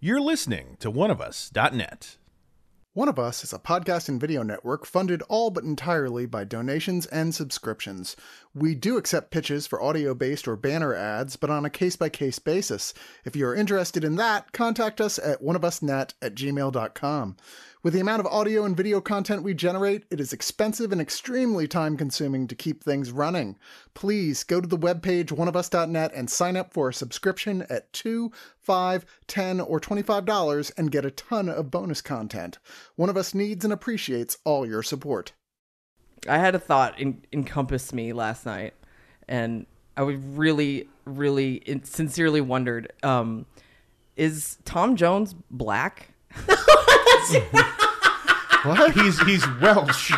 You're listening to oneofus.net. One of Us is a podcast and video network funded all but entirely by donations and subscriptions. We do accept pitches for audio based or banner ads, but on a case by case basis. If you are interested in that, contact us at oneofusnet at gmail.com. With the amount of audio and video content we generate, it is expensive and extremely time consuming to keep things running. Please go to the webpage oneofus.net and sign up for a subscription at 2 5 10 or $25 and get a ton of bonus content. One of us needs and appreciates all your support. I had a thought in- encompass me last night, and I was really, really in- sincerely wondered: um, Is Tom Jones black? What? He's he's Welsh.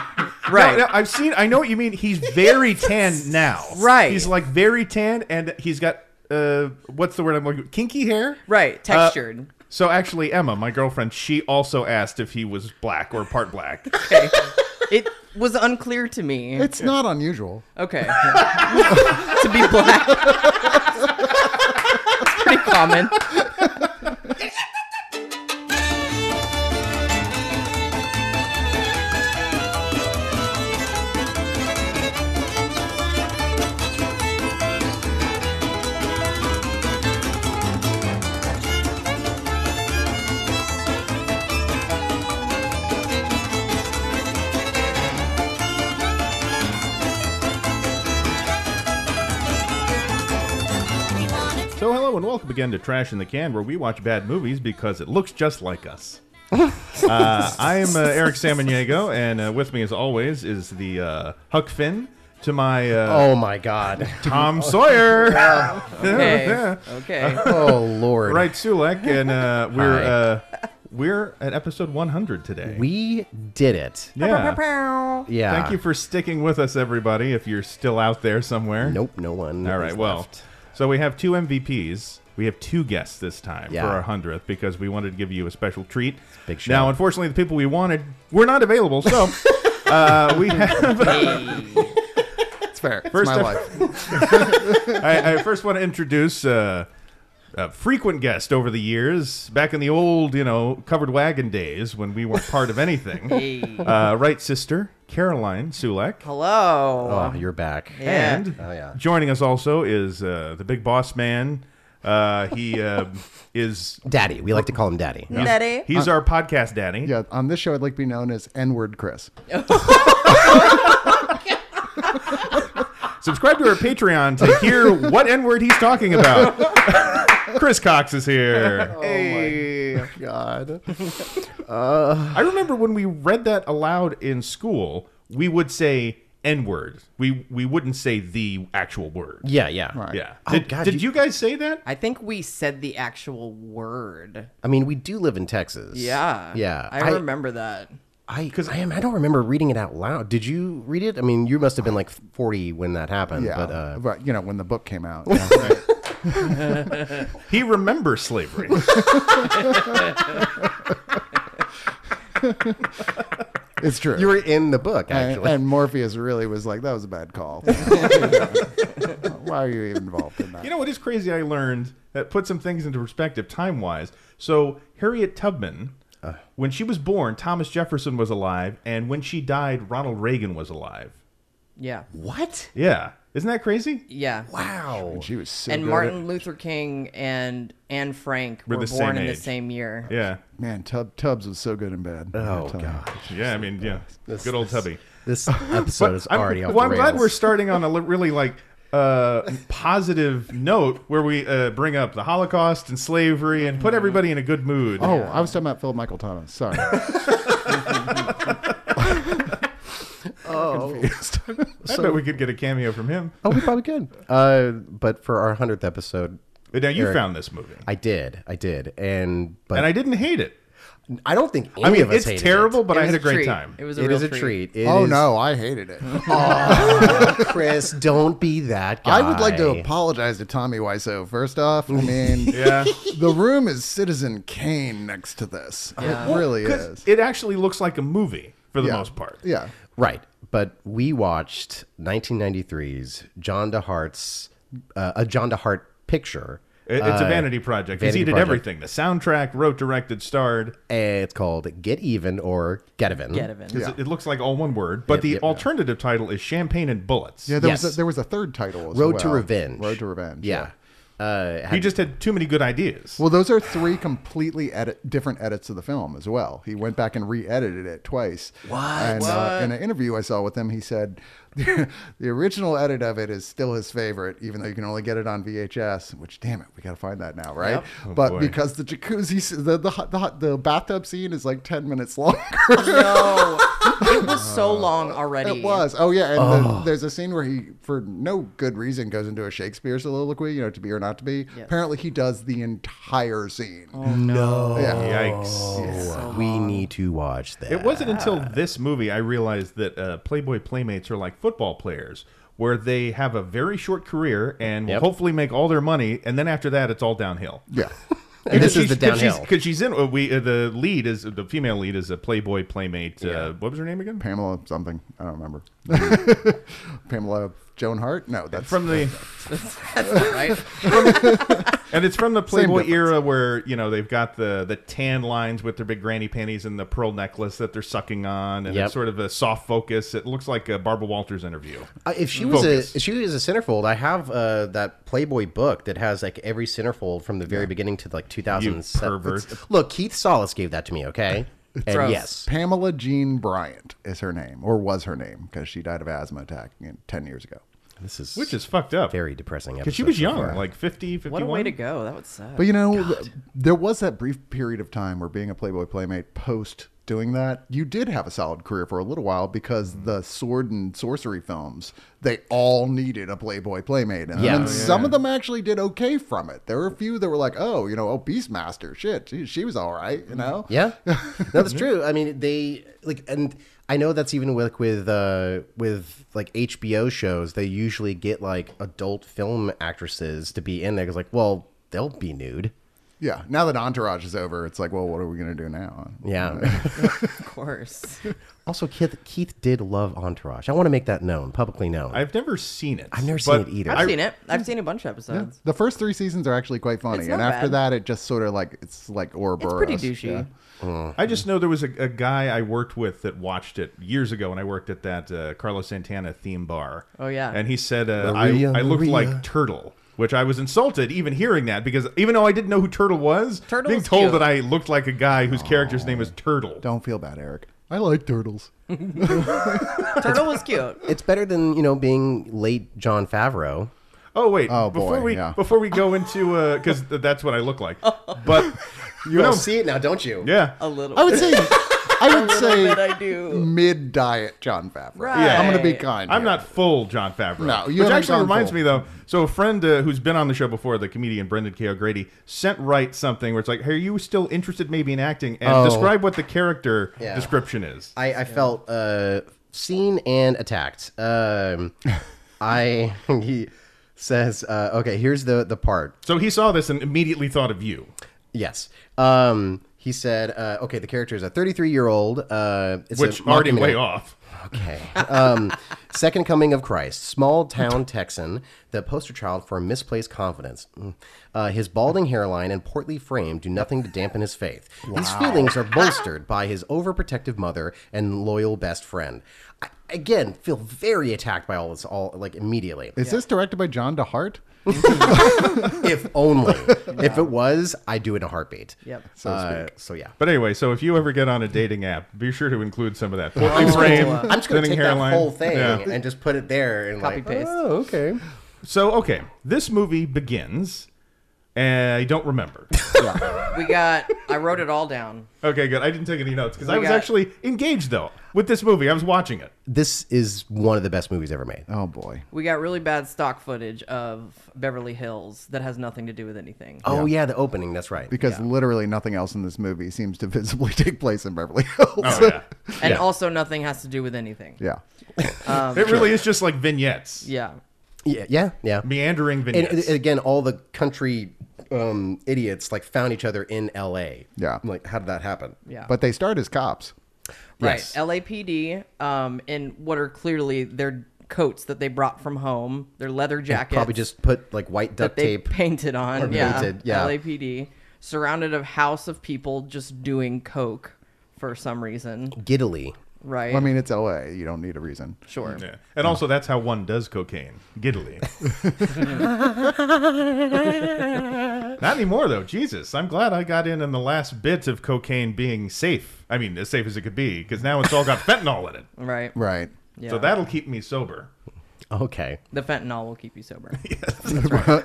Right. No, no, I've seen. I know what you mean. He's very tan now. Right. He's like very tan, and he's got uh, what's the word I'm looking? Kinky hair. Right, Uh, textured. so actually, Emma, my girlfriend, she also asked if he was black or part black. okay. It was unclear to me. It's not unusual. Okay. to be black. it's pretty common. so hello and welcome again to Trash in the Can, where we watch bad movies because it looks just like us. uh, I am uh, Eric Samaniego, and uh, with me, as always, is the uh, Huck Finn to my uh, Oh my god. Tom Sawyer. Okay. Okay. Oh lord. Right, Sulek, and uh, we're Hi. uh, we're at episode 100 today. We did it. yeah. Yeah. Thank you for sticking with us, everybody. If you're still out there somewhere. Nope, no one. All is right. Well, left. so we have two MVPs. We have two guests this time Yeah. for our hundredth because we wanted to give you a special treat. big show. Now, unfortunately, the people we wanted were not available, so uh, we have. It's fair. It's First my up- life. I, I first want to introduce uh, a frequent guest over the years, back in the old, you know, covered wagon days when we weren't part of anything. Uh, right, sister Caroline Sulek. Hello. Oh, you're back. And Oh, yeah. joining us also is uh, the big boss man. Uh, he uh, is. Daddy. We like to call him Daddy. Daddy. Uh, He's our podcast daddy. Yeah, on this show, I'd like to be known as N word Chris. Subscribe to our Patreon to hear what N word he's talking about. Chris Cox is here. Oh, God. Uh. I remember when we read that aloud in school, we would say N word. We we wouldn't say the actual word. Yeah, yeah. Yeah. Oh, did God, did you, you- guys say that? I think we said the actual word. I mean, we do live in Texas. Yeah. Yeah. I, remember that. I because I, am- I don't remember reading it out loud. Did you read it? I mean, you must have been like 40 when that happened. Yeah. But uh, right, you know, when the book came out. Yeah. He remembers slavery. it's true. you were in the book and, actually. and Morpheus really was like, that was a bad call. Why are you even involved in that? you know what is crazy I learned that put some things into perspective time wise. So Harriet Tubman Uh. when she was born, Thomas Jefferson was alive, and when she died, Ronald Reagan was alive. Yeah. what? Yeah. Isn't that crazy? Yeah. Wow. she was so And good Martin Luther King and Anne Frank We're were, the born same in the age. same year. Yeah. at- man, Tub, Tubbs was so good in bed. Oh, God. Yeah, I mean, yeah. Good old Tubby. This episode is I'm, already off well, the I'm glad rails. we're starting on a li- really like uh, positive note where we uh, bring up the Holocaust and slavery and put everybody in a good mood. Mm-hmm. Oh, I was talking about Phil Michael Thomas. Sorry. oh. I bet we could get a cameo from him. Oh, we probably could. Uh, but for our hundredth episode, But now you Eric. found this movie, I did, I did, and but and I didn't hate it. I don't think any I mean, of us it's hated terrible, but It I was had a great treat. time. It was It. a It real is a treat. It is- Oh Oh, no, I hated it. Chris, don't be that guy. I would like to apologize to Tommy Wiseau. First off, I mean, yeah, the room is Citizen Kane next to Oh, this. It really 'Cause is. it actually looks like a movie for the Yeah. most part. yeah, Right, but we watched 1993's John DeHart's uh, a John DeHart picture It- It's a vanity project. He's vanity he did project. everything: the soundtrack, wrote, directed, starred. Eh, It's called Get Even or Get Even. Get even. It's- It looks like all one word, but Yep, the yep, yep. alternative title is Champagne and Bullets. Yeah, there Yes. was a, there was a third title. As Road to well. Revenge. Road to Revenge. Yeah. Uh, he just had too many good ideas. Well, those are three completely edit, different edits of the film as well. He went back and re-edited it twice. What? And Uh, in an interview I saw with him, he said the original edit of it is still his favorite, even though you can only get it on VHS. Which, damn it, we got to find that now, right? Oh, but boy. because the jacuzzi, s- the the, hot- the hot- the bathtub scene is like ten minutes longer. No, it was so Uh, long already. It was. Oh yeah, and The, there's a scene where he, for no good reason, goes into a Shakespeare soliloquy. You know, to be or not to be. Apparently, he does the entire scene. Oh, Oh, no. Yeah. Yikes! We need to watch that. It wasn't until this movie I realized that uh, Playboy Playmates are like football players, where they have a very short career and will Yep. hopefully make all their money, and then after that, it's all downhill. Yeah. And this is the downhill. because she's, in. uh, We uh, the lead is the female lead is a Playboy Playmate. Uh, what was her name again? Pamela something. I don't remember. Pamela Joan Hart? No, that's From the right. and it's from the Playboy difference. era where you know they've got the the tan lines with their big granny panties and the pearl necklace that they're sucking on, and Yep. it's sort of a soft focus. It looks like a Barbara Walters interview. Uh, if she was Focus. a if she was a centerfold, I have uh, that Playboy book that has like every centerfold from the very beginning to like 2007. pervert. It's- Look, Keith Solis gave that to me, okay? And Gross. yes, Pamela Jean Bryant is her name, or was her name, because she died of asthma attack you know, ten years ago. this is which is fucked up. very depressing. Because she episode was so young, far. like 50, 51. What a way to go. That would suck. But you know, th- there was that brief period of time where being a Playboy Playmate post doing that, you did have a solid career for a little while because Mm-hmm. the sword and sorcery films, they all needed a Playboy Playmate. And, Yeah. and Oh, yeah, some of them actually did okay from it. There were a few that were like, oh, you know, oh, Beastmaster, shit, she, she was all right, you know? Yeah, no, that's true. I mean, they like, and I know that's even with with uh, with like HBO shows. They usually get like adult film actresses to be in there. Cause like, well, they'll be nude. Yeah. Now that Entourage is over, it's like, well, what are we going to do now? Yeah. of course. also, Keith Keith did love Entourage. I want to make that known, publicly known. I've never seen it. I've never seen it either. I've seen it. I've seen a bunch of episodes. The first three seasons are actually quite funny. It's not And after that, bad. it just sort of like, it's like It's Ouroboros. pretty douchey. Yeah. I just know there was a, a guy I worked with that watched it years ago when I worked at that uh, Carlos Santana theme bar. Oh, yeah. And he said uh, I, Maria, I looked Maria. like Turtle, which I was insulted even hearing that because even though I didn't know who Turtle was, Turtle being is told cute. that I looked like a guy whose character's name is Turtle. Don't feel bad, Eric. I like turtles. Turtle was cute. it's better than you know being late John Favreau. Oh wait, Oh, before boy, we yeah. before we go into because th- that's what I look like, but You No. see it now, don't you? yeah, A little. I would say, I would bit I say do. mid diet John Favreau. Right. I'm going to be kind. I'm here. not full John Favreau. No, you which haven't actually gone reminds full. me though. So a friend uh, who's been on the show before, the comedian Brendan K. O'Grady, sent right something where it's like, "Hey, are you still interested maybe in acting?" And Oh. describe what the character Yeah. description is. I, I felt uh, seen and attacked. Um, I he says, uh, okay, here's the the part. So he saw this and immediately thought of you. Yes. Um, he said, uh, okay, the character is a 33 year old. Uh, it's a Which already way mockumentary- off. Okay. Um, second coming of Christ, small town Texan, the poster child for misplaced confidence. Mm. Uh, his balding hairline and portly frame do nothing to dampen his faith. These feelings are bolstered by his overprotective mother and loyal best friend. I, again, feel very attacked by all this, all like immediately. Is this directed by John DeHart? if only. If it was, I'd do it in a heartbeat. Yep. So, uh, so yeah. But anyway, so if you ever get on a dating app, be sure to include some of that portly frame, I'm just going to thinning take hairline. that whole thing Yeah. and just put it there and Copy like, paste. Oh, okay. So okay, this movie begins. and I don't remember. We got. I wrote it all down. okay, good. I didn't take any notes because I We was got- actually engaged though with this movie. I was watching it. This is one of the best movies ever made. Oh, boy. We got really bad stock footage of Beverly Hills that has nothing to do with anything. Oh yeah, the opening. That's right. Because literally nothing else in this movie seems to visibly take place in Beverly Hills. Oh yeah. and also nothing has to do with anything. Um, yeah. it really is just like vignettes, Yeah. Yeah, yeah, yeah. meandering And, vignettes. and again, all the country um, idiots like found each other in L.A. Yeah. I'm like how did that happen? Yeah. But they start as cops. right. yes. LAPD um in what are clearly their coats that they brought from home, their leather jackets. Probably just put like white that duct they tape. painted on. Or yeah. painted, yeah. LAPD. Surrounded a house of people just doing coke for some reason. Giddily. Right. Well, I mean, it's LA. You don't need a reason. sure. Yeah. And also, that's how one does cocaine giddily. Not anymore, though. Jesus, I'm glad I got in on the last bit of cocaine being safe. I mean, as safe as it could be, because now it's all got fentanyl in it. Right. Right. Yeah. So that'll keep me sober. Okay. the fentanyl will keep you sober.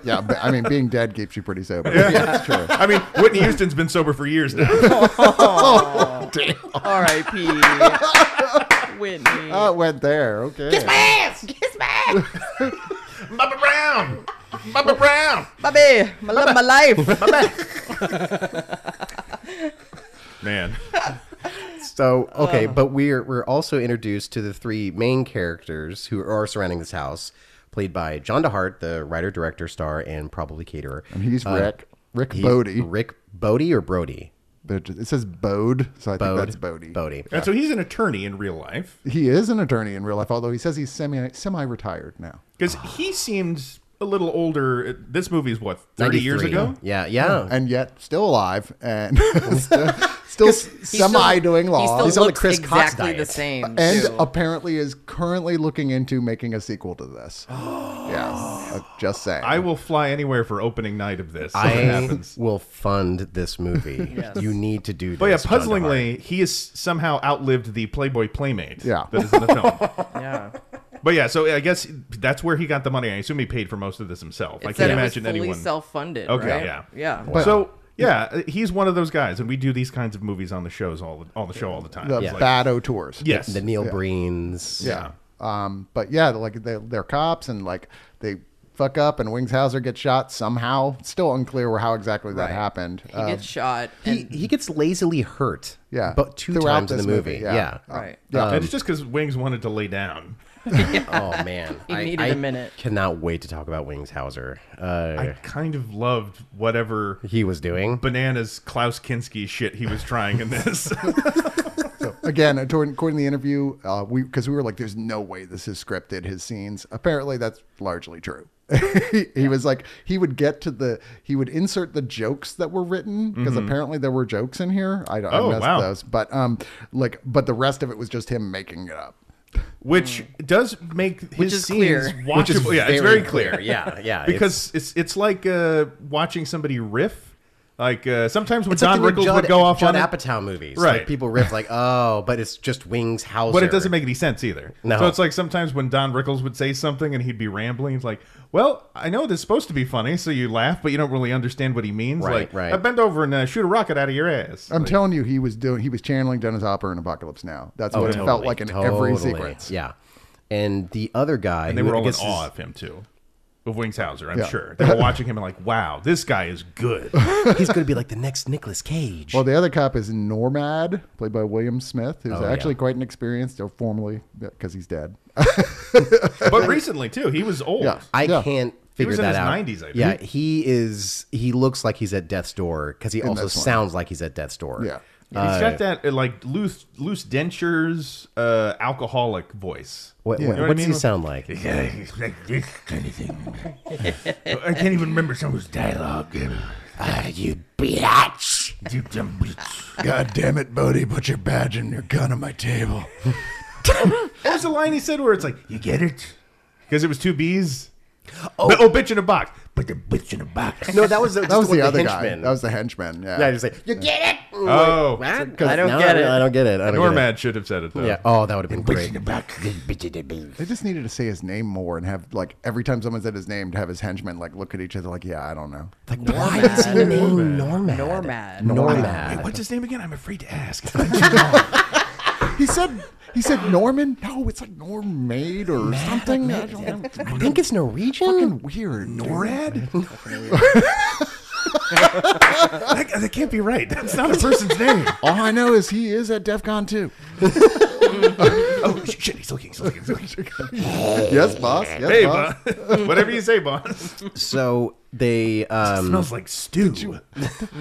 yeah, but, I mean, being dead keeps you pretty sober. Yeah, that's true. I mean, Whitney Houston's been sober for years now. Oh, R.I.P. Whitney. Oh, it went there. Okay. Bubba Brown! Bubba Brown! Bobby, I love my life. Man. So okay, but we're we're also introduced to the three main characters who are surrounding this house, played by John DeHart, the writer, director, star, and probably caterer. And He's Rick. Rick Bodie. Rick Bodie or Brody. They're ju- It says Bode, so I think Bode. that's Bodie. Bodie. And so he's an attorney in real life. He is an attorney in real life, although he says he's semi semi retired now. Because he seemed a little older. This movie's what, 30 years 93. ago? Uh, Hmm. Yeah, yeah. and yet still alive and still, still semi doing law. He He's still on the looks Chris Cox exactly the diet. same. and too. apparently is currently looking into making a sequel to this. yeah, uh, just saying. I will fly anywhere for opening night of this. if I it happens. will fund this movie. You need to do this. But yeah, John DeHart. puzzlingly, he has somehow outlived the Playboy Playmate Yeah. that is in the film. yeah. but yeah, so I guess that's where he got the money. I assume he paid for most of this himself. I can't It said it was imagine fully anyone. self-funded. Okay, right? yeah. Yeah. so yeah, he's one of those guys, and we do these kinds of movies on the shows all the, on the show all the time. the It's like- bad auteurs. yes, the Neil Breens. yeah. Um, but yeah, like they, they're cops and like they fuck up and Wings Hauser gets shot somehow. Still unclear how exactly that Right. happened. Um, He gets shot. He, he gets lazily hurt. Yeah. But two Throughout times in the this movie. movie, Yeah. Um, yeah. right. and it's just because Wings wanted to lay down. Oh man. He I- needed I a minute. Cannot wait to talk about Wings Hauser. Uh, I kind of loved whatever he was doing. bananas Klaus Kinski shit he was trying in this. Again, according, according to the interview, uh, we because we were like, "There's no way this is scripted." His scenes. Apparently, that's largely true. he, he was like, he would get to the, he would insert the jokes that were written Mm-hmm. because apparently there were jokes in here. I, I Oh, missed wow. those, but um, like, but the rest of it was just him making it up. which does make his is scenes clear. watchable. yeah, it's very clear. Yeah, yeah. because it's it's, like uh, watching somebody riff. Like uh, sometimes when it's, it's like Don the new Rickles Judd, would go off Judd on, it, Apatow movies. Like Right. people riff like, oh, but it's just Wings Hauser. but it doesn't make any sense either. No. So it's like sometimes when Don Rickles would say something and he'd be rambling. He's like, "Well, I know this is supposed to be funny, so you laugh, but you don't really understand what he means." Right, like, right. "Uh, bend over and uh, shoot a rocket out of your ass. I'm Like, telling you, he was doing, he was channeling Dennis Hopper in Apocalypse Now. That's what it felt Oh, Totally, like in totally. every sequence. Yeah. And the other guy they who were I all in guess is- awe of him too, of Wingshauser. I'm Yeah. sure they were watching him and like, "Wow, this guy is good." he's gonna be like the next Nicolas Cage. Well, the other cop is Normad, played by William Smith, who's Oh, yeah. actually quite an experienced, or formerly, because he's dead. but recently too, he was old. Yeah. I Yeah. can't figure was in that his out. 90s, I think. Yeah, he is. He looks like he's at death's door because he also this one. sounds like he's at death's door. Yeah. And He's got that uh, like loose loose dentures, uh, alcoholic voice. What, Yeah. what, You know what what I does he mean? sound like? Yeah, it's like this kind of thing. I can't even remember someone's dialogue. Ah, you bitch! You dumb bitch. God damn it, Bodie, put your badge and your gun on my table. What was the line he said where it's like you get it because it was two bees? Oh, oh bitch in a box. Put the bitch in a box. No, that was the, That was the, other guy. That was the henchman. Yeah. yeah, he's like, you get it? Oh. I don't get it. I don't get it. I don't Normad should have said it though. Get it. Yeah. Oh, that would have been Bitch great. in a box. This bitch in a box. they just needed to say his name more and have like every time someone said his name to have his henchmen like look at each other like yeah I don't know. Like, why is he named Normad? Normad. Normad. What's his name again? I'm afraid to ask. He said he said Norman. No, it's like Normade or something. I don't know. It's I think it's Norwegian. fucking weird. dude. Norad? that, that can't be right. That's not a person's name. All I know is he is at DEF CON 2. Oh, sh- shit, he's looking, he's looking, he's looking. yes, boss. Yes, Hey, boss. Bon. Whatever you say, boss. So they um, Smells like stew.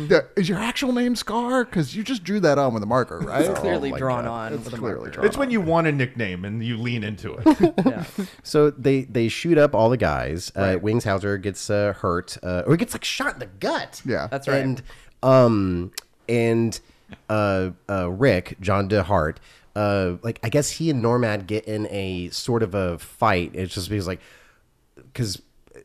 Yeah, Is your actual name Scar? Because you just drew that on with a marker, right? Oh It's clearly my drawn God. on. It's with a clearly marker. drawn. Oh It's when you want a nickname and you lean into it. Yeah. so they they shoot up all the guys. Uh, Wings Hauser gets uh, hurt, uh, or he gets like shot in the gut. Yeah. That's right. And um and uh, uh Rick John DeHart. Uh, like I guess he and Normad get in a sort of a fight. It's just because like, because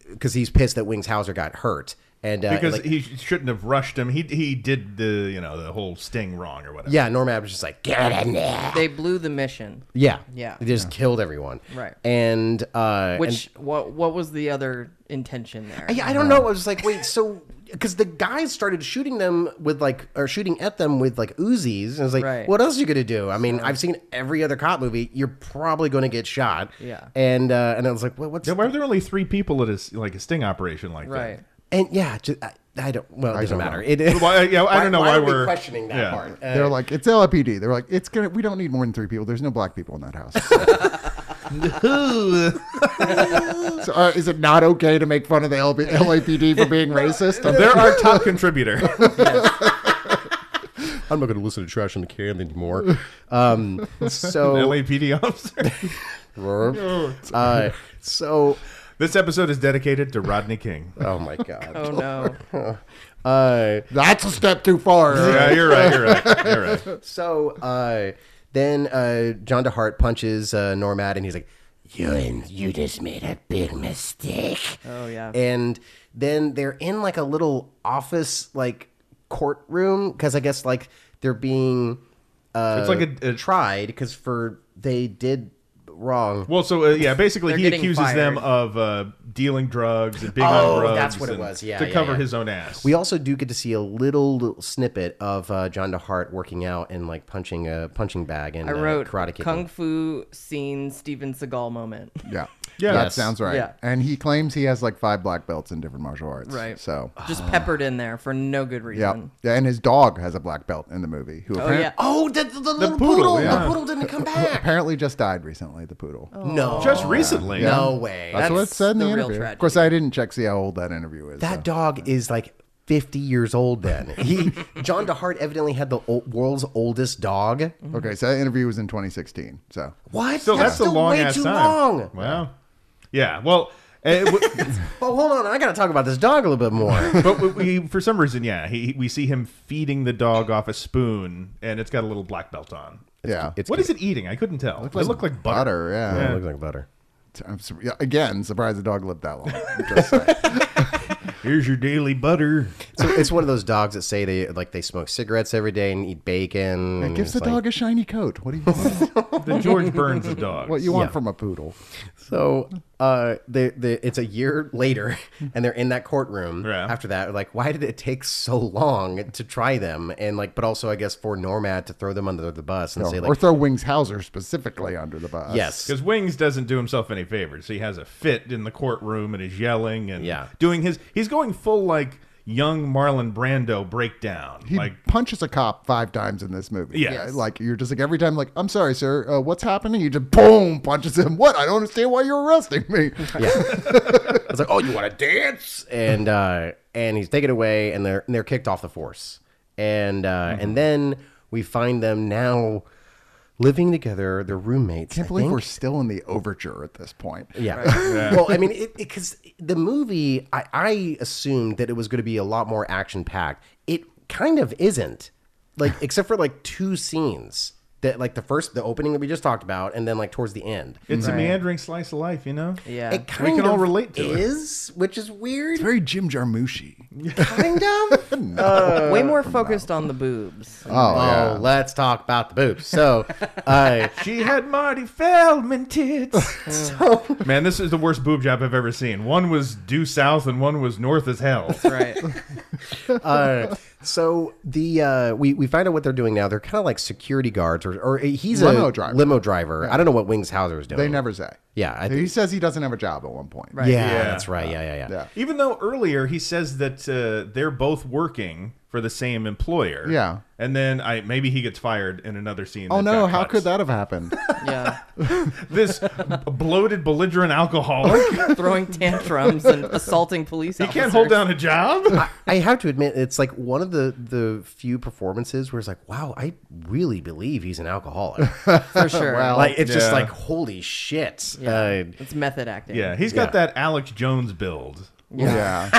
because he's pissed that Wings Hauser got hurt, and uh, Because like- he shouldn't have rushed him. He he did the you know the whole sting wrong or whatever. yeah, Normad was just like get in there. They blew the mission. Yeah, Yeah. They just killed everyone. Right. and uh, and- Which what what was the other intention there? Yeah, I don't know. I was like, wait, so because the guys started shooting them with like or shooting at them with like Uzis, and I was like, Right. what else are you gonna do? I mean, I've seen every other cop movie. You're probably gonna get shot. Yeah. and uh, and I was like, well, what's Yeah, why are there only three people at a s- like a sting operation like Right. and yeah, ju- I, I don't. Well, it doesn't matter. It, that? Why, yeah, I don't know why, are we we're questioning that yeah. part. Uh, They're like, it's LAPD. They're like, it's gonna. We don't need more than three people. There's no black people in that house. so, uh, is it not okay to make fun of the LB- LAPD for being racist? They're our top contributor. I'm not gonna listen to trash in the can anymore. Um, so LAPD officer. uh, so Oh, This episode is dedicated to Rodney King. oh my god. Oh no. Uh, That's a step too far. Yeah, you're right. You're right. You're right. So uh, then uh, John DeHart punches uh, Normad, and he's like, "You and you just made a big mistake." Oh yeah. And then they're in like a little office, like courtroom, because I guess like they're being uh, It's like a- a- tried because for they did wrong. Well, so uh, yeah, basically They're he getting accuses them fired. of uh, dealing drugs and being Oh, on drugs. that's what it and- was. Yeah, to yeah, cover yeah. his own ass. We also do get to see a little, little snippet of uh, John DeHart working out and like punching a punching bag and I wrote uh, karate kicking. kung fu scene Steven Seagal moment. Yeah. Yeah. that Yes. sounds right. Yeah. And he claims he has like five black belts in different martial arts. Right. So, Just peppered in there for no good yeah. reason. yeah. And his dog has a black belt in the movie, who Oh apparent- yeah. Oh, the, the, little poodle, poodle! yeah. The poodle didn't come back. apparently just died recently, the poodle. No, Oh. just recently. No way. That's, what it That's said in the, the real interview. tragedy. Of course, I didn't check see how old that interview is. That so. dog is like 50 years old then. He John DeHart evidently had the old, world's oldest dog. Mm-hmm. Okay, so that interview was in 2016. So What? So that's, a still long way ass too time. long. Wow. Yeah. Well. eh, w- Oh, hold on. I got to talk about this dog a little bit more. but we, we, for some reason, yeah, he, we see him feeding the dog off a spoon, and it's got a little black belt on. yeah, It's What is it eating? I couldn't tell. it looked like butter. butter. Yeah. it looks like butter. I'm sur- yeah, again surprised the dog lived that long. Just saying. Here's your daily butter. So it's one of those dogs that say they like they smoke cigarettes every day and eat bacon. it gives the Mm, It's like- dog a shiny coat. What do you want? The George Burns of dogs. what you want from a poodle? So uh, they, they, it's a year later, and they're in that courtroom. Yeah. After that, like, why did it take so long to try them? And like, but also, I guess for Normad to throw them under the bus and say like, or throw Wings Hauser specifically under the bus. yes, Because Wings doesn't do himself any favors. He has a fit in the courtroom and is yelling and Yeah. doing his. He's going full like young Marlon Brando breakdown. He like punches a cop five times in this movie. Yes. Yeah, Like you're just like every time, like I'm sorry, sir. Uh, what's happening? You just boom punches him. What? I don't understand why you're arresting me. I was like, "Oh, you want to dance?" And uh, and he's taken away, and they're and they're kicked off the force, and uh, Mm-hmm. and then we find them now living together. They're roommates. I can't believe we're still in the overture at this point. Yeah. Well, I mean, because the movie, I, I assumed that it was going to be a lot more action packed. It kind of isn't, like except for like two scenes that, like the first, the opening that we just talked about, and then like towards the end. it's a meandering slice of life, you know. Yeah. It We kind can of all relate to it. is, which is weird. Very Jim Jarmusch. Kind of. Uh, Way more focused on the boobs. Oh, let's talk about the boobs. So, uh, She had Marty Feldman tits. so Man, this is the worst boob job I've ever seen. One was due south and one was north as hell. Right. uh, so the uh, we we find out what they're doing now. They're kind of like security guards, or or he's Limo a driver. limo driver. I don't know what Wings Hauser is doing. They never say. Yeah, I he says he doesn't have a job at one point. Yeah, Right. that's right. Yeah, yeah, yeah. Yeah. Even though earlier he says that uh, they're both working for the same employer. Yeah. And then I maybe he gets fired in another scene. Oh that no, got how cut. could that have happened? Yeah. This bloated, belligerent alcoholic. Throwing tantrums and assaulting police He can't hold down a job. I have to admit, it's like one of the the few performances where it's like, wow, I really believe he's an alcoholic. For sure. like it's just Yeah. like, holy shit. Uh, It's method acting. yeah, he's got that Alex Jones build. Yeah.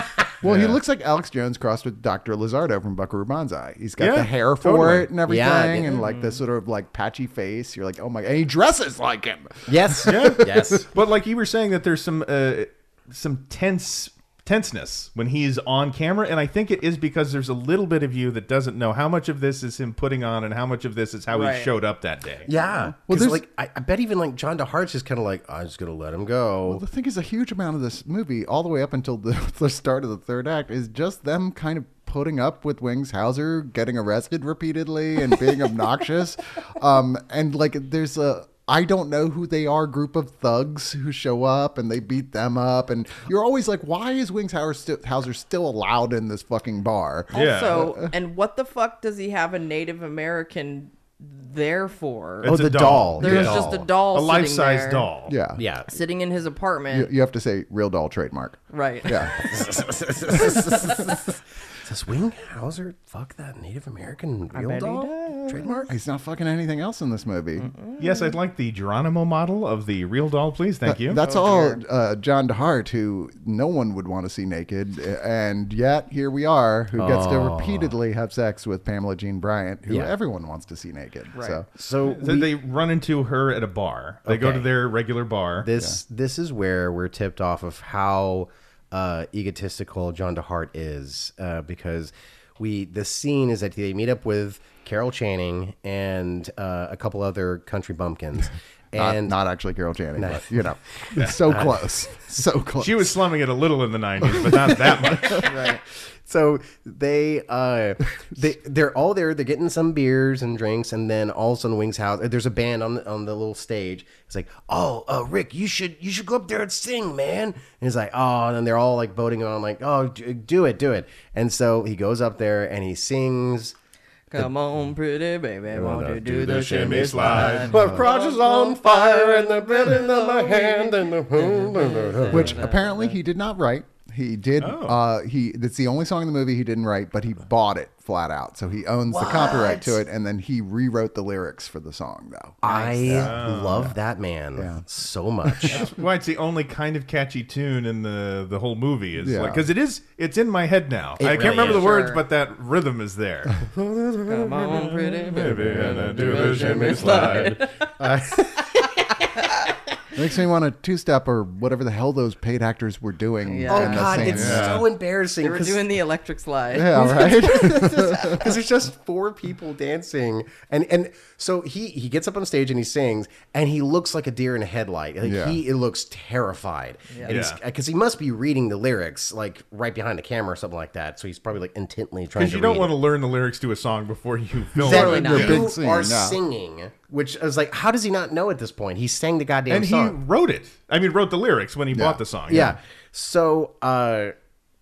Well, he looks like Alex Jones crossed with Dr. Lizardo from Buckaroo Banzai. He's got Yeah, the hair for totally. it and everything, yeah. and like this sort of like patchy face. You're like, oh my god, and he dresses like him. yes. Yes. But like you were saying, that there's some uh, some tense tenseness when he's on camera, and I think it is because there's a little bit of you that doesn't know how much of this is him putting on, and how much of this is how Right. he showed up that day. Yeah. Well, Well, there's- like I, I bet even like John DeHart's just kind of like, I'm just gonna let him go. The thing is, a huge amount of this movie, all the way up until the, the start of the third act, is just them kind of putting up with Wings Hauser getting arrested repeatedly and being obnoxious. Um, and like, there's a. I don't know who they are. Group of thugs who show up and they beat them up, and you're always like, "Why is Wings Hauser sti- Hauser still allowed in this fucking bar?" Uh, Yeah. Also, and what the fuck does he have a Native American there for? It's oh, the a doll. doll. There's Yeah. just a doll, A sitting life size there, doll. Yeah, Yeah. sitting in his You, apartment. you have to say "real doll" trademark. Right. Yeah, Does Winghauser fuck that Native American real bet he doll trademark? he's not fucking anything else in this movie. Yes, I'd like the Geronimo model of the real doll, please. Thank you. Oh, Oh, That's all uh, John DeHart, who no one would want to see naked, and yet here we are, who gets to repeatedly have sex with Pamela Jean Bryant, who Yeah. everyone wants to see naked. So So So they run into her at a bar. They go Okay. to their regular bar. this this is where we're tipped off of how uh, egotistical John DeHart is uh, because we the scene is that they meet up with Carol Channing and uh, a couple other country bumpkins not, and Uh, not actually Carol Channing, but you know, it's so close, so close. she was slumming it a little in the 90s, but not that much. so they uh they they're all there they're getting some beers and drinks and then all of a sudden wings house there's a band on the on the little stage it's like oh uh rick you should you should go up there and sing man and he's like oh and then they're all like voting on like oh d- do it do it and so he goes up there and he sings Come on, pretty baby, won't you do do the the shimmy slide. slide? my crotch is on fire and the bed in my hand and the which apparently he did not write. He did. Uh, he that's the only song in the movie he didn't write, but he bought it flat out, so he owns the copyright to it. And then he rewrote the lyrics for the song, though. I love that man so much. Why it's the only kind of catchy tune in the the whole movie is Yeah. like because it is it's in my head now. I can't really remember is. the words, Sure. but that rhythm is there. Come on, pretty baby. Makes me want to two step or whatever the hell those paid actors were doing. Yeah. Oh in the God, scene. it's so embarrassing. They were 'cause- doing the electric slide. yeah, right. because there's just four people dancing and and so he he gets up on stage and he sings and he looks like a deer in a headlight like Yeah. he it looks terrified yeah. Yeah. because he must be reading the lyrics like right behind the camera or something like that so he's probably like intently trying Because to you don't read want it. to learn the lyrics to a song before you film That it. Surely not. you Big scene, are no. singing which I was like how does he not know at this point he sang the goddamn And he song wrote it. I mean, wrote the lyrics when he bought the song. yeah. So, uh,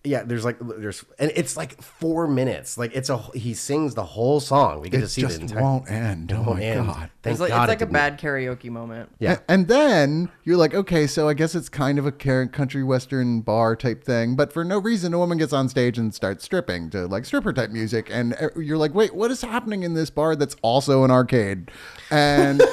yeah, there's like there's and it's like four minutes. Like it's a he sings the whole song. We get to it see just the entire. won't end. Oh my and god. Thank It's like, God it's like it a didn't. bad karaoke moment. Yeah. A- And then you're like, okay, so I guess it's kind of a car- country western bar type thing, but for no reason, a woman gets on stage and starts stripping to like stripper type music, and uh, you're like, wait, what is happening in this bar that's also an arcade? And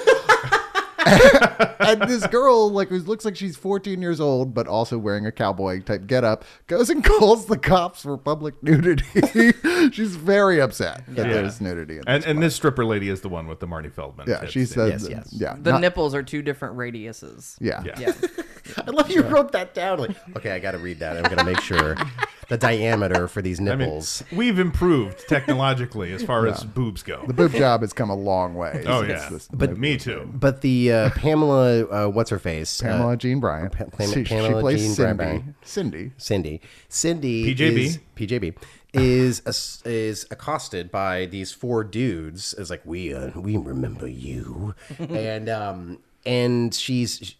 and this girl, like, who looks like she's 14 years old, but also wearing a cowboy type getup, goes and calls the cops for public nudity. she's very upset that there's nudity. In And, and this stripper lady is the one with the Marty Feldman. yeah, tits. she said, Yes, yes. yeah, The not- nipples are two different radiuses. yeah, Yeah. Yeah. I love you wrote that down. Like, okay, I got to read that. I'm gonna make sure the diameter for these I mean, nipples. we've improved technologically as far as boobs go. The boob job has come a long way. oh since yeah, this- but me too. but the uh, Pamela, uh, what's her face? Uh, Pamela Jean Bryant. Pa- Pam- Pamela Jean Cindy. Bryant. Cindy. Cindy. Cindy PJB. is PJB is ass- is accosted by these four dudes. It's like we uh, we remember you, and um and she's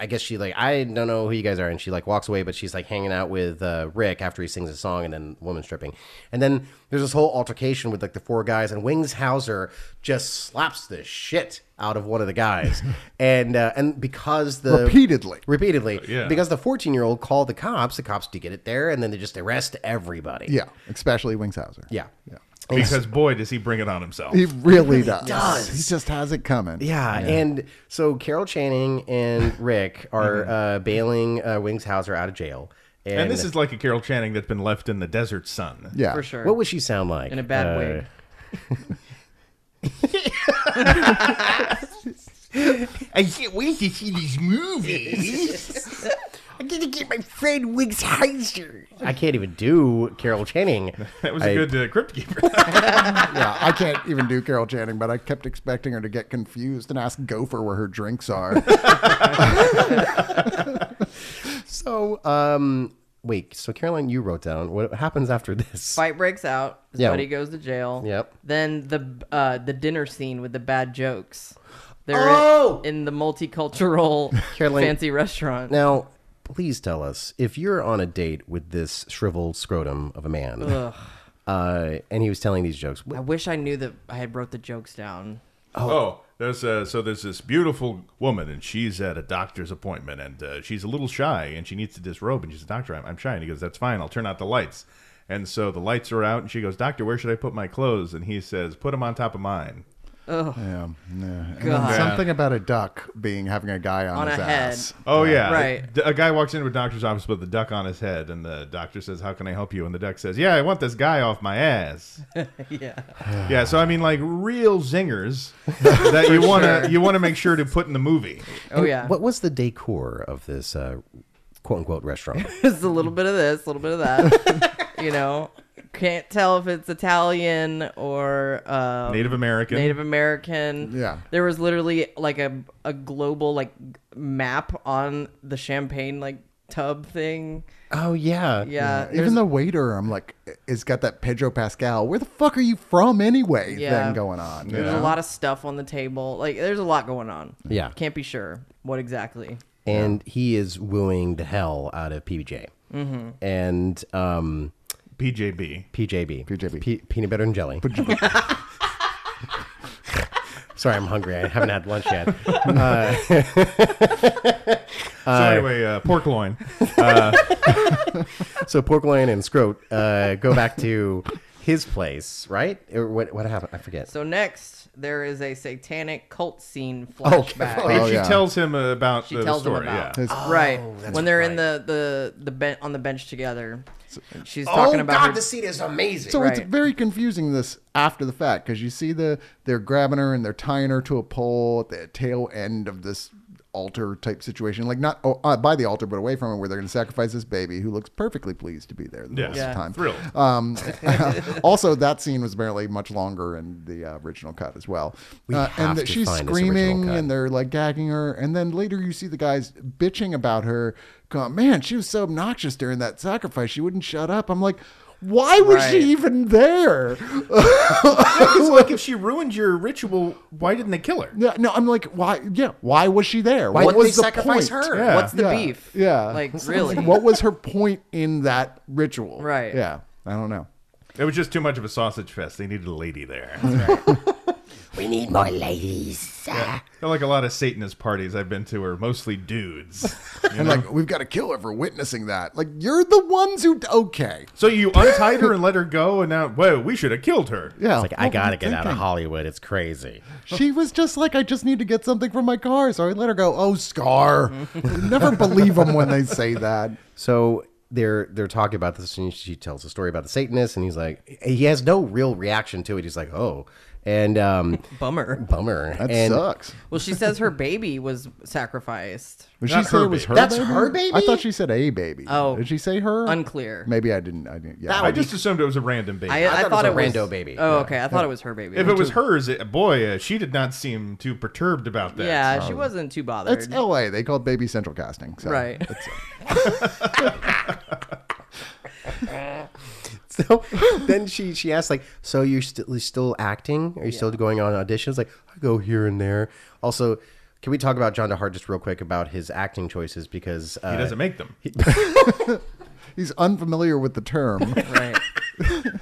I guess she like I don't know who you guys are, and she like walks away, but she's like hanging out with uh, Rick after he sings a song, and then woman stripping, and then there's this whole altercation with like the four guys, and Wings Hauser just slaps the shit out of one of the guys, and uh, and because the Repeatedly. repeatedly, yeah. because the 14 year old called the cops, the cops do get it there, and then they just arrest everybody. Yeah, especially Wingshauser. yeah, Yeah. Because boy, does he bring it on himself. He really does. does. He just has it coming. Yeah, and so Carol Channing and Rick are uh, bailing uh, Wings Hauser out of jail, and, and this is like a Carol Channing that's been left in the desert sun. Yeah. for sure. what would she sound like Uh, In a bad wig. I can't wait to see these movies. I'm gonna get my friend Wiggs Heiser. I can't even do Carol Channing. That was a I- good uh, crypt keeper. Yeah, I can't even do Carol Channing, but I kept expecting her to get confused and ask Gopher where her drinks are. So, um, wait. So Caroline, you wrote down what happens after this. Fight breaks out. His Yeah. buddy goes to jail. Yep. Then the uh, the dinner scene with the bad jokes. They're Oh! in, in the multicultural Caroline- fancy restaurant. Now, please tell us if you're on a date with this shriveled scrotum of a man, uh, and he was telling these jokes. I wish I knew that I had wrote the jokes down. Oh, there's uh, so there's this beautiful woman, and she's at a doctor's appointment, and uh, she's a little shy, and she needs to disrobe, and she's doctor. I'm, I'm shy, and he goes, "That's fine. I'll turn out the lights." And so the lights are out, and she goes, "Doctor, where should I put my clothes?" And he says, "Put them on top of mine." Oh. Yeah, yeah. And then something about a duck being having a guy on, On a his head. ass. Oh yeah, Right. A, a guy walks into a doctor's office with a duck on his head, and the doctor says, "How can I help you?" And the duck says, "Yeah, I want this guy off my ass." Yeah. yeah, so I mean, like real zingers that you want to you want to make sure to put in the movie. Oh yeah. What was the decor of this uh, quote unquote restaurant? It's a little bit of this, a little bit of that. you know, can't tell if it's Italian or um, Native American. Native American. Yeah. There was literally like a a global like map on the champagne like tub thing. oh yeah, Yeah. there's- Even the waiter, I'm like, has got that Pedro Pascal. Where the fuck are you from anyway? Yeah. Thing going on. there's a lot of stuff on the table. Like there's a lot going on. Yeah. Can't be sure what exactly. and he is wooing the hell out of PBJ. And um, PJB. PJB. PJB. Pe- peanut butter and jelly. Sorry, I'm hungry. I haven't had lunch yet. Uh, So anyway, uh, pork loin. Uh, So Pork Loin and Scroat uh, go back to his place, right? Or what, what happened? I forget. So next there is a satanic cult scene Okay. flashback. And she Oh, yeah. tells him about she the, the tells story. him about Oh, Yeah. right when they're in the the the ben- on the bench together. She's talking about her- Oh, scene is amazing. So it's Right. very confusing this after the fact because you see the they're grabbing her and they're tying her to a pole at the tail end of this altar type situation, like not oh, uh, by the altar but away from it, where they're going to sacrifice this baby who looks perfectly pleased to be there the Yes. whole Yeah. time. Thrilled. Um, also, that scene was apparently much longer in the uh, original cut as well. We Uh, have and that to she's find this original screaming cut. and they're like gagging her, and then later you see the guys bitching about her. Going, man, she was so obnoxious during that sacrifice; she wouldn't shut up. I'm like, why was Right. she even there? It's like if she ruined your ritual, why didn't they kill her? No, no, I'm like, why? Yeah, why was she there? Why what did was they sacrifice her? Yeah. What's the Yeah, beef? Yeah, Like It's really? what was her point in that ritual? Right. Yeah, I don't know. It was just too much of a sausage fest. They needed a lady there. We need more ladies. They're like a lot of Satanist parties I've been to are mostly dudes. and like, we've got to kill her for witnessing that. Like, you're the ones who. Okay. So you untied her and let her go, and now, whoa, we should have killed her. Yeah. It's like, what I were got to you get out of thinking? Hollywood. It's crazy. She was just like, I just need to get something from my car. So I let her go. Oh, Scar. Never believe them when they say that. So they're they're talking about this, and she tells a story about the Satanist, and he's like, he has no real reaction to it. He's like, oh, and um, Bummer. bummer. That and sucks. Well, she says her baby was sacrificed. Did Not she say her it was baby. her That's baby? her baby? I thought she said a baby. Oh. Did she say her? Unclear. Maybe I didn't. I didn't. Yeah. I just assumed it was a random baby. I, I, thought thought it it was was a rando baby. Oh, okay. I thought it was her baby. if it was hers, it, boy, uh, she did not seem too perturbed about that. yeah, Um, she wasn't too bothered. It's L.A. They call it Baby Central Casting. So. right. So then she she asks like, so you're still still acting? Are you still going on auditions? Like I go here and there. Also, Can we talk about John DeHart just real quick about his acting choices because uh, He doesn't make them. He's unfamiliar with the term. Right.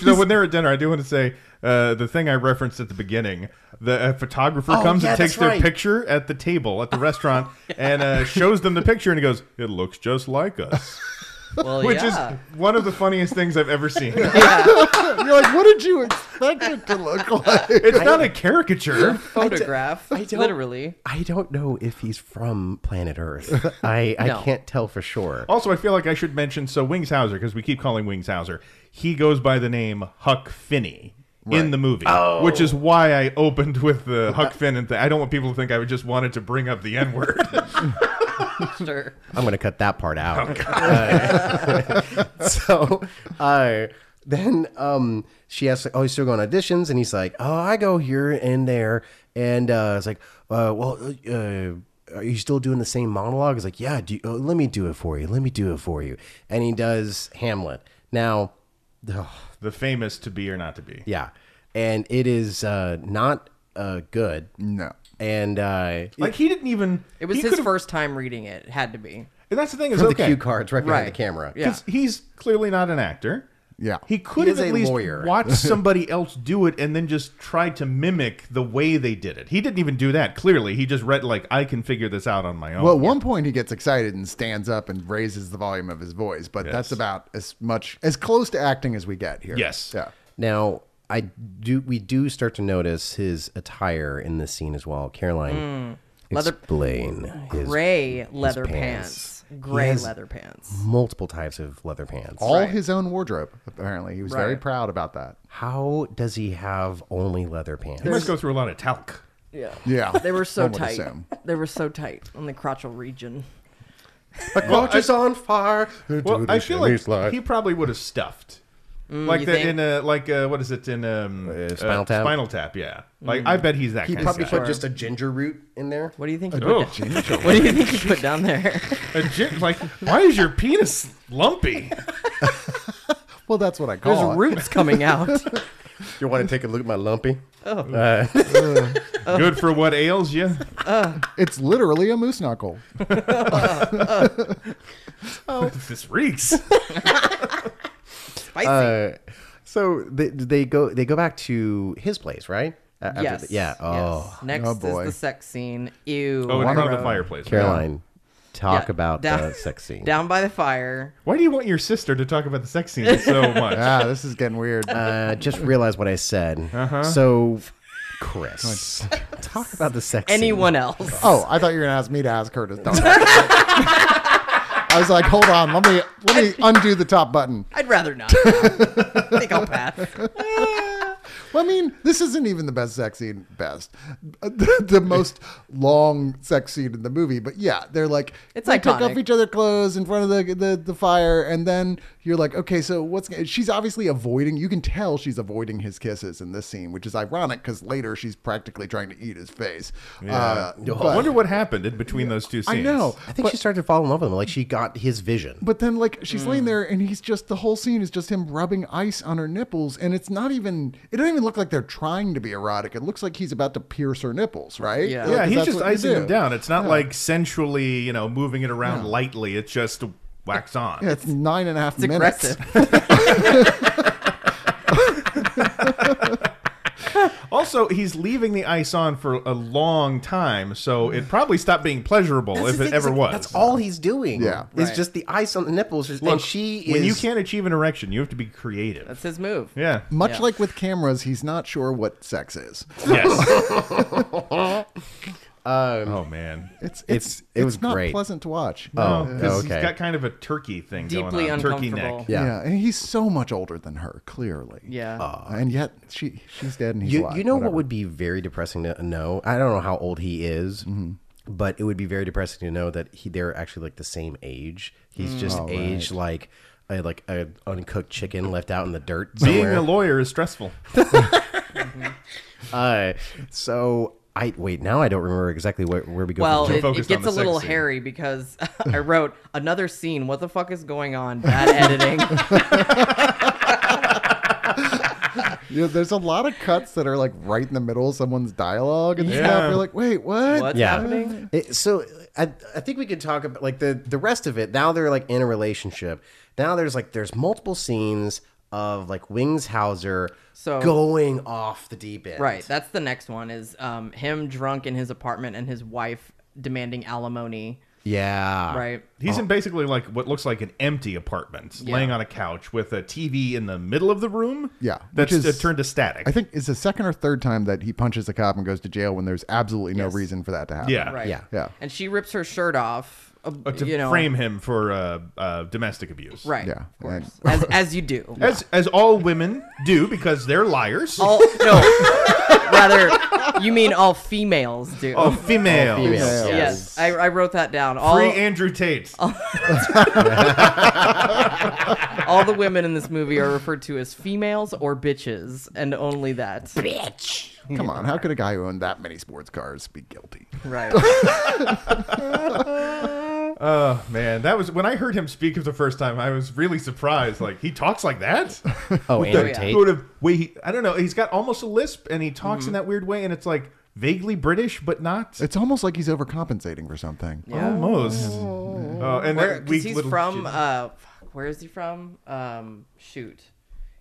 though, when they're at dinner, I do want to say uh, the thing I referenced at the beginning. The uh, photographer Oh, comes yeah, and takes that's their right. picture at the table at the restaurant and uh, shows them the picture, and he goes, "It looks just like us," Well, which yeah. is one of the funniest things I've ever seen. You're like, what did you expect it to look like? It's not a caricature. photograph. I don't- literally. I don't know if he's from planet Earth. I, I No. can't tell for sure. Also, I feel like I should mention so Wings Hauser because we keep calling Wings Hauser. He goes by the name Huck Finney. In the movie, which is why I opened with the Huck Finn and th- I don't want people to think I just wanted to bring up the N word. Sure. I'm going to cut that part out. Uh, so uh, then um, she asks, like, "Oh, you still going to auditions?" And he's like, "Oh, I go here and there." And uh, it's like, uh, "Well, uh, are you still doing the same monologue?" He's like, "Yeah, do you, uh, let me do it for you. Let me do it for you." And he does Hamlet. Now, ugh, the famous to be or not to be. yeah, and it is uh, not uh, good. No. And uh, Like he didn't even. It was he his could've- first time reading it. It had to be. And that's the thing is the okay. cue cards right behind Right. the camera. Yeah. Because he's clearly not an actor. Yeah. He could He have is at a least lawyer. watched somebody else do it and then just tried to mimic the way they did it. He didn't even do that. Clearly, he just read like I can figure this out on my own. Well, at one point he gets excited and stands up and raises the volume of his voice, but that's about as much as close to acting as we get here. Yes. Yeah. Now, I do. We do start to notice his attire in this scene as well. Caroline, Mm. Hmm. Leather- explain his Gray leather pants. pants. He Gray has- leather pants. multiple types of leather pants. All Right. his own wardrobe, apparently. He was very Right. proud about that. How does he have only leather pants? he must go through a lot of talc. Yeah. Yeah. They were so One would tight. assume. They were so tight on the crotchal region. My crotch is on fire. Well, I feel like he he, probably would have stuffed. like Mm, you that think? in a like uh, what is it in um Spinal Tap? Spinal Tap, yeah. Like Mm. I bet he's that. kind probably of guy. put just a ginger root in there. What do you think? He Oh, put down, what do you think he put down there? a gi- like why is your penis lumpy? Well, that's what I There's call it. roots coming out. Oh. You want to take a look at my lumpy? Uh, Uh. Good for what ails you. It's literally a moose knuckle. Uh, this reeks. Uh, Spicy. Uh, So they, they go they go back to his place, right? A- after yes. the- yeah. Oh, Yes. Next oh boy. is the sex scene. Ew. Oh, in front of row. the fireplace. Caroline, talk Yeah, about down- the sex scene. Down by the fire. Why do you want your sister to talk about the sex scene so much? Ah, this is getting weird. Uh, just realized what I said. Uh-huh. So, Chris, talk about the sex. scene. Anyone else? oh, I thought you were going to ask me to ask her to talk. I was like, hold on, let me let me undo the top button. I'd rather not. I think I'll pass. Well, I mean, this isn't even the best sex scene. Best, uh, the, the most long sex scene in the movie. But yeah, they're like It's they take iconic. off each other clothes in front of the, the the fire, and then you're like, okay, so what's she's obviously avoiding. You can tell she's avoiding his kisses in this scene, which is ironic because later she's practically trying to eat his face. Uh, I but- wonder what happened in between those two scenes. I know. I think she started to fall in love with him. Like she got his vision. But then, like, she's laying Mm. there, and he's just the whole scene is just him rubbing ice on her nipples, and it's not even. It doesn't even look like they're trying to be erotic. It looks like he's about to pierce her nipples, right? Yeah. Yeah, Like, he's that's just what you icing do. them down. It's not like sensually, you know, moving it around lightly. It's just wax on. Yeah, it's nine and a half It's minutes. aggressive. Also, he's leaving the ice on for a long time, so it probably stopped being pleasurable if it ever was. That's all he's doing. Yeah. it's Right. just the ice on the nipples. Look, and she is. when you can't achieve an erection, you have to be creative. That's his move. yeah. Much Yeah. like with cameras, he's not sure what sex is. Yes. Um, oh man. It's it's It's- it's, it was not great. pleasant to watch. Oh, Because okay. he's got kind of a turkey thing Deeply going on. Turkey uncomfortable. neck. Yeah. yeah. and he's so much older than her, clearly. Yeah. Uh, Uh, and yet she she's dead and he's you, alive. you know what whatever. would be very depressing to know? I don't know how old he is, Mm-hmm. but it would be very depressing to know that he they're actually like the same age. He's Oh, just aged like a, like a uncooked chicken left out in the dirt somewhere. Being a lawyer is stressful. Uh, so I wait now. I don't remember exactly where, where we go. from Well, here. it, it focused on gets the a little sex scene. hairy because I wrote another scene. What the fuck is going on? Bad editing. You know, there's a lot of cuts that are like right in the middle of someone's dialogue and stuff. Yeah. You're like, wait, what? What's Yeah. happening? It, so I, I think we could talk about like the the rest of it. Now they're like in a relationship. Now there's like there's multiple scenes of like Wings Hauser So- going off the deep end. Right. That's the next one is um, him drunk in his apartment and his wife demanding alimony. Yeah. Right. Oh. He's in basically like what looks like an empty apartment, Yeah. laying on a couch with a TV in the middle of the room. Yeah, that's which uh, is- turned to static. I think it's the second or third time that he punches a cop and goes to jail when there's absolutely no reason for that to happen. yeah, Right. Yeah. Yeah. And she rips her shirt off. Uh, Uh, to you know. frame him for uh, uh, domestic abuse. Right. Yeah. Of course. As, as you do. As, as all women do because they're liars. All, no. Rather, you mean all females do. Oh, females. Females. yes. Yes. I, I wrote that down. All, Free Andrew Tate. all the women in this movie are referred to as females or bitches, and only that. Come on, how could a guy who owned that many sports cars be guilty? Right. Oh man, that was when I heard him speak for the first time. I was really surprised. Like he talks like that. Oh, Andrew yeah. Tate. Sort of way. He, I don't know. He's got almost a lisp, and he talks Mm-hmm. in that weird way, and it's like vaguely British, but not It's almost like he's overcompensating for something. almost. Oh, and Where, that cause weak he's little from, kid. uh, fuck, where is he from? Um, shoot.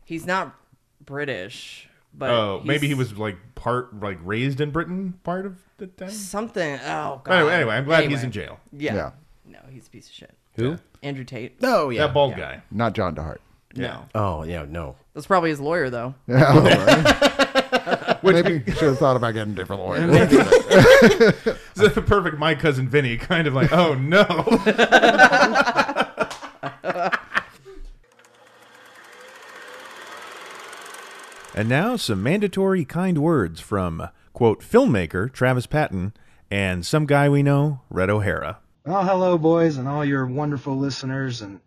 He's not British, but. Oh, maybe he he's was like part like raised in Britain, part of the time. Something. Oh, God. But anyway, anyway, I'm glad he's Anyway. in jail. Yeah. Yeah. No, he's a piece of shit. Who? Andrew Tate. Oh yeah. that bald guy. Not John DeHart. No. Oh yeah. No. That's probably his lawyer, though. Yeah, all right. Maybe you should have thought about getting a different lawyer. It's the perfect my cousin Vinny kind of like, oh no. And now some mandatory kind words from, quote, filmmaker Travis Patton and some guy we know, Red O'Hara. Well, hello, boys, and all your wonderful listeners. And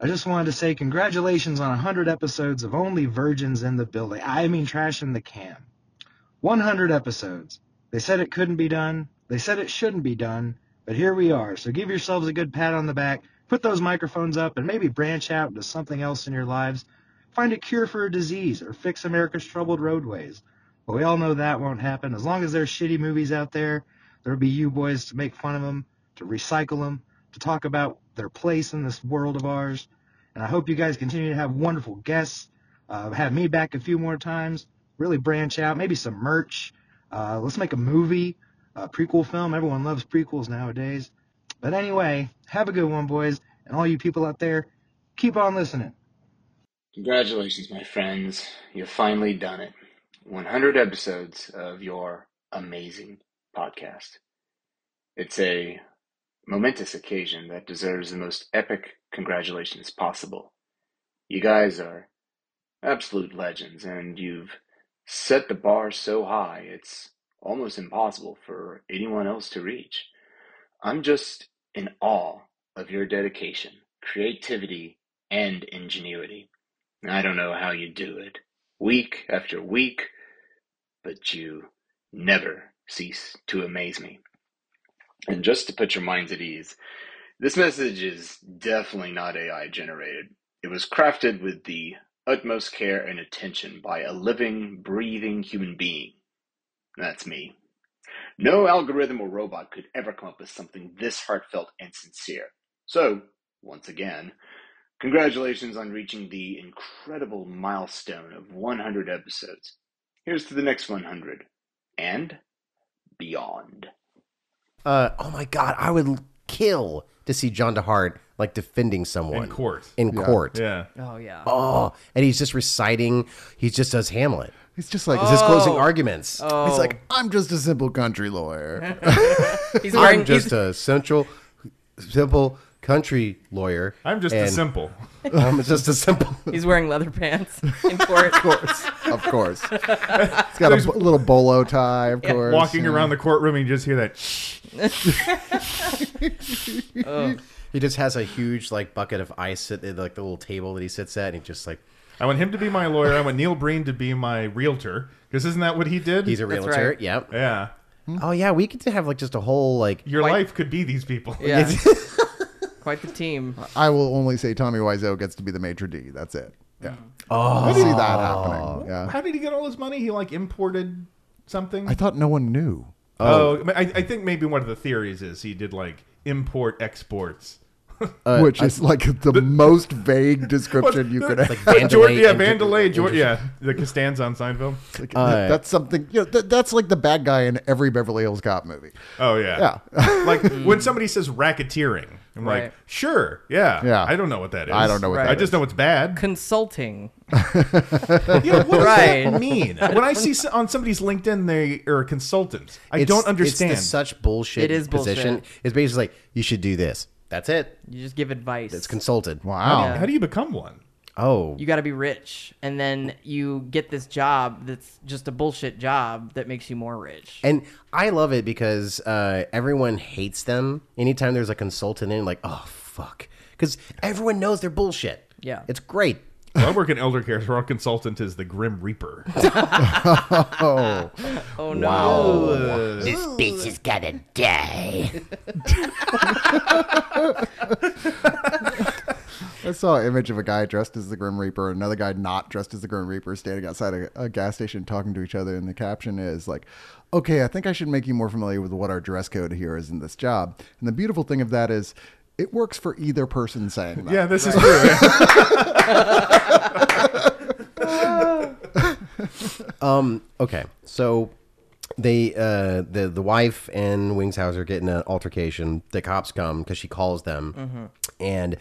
I just wanted to say congratulations on 100 episodes of Only Virgins in the Building. I mean, trash in the can. 100 episodes. They said it couldn't be done. They said it shouldn't be done. But here we are. So give yourselves a good pat on the back. Put those microphones up and maybe branch out into something else in your lives. Find a cure for a disease or fix America's troubled roadways. But we all know that won't happen. As long as there's shitty movies out there, there'll be you boys to make fun of them, to recycle them, to talk about their place in this world of ours. And I hope you guys continue to have wonderful guests. Uh, have me back a few more times. Really branch out. Maybe some merch. Uh, let's make a movie, a prequel film. Everyone loves prequels nowadays. But anyway, have a good one, boys. And all you people out there, keep on listening. Congratulations, my friends. You've finally done it. 100 episodes of your amazing podcast. It's a momentous occasion that deserves the most epic congratulations possible. You guys are absolute legends, and you've set the bar so high it's almost impossible for anyone else to reach. I'm just in awe of your dedication, creativity, and ingenuity. I don't know how you do it, week after week, but you never cease to amaze me. And just to put your minds at ease, this message is definitely not AI generated. It was crafted with the utmost care and attention by a living, breathing human being. That's me. No algorithm or robot could ever come up with something this heartfelt and sincere. So, once again, Congratulations on reaching the incredible milestone of 100 episodes. Here's to the next 100 and beyond. Uh, oh my God, I would kill to see John DeHart like defending someone In court. In court. Yeah. Oh, yeah. Oh, and he's just reciting. He just does Hamlet. He's just like, He's just closing arguments. Oh, he's like, I'm just a simple country lawyer. he's I'm wearing, just he's, a central, simple country lawyer. I'm just a and simple. I'm just a simple. he's wearing leather pants in court. of course. He's got a b- little bolo tie, of course. Walking you know. around the courtroom and you just hear that shh. Oh. He just has a huge like bucket of ice at the, like the little table that he sits at, and he just like I want him to be my lawyer. I want Neil Breen to be my realtor. Because isn't that what he did? he's a That's realtor. right. Yep. yeah. Oh yeah, we could have like just a whole like. Your life could be these people. Yeah. Quite the team. I will only say Tommy Wiseau gets to be the maitre d'. That's it. Yeah. Mm-hmm. Oh. I see that happening. uh, Yeah. How did he get all his money? He like imported something. I thought no one knew. oh, I, I think maybe one of the theories is he did like import exports. Uh, Uh, which is like the most vague description you could have. Vandalay George, yeah, and- Vandalay, George, yeah, the Costanza on Seinfeld. Like, that's something. You know, that, that's like the bad guy in every Beverly Hills Cop movie. Oh yeah, yeah. like when somebody says racketeering, I'm Mm. Right. like, sure, yeah, Yeah. I don't know what that is. I don't know what Right. I that just know it's bad. Consulting. Yeah, what does Right. that mean? When I see s- on somebody's LinkedIn they are a consultant, I It's- don't understand. It's the such bullshit. It is bullshit. position. It's basically like you should do this. That's it. You just give advice. It's consulted. Wow. How do you become one? Oh, you got to be rich, and then you get this job that's just a bullshit job that makes you more rich. and I love it because uh, everyone hates them. Anytime there's a consultant in, like, oh fuck, because everyone knows they're bullshit. Yeah. it's great. Well, I work in elder care, so our consultant is the Grim Reaper. Oh no! This bitch is gonna die. I saw an image of a guy dressed as the Grim Reaper, and another guy not dressed as the Grim Reaper, standing outside a, a gas station talking to each other. And the caption is like, "Okay, I think I should make you more familiar with what our dress code here is in this job." And the beautiful thing of that is, it works for either person saying that. yeah, this is true. Um, Okay, so they uh, the the wife and Wingshauser get in an altercation. The cops come because she calls them, and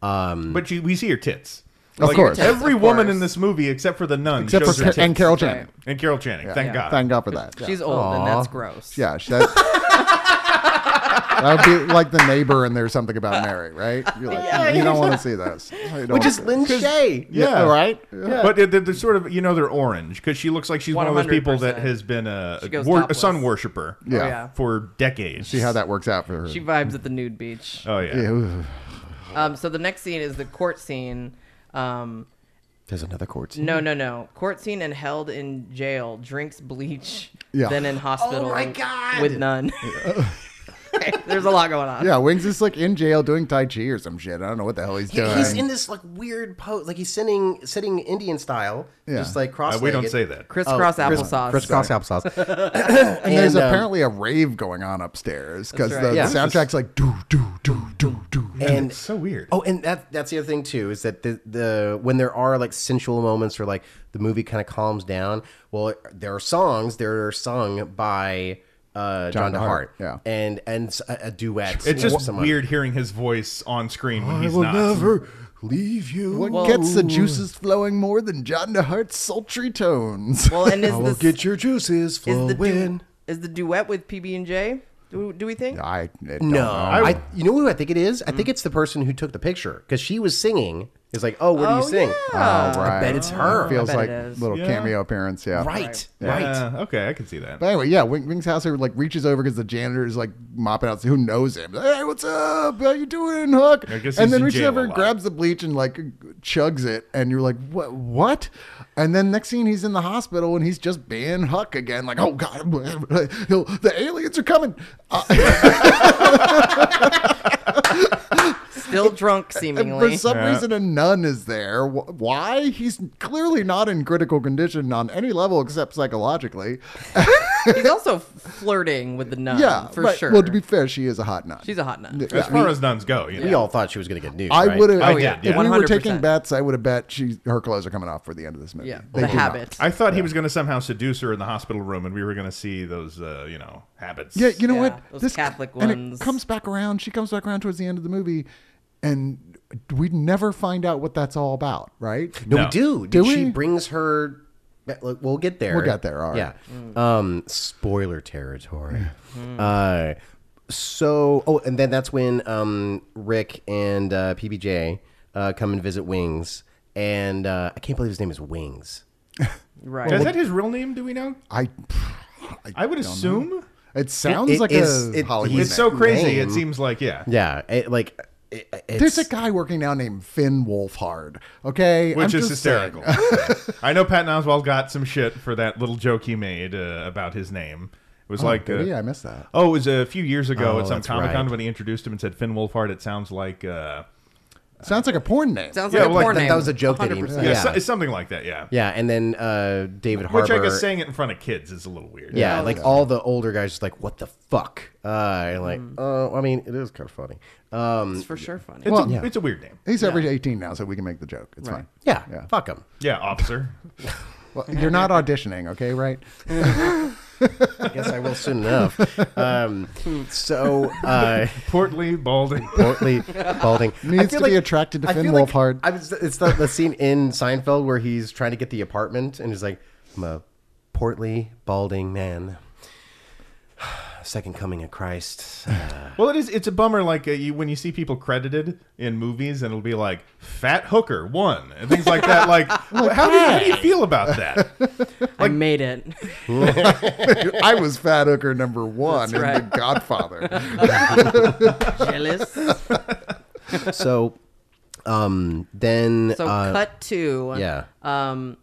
um, but you, we see her tits. Of course. every of woman course. in this movie, except for the nun, except shows for her Ca- tits. and Carol Channing. And Carol Channing. Thank God. Thank God for that. Yeah. She's old, and that's gross. Yeah, she- that, that would be like the neighbor, and there's something about Mary, right? You're like, you don't want to see this, I don't which is wanna- Lin Shay. Yeah. right. But they're, they're sort of, you know, they're orange because she looks like she's one of those people that 100%. has been a, She goes wor- a topless. Oh, sun worshiper Yeah. yeah. for decades. see how that works out for her. She vibes at the nude beach. Oh, yeah. Yeah, ooh. Um, so the next scene is the court scene. Um, There's another court. no, no, no. Court scene and held in jail, drinks bleach, Yeah. then in hospital. Oh my God. With none. There's a lot going on. Yeah, Wings is like in jail doing Tai Chi or some shit. I don't know what the hell he's He- doing. He's in this like weird pose, like he's sitting sitting Indian style, Yeah. Oh, just like Uh, cross. we don't say that. Crisscross applesauce. Crisscross applesauce. and there's and, um, apparently a rave going on upstairs because That's the, right. Yeah. the soundtrack's like do do do do do. and So weird. oh, and that that's the other thing too is that the the when there are like sensual moments or like the movie kind of calms down. Well, there are songs that are sung by uh, John, John DeHart, DeHart, yeah. and and s- a, a duet. it's just with someone. weird hearing his voice on screen when I he's will not. never leave you. What gets the juices flowing more than John DeHart's sultry tones? Well, and is this your juices is the du- is the duet with PB and J? Do, do we think? I I don't No, know. I, you know who I think it is. I think Mm. it's the person who took the picture because she was singing. It's like, oh, what do you sing? yeah. Oh, Oh, Right. bet it's her. Feels I bet like it is. little Yeah. cameo appearance. Yeah. Right, right. Yeah, Uh, okay, I can see that. But anyway, yeah, Wing, Wings Hauser like reaches over because the janitor is like mopping out. Who knows him? Hey, what's up? How you doing, Hook? I guess and he's then in reaches jail over a and lot. grabs the bleach and like chugs it, and you're like, what? What? And then next scene, he's in the hospital and he's just being Huck again. Like, oh god, he'll- the aliens are coming. Uh, Still drunk, and seemingly. for some reason, a nun is there. Wh- Why? He's clearly not in critical condition on any level except psychologically. He's also flirting with the nun. yeah, for right. sure. Well, to be fair, she is a hot nun. She's a hot nun. as far as nuns go, you We know. all thought she was going to get nude. I right? would have. I if did, yeah. we were taking 100%. bets, I would have bet she her clothes are coming off for the end of this movie. Yeah, They the do not. habit. I thought he was going to somehow seduce her in the hospital room, and we were going to see those, uh, you know, habits. Yeah, you know Yeah, what? those Catholic And ones. it comes back around. She comes back around towards the end of the movie, and we never find out what that's all about, right? No, No. we do. Do She we? brings her. look, We'll get there. We'll get there, all right. Yeah. Mm. Um, spoiler territory. Mm. Uh, so, oh, and then that's when um, Rick and uh, PBJ uh, come and visit Wings, and uh, I can't believe his name is Wings. right. Is that his real name? Do we know? I. I would assume. It sounds It- it like is- a it- Hollywood. It's name. so crazy. It name. seems like, yeah. Yeah, it, like it, it's There's a guy working now named Finn Wolfhard. Okay, Which I'm is just saying. hysterical. I know Patton Oswald got some shit for that little joke he made uh, about his name. It was like, Oh, Did he? uh, I missed that. oh, it was a few years ago Oh, at some that's Comic Con right. when he introduced him and said Finn Wolfhard. It sounds like uh, Sounds like a porn name. Sounds Yeah, like a well, like, porn that, name. that was a joke they didn't- Yeah, Yeah. so- it's something like that. Yeah. yeah, and then uh, David Harbour. Which I guess saying it in front of kids is a little weird. Yeah, like all the older guys, just like what the fuck? Uh, and like, Mm. oh, I mean, it is kind of funny. Um, It's for sure funny. It's, a, it's a weird name. He's over 18 now, so we can make the joke. It's fine. yeah, Yeah. fuck them. Yeah, officer. Well, you're not auditioning, okay? Right? I guess I will soon enough. Um, so, uh, Portly, balding. portly, balding. Needs I feel to be attracted to I Finn feel like Wolfhard. I was, it's the, the scene in Seinfeld where he's trying to get the apartment and he's like, I'm a portly, balding man. Second coming of Christ. uh, Well, it is. It's a bummer. Like uh, you, when you see people credited in movies, and it'll be like "fat hooker one" and things like that. Like, Oh how, do you, how do you feel about that? I made it. I was Fat Hooker number one That's in The Godfather. Jealous. so, um, then So uh, cut to yeah. Um,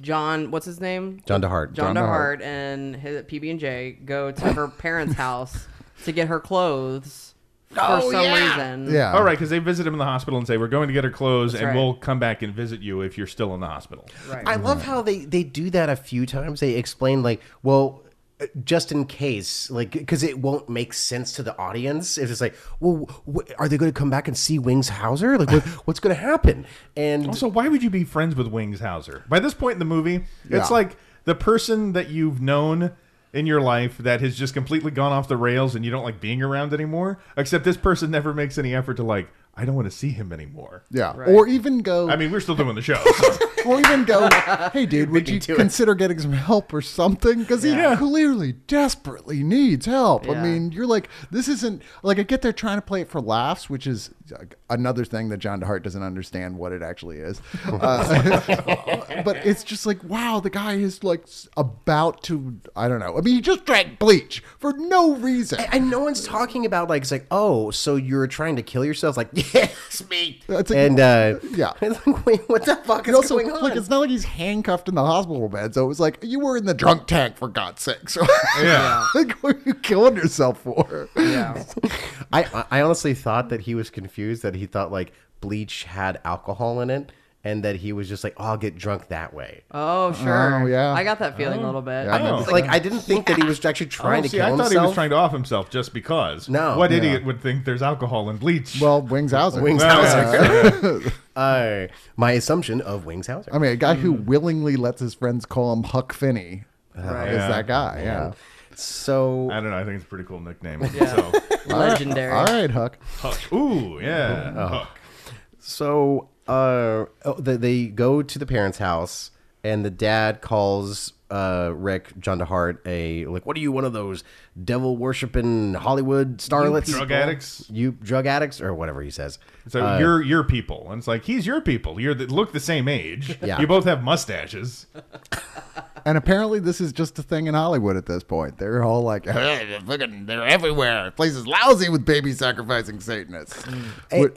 John, what's his name? John DeHart. John, John DeHart, and his PB and J go to her parents' house to get her clothes for some reason. Oh, Yeah. Mm-hmm. All right, because they visit him in the hospital and say, "We're going to get her clothes, and right. we'll come back and visit you if you're still in the hospital." Mm-hmm. I love how they they do that a few times. They explain like, well, uh, just in case, like, because it won't make sense to the audience. If it's like, well, wh- are they going to come back and see Wings Hauser? Like, what, what's going to happen? And Also, why would you be friends with Wings Hauser? By this point in the movie, Yeah. it's like the person that you've known in your life that has just completely gone off the rails and you don't like being around anymore. Except this person never makes any effort to like. I don't want to see him anymore. Yeah. Or even go. I mean, we're still doing the show. so- or even go. Hey, dude, would you do it. consider getting some help or something? Because he clearly desperately needs help. I Yeah. mean, you're like, this isn't like I get they're trying to play it for laughs, which is like, another thing that John DeHart doesn't understand what it actually is. Uh, but it's just like, wow, the guy is like s- about to. I don't know. I mean, he just drank bleach for no reason. and no one's talking about like it's like oh so you're trying to kill yourself like yes me That's like- and uh Yeah. it's like wait what the fuck is And also, going on like, it's not like he's handcuffed in the hospital bed. So it was like, you were in the drunk tank, for God's sake. So, Yeah. like, what are you killing yourself for? I I honestly thought that he was confused that he thought like bleach had alcohol in it and that he was just like oh, I'll get drunk that way Oh sure. Oh, yeah. I got that feeling a little bit. know. It's like I didn't think that he was actually trying Oh, to see, kill I himself. thought he was trying to off himself just because. No. What Yeah. idiot would think there's alcohol in bleach? Well, Wings Hauser. Wings Yeah. Hauser. uh, my assumption of Wings Hauser. I mean, a guy who Hmm. willingly lets his friends call him Huck Finney Right. is Yeah. that guy. Yeah. so I don't know. I think it's a pretty cool nickname. Yeah. So, uh, Legendary. All right, Huck. Oh, Huck. Ooh, yeah. Huck. Oh, so uh, oh, they, they go to the parents' house, and the dad calls uh, Rick John DeHart a like, "What are you, one of those devil worshipping Hollywood starlets, Drug addicts. you drug addicts, or whatever he says." Uh, So Uh, you're your people, and it's like he's your people. You're the, look the same age. Yeah. You both have mustaches. And apparently, this is just a thing in Hollywood at this point. They're all like, "Hey, they're fucking- they're everywhere. The place is lousy with baby sacrificing Satanists. Which,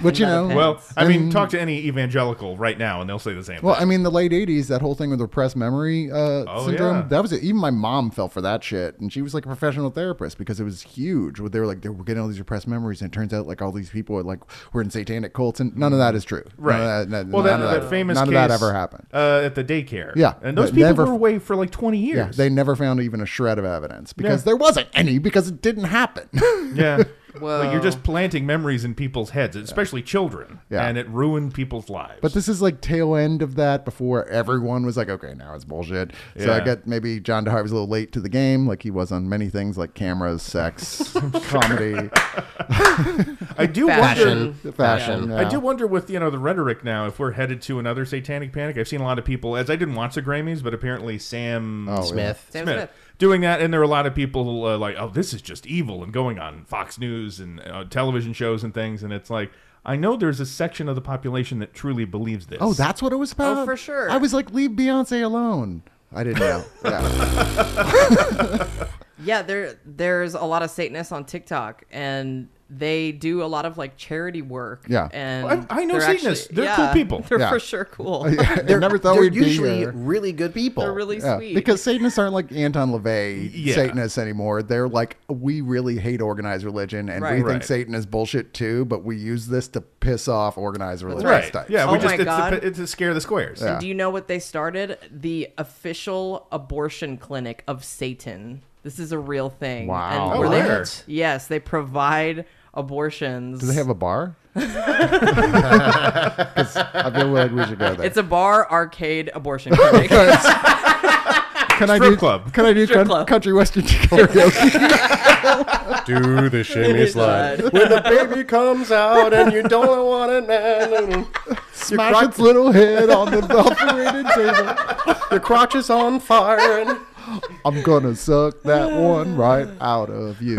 which, you know, Well, I mean, talk to any evangelical right now, and they'll say the same. Well, thing. I mean, the late '80s, that whole thing with repressed memory uh, Oh, syndrome. yeah. That was it. Even my mom fell for that shit, and she was like a professional therapist because it was huge. Where they were like, they were getting all these repressed memories, and it turns out like all these people are like were in satanic cults, and none of that is true. None of Right. that, none well, that, of that famous none case of that ever happened. uh, at the daycare. Yeah, and those but people never- were away for like twenty Yeah, years. they never found even a shred of evidence because Yeah. there wasn't any because it didn't happen. Yeah. Like, Whoa. you're just planting memories in people's heads, especially children, Yeah. and it ruined people's lives. But this is like tail end of that before everyone was like, okay, now it's bullshit. So I Yeah. get maybe John DeHart was a little late to the game, like he was on many things like cameras, sex, comedy, I do Fashion, fashion. wonder. fashion. yeah. I do wonder with you know the rhetoric now if we're headed to another satanic panic. I've seen a lot of people as I didn't watch the Grammys, but apparently Sam Oh, Smith. Sam Smith, Smith. doing that, and there were a lot of people uh, like, "Oh, this is just evil," and going on Fox News and uh, television shows and things, and it's like I know there's a section of the population that truly believes this. Oh, that's what it was about? for sure. I was like, leave Beyonce alone. I didn't know. Yeah. Yeah, there there's a lot of Satanists on TikTok, and they do a lot of like charity work. Yeah. and Well, I- I know they're Satanists. They're cool people. They're Yeah. for sure cool. I never thought They're we'd be usually here. really good people. They're really Yeah, sweet. because Satanists aren't like Anton LaVey Yeah. Satanists anymore. They're like, we really hate organized religion and we Right. think Right. Satan is bullshit too, but we use this to piss off organized religion Right. types. Yeah, Oh we my just it's, God. To, it's to scare the squares. And do you know what they started? The official abortion clinic of Satan. This is a real thing. Wow. And Oh, where they- where? yes, they provide abortions. Do they have a bar? 'Cause I feel like we should go there. it's a bar arcade abortion clinic. can I strip do, club. Can I do coun- club. country western karaoke? Do the shimmy slide. when the baby comes out and you don't want it. man. Smash its little head on the operating table. Your crotch is on fire. And I'm gonna suck that one right out of you.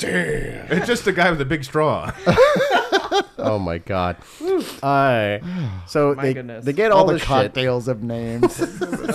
It's just the guy with the big straw. oh my god! Uh, so they, goodness. they get all, All the the this shit. cocktails have names.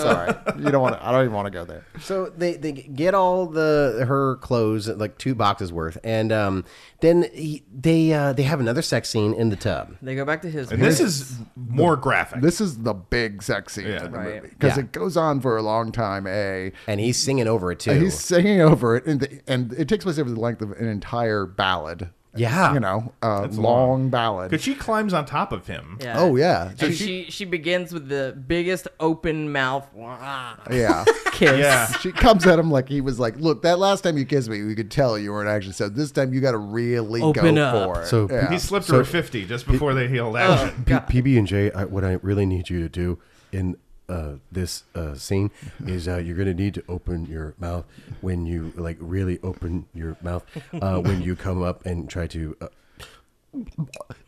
Sorry, you don't want. I don't even want to go there. So they, they get all the her clothes like two boxes worth, and um, then he, they uh, they have another sex scene in the tub. they go back to his. And this is more graphic. This is the big sex scene in the Right. movie because Yeah. it goes on for a long time. A And he's singing over it too. and he's singing over it, and, the, and it takes place over the length of an entire ballad. Yeah. you know, uh, long, long. ballad. Because she climbs on top of him. Yeah. Oh yeah, And she, she begins with the biggest open mouth yeah. kiss. Yeah. she comes at him like he was like, "Look, that last time you kissed me, we could tell you weren't actually so. This time you got to really Open go up. for it." So- yeah. He slipped her a 50 just before they healed Oh. out. PB and J, what I really need you to do in uh, this uh, scene is uh, you're going to need to open your mouth when you like really open your mouth uh, when you come up and try to uh,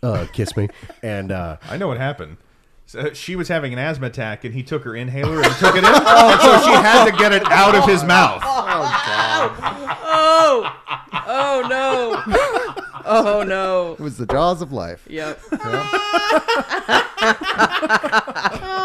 uh, kiss me. And uh, I know what happened. So uh, she was having an asthma attack, and he took her inhaler and took it in. and so she had to get it out of his mouth. Oh, Oh, oh no, oh no. it was the jaws of life. Yep. Oh,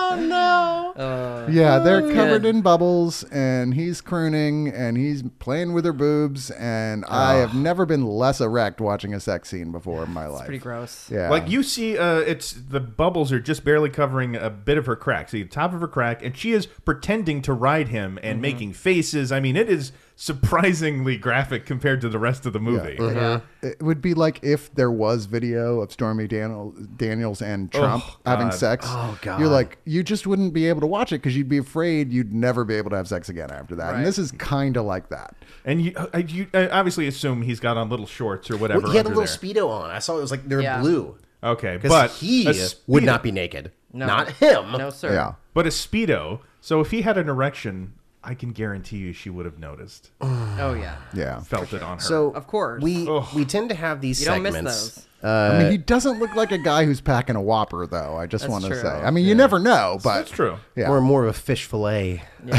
Uh, Yeah, they're covered in bubbles, and he's crooning, and he's playing with her boobs, and I have never been less erect watching a sex scene before in my life. Pretty gross. Yeah, Like you see, uh, it's the bubbles are just barely covering a bit of her crack, see the top of her crack, and she is pretending to ride him and Mm-hmm. making faces. I mean, it is surprisingly graphic compared to the rest of the movie. Mm-hmm. Mm-hmm. it would be like if there was video of Stormy Daniel, Daniels and Trump Oh, having God. sex. Oh God. You're like you just wouldn't be able to watch it because you'd be afraid you'd never be able to have sex again after that. And this is kind of like that. And you, I, you I obviously assume he's got on little shorts or whatever. he had a under little there. speedo on. I saw it was like they're Yeah. blue. Okay, but Because he a speedo, would not be naked. No. Not him. No sir. Yeah. But a speedo. So if he had an erection, I can guarantee you she would have noticed, Oh yeah. Yeah. felt it on her. So Of course. we we tend to have these You don't segments. miss those. Uh, I mean, he doesn't look like a guy who's packing a whopper, though. I just That's want to true. say. I mean, you never know, but that's true. Yeah. Uh, Or more of a fish fillet.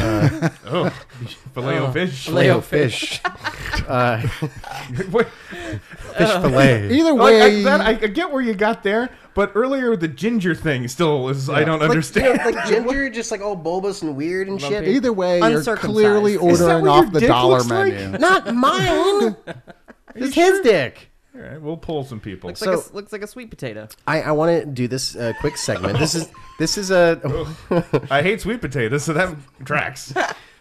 Oh, filet o fish. Fillet fish. uh, fish fillet. either Like, way, Uh, I, that, I, I get where you got there, but earlier the ginger thing still is I don't understand. Like, you know, like ginger, just like all bulbous and weird and shit. either way, you're Uncircumcised. clearly Is that ordering what off your the dick dollar looks like? menu. Not mine. it's his dick. All right, we'll pull some people. Looks like So- a, looks like a sweet potato. I, I want to do this uh, quick segment. This is this is a I hate sweet potatoes, so that tracks.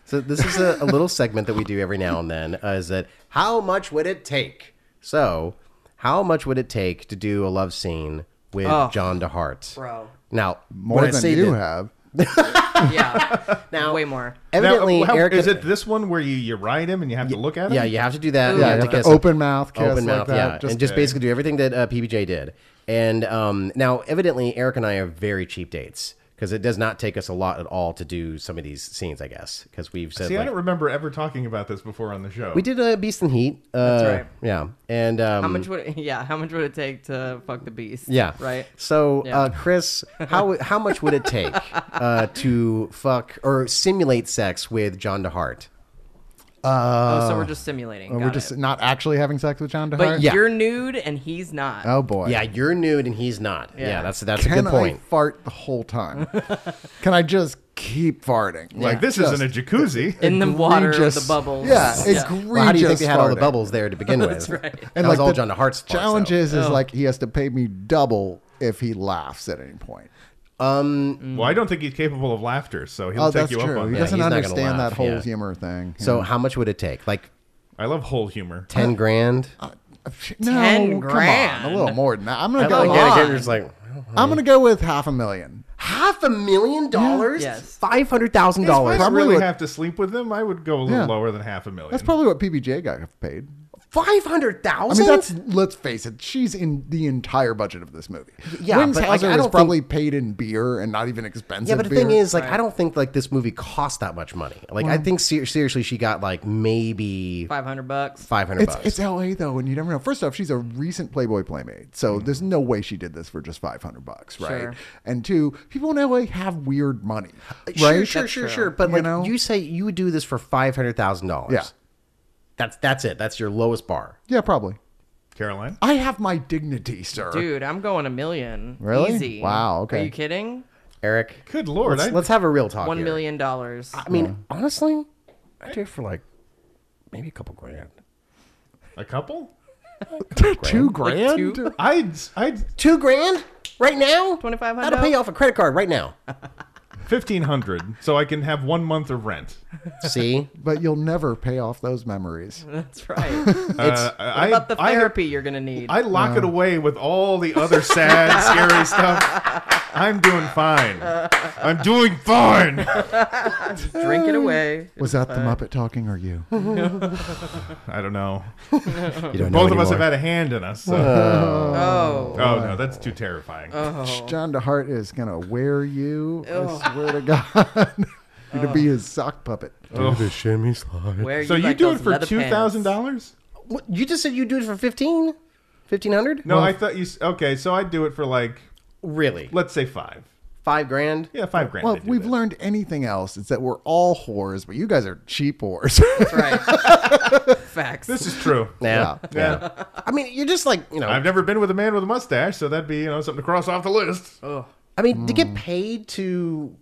so this is a, a little segment that we do every now and then. Uh, is that how much would it take? So how much would it take to do a love scene with Oh. John DeHart? Bro. Now More when I than say you that- have. Yeah. Now Way more. Evidently, now, how- Erica, is it this one where you, you ride him and you have to look at him? Yeah, you have to do that. you Yeah, have you to have to kiss open him. mouth kiss open like mouth, that, yeah, just- and just basically do everything that uh, PBJ did. And um, now, evidently, Eric and I are very cheap dates because it does not take us a lot at all to do some of these scenes. I guess because we've said See, I like, don't remember ever talking about this before on the show. we did a Beast and Heat. Uh, right. Yeah, and um, How much would it, yeah? How much would it take to fuck the beast? Yeah. Right. So, Yeah. uh, Chris, how how much would it take uh, to fuck or simulate sex with John DeHart? oh, so we're just simulating. We're Got just it. not actually having sex with John DeHart. But Yeah. you're nude and he's not. Oh boy. Yeah, you're nude and he's not. Yeah, Yeah. that's that's Can a good point. I fart the whole time? Can I just keep farting. Like this just- isn't a jacuzzi. in the water, with the egregious- bubbles. Yeah, egregious. Well, how do you think they had all the farting. bubbles there to begin with? right. And that was all John DeHart's fault, challenge though. is, Oh. is like he has to pay me double if he laughs at any point. Well, I don't think he's capable of laughter, so Mm. he'll oh, take that's you up true. on He that. doesn't um, he's not gonna understand laugh, that whole yeah. humor thing. Uh, So how much would it take? Like I love whole humor. ten grand? no, Ten come on, grand. a little more than that. I'm gonna I go. don't get it. You're just like I'm gonna go with half a million. half a million dollars, Yes. five hundred thousand If dollars. I Probably really what- have to sleep with them, I would go a little Yeah. lower than half a million. That's probably what PBJ got paid. Five hundred I thousand. mean, that's let's face it. She's in the entire budget of this movie. yeah, Wings but, like, I Hauser don't was think- probably paid in beer and not even expensive. yeah, but the beer. thing is, like, I don't think like this movie cost that much money. Like, I think ser- seriously, she got like maybe Five hundred bucks. five hundred It's, bucks. it's LA though, and you never know. First off, she's a recent Playboy playmate, so Mm-hmm. there's no way she did this for just 500 bucks, right? Sure. And two, people in LA have weird money, right? Sure, sure, sure, sure. But You like know? you say, you would do this for five hundred thousand dollars. Yeah. that's that's it. That's your lowest bar. Yeah, probably. Caroline. I have my dignity, sir. Dude, I'm going a million. Really? Easy. Wow, Are okay. you kidding? Eric, Good lord, I, let's, let's have a real talk. One here. million dollars. I mean, honestly, I do it for like maybe a couple grand. a couple? Two Like grand? two- I'd I'd Two grand right now? $2,500? That'll pay off a credit card right now. fifteen hundred, so I can have one month of rent. See, But you'll never pay off those memories. That's right. What Uh, I, about the I, therapy you're gonna need? I lock it away with all the other sad, scary stuff. I'm doing fine. I'm doing fine. Drink it away. Was that the Muppet talking or you? I don't know. you don't Both of us have had a hand in us. So. Oh. Uh-huh. oh no, that's too terrifying. John DeHart is going to wear you. Oh. I swear to God. You're to be his sock puppet. the shimmy slide. Oh. Where so you like do it those for leather two thousand dollars? What, you just said you do it for fifteen, fifteen hundred? No, I thought you. s- Okay, so I'd do it for like really, let's say five. five grand. Yeah, five grand. Well, I'd if do we've that. learned anything else, it's that we're all whores, but you guys are cheap whores. pants. Right. Facts. This is true. Yeah. Yeah. I mean, you're just like you know. I've never been with a man with a mustache, so that'd be you know something to cross off the list. Hmm. I mean, to get paid to.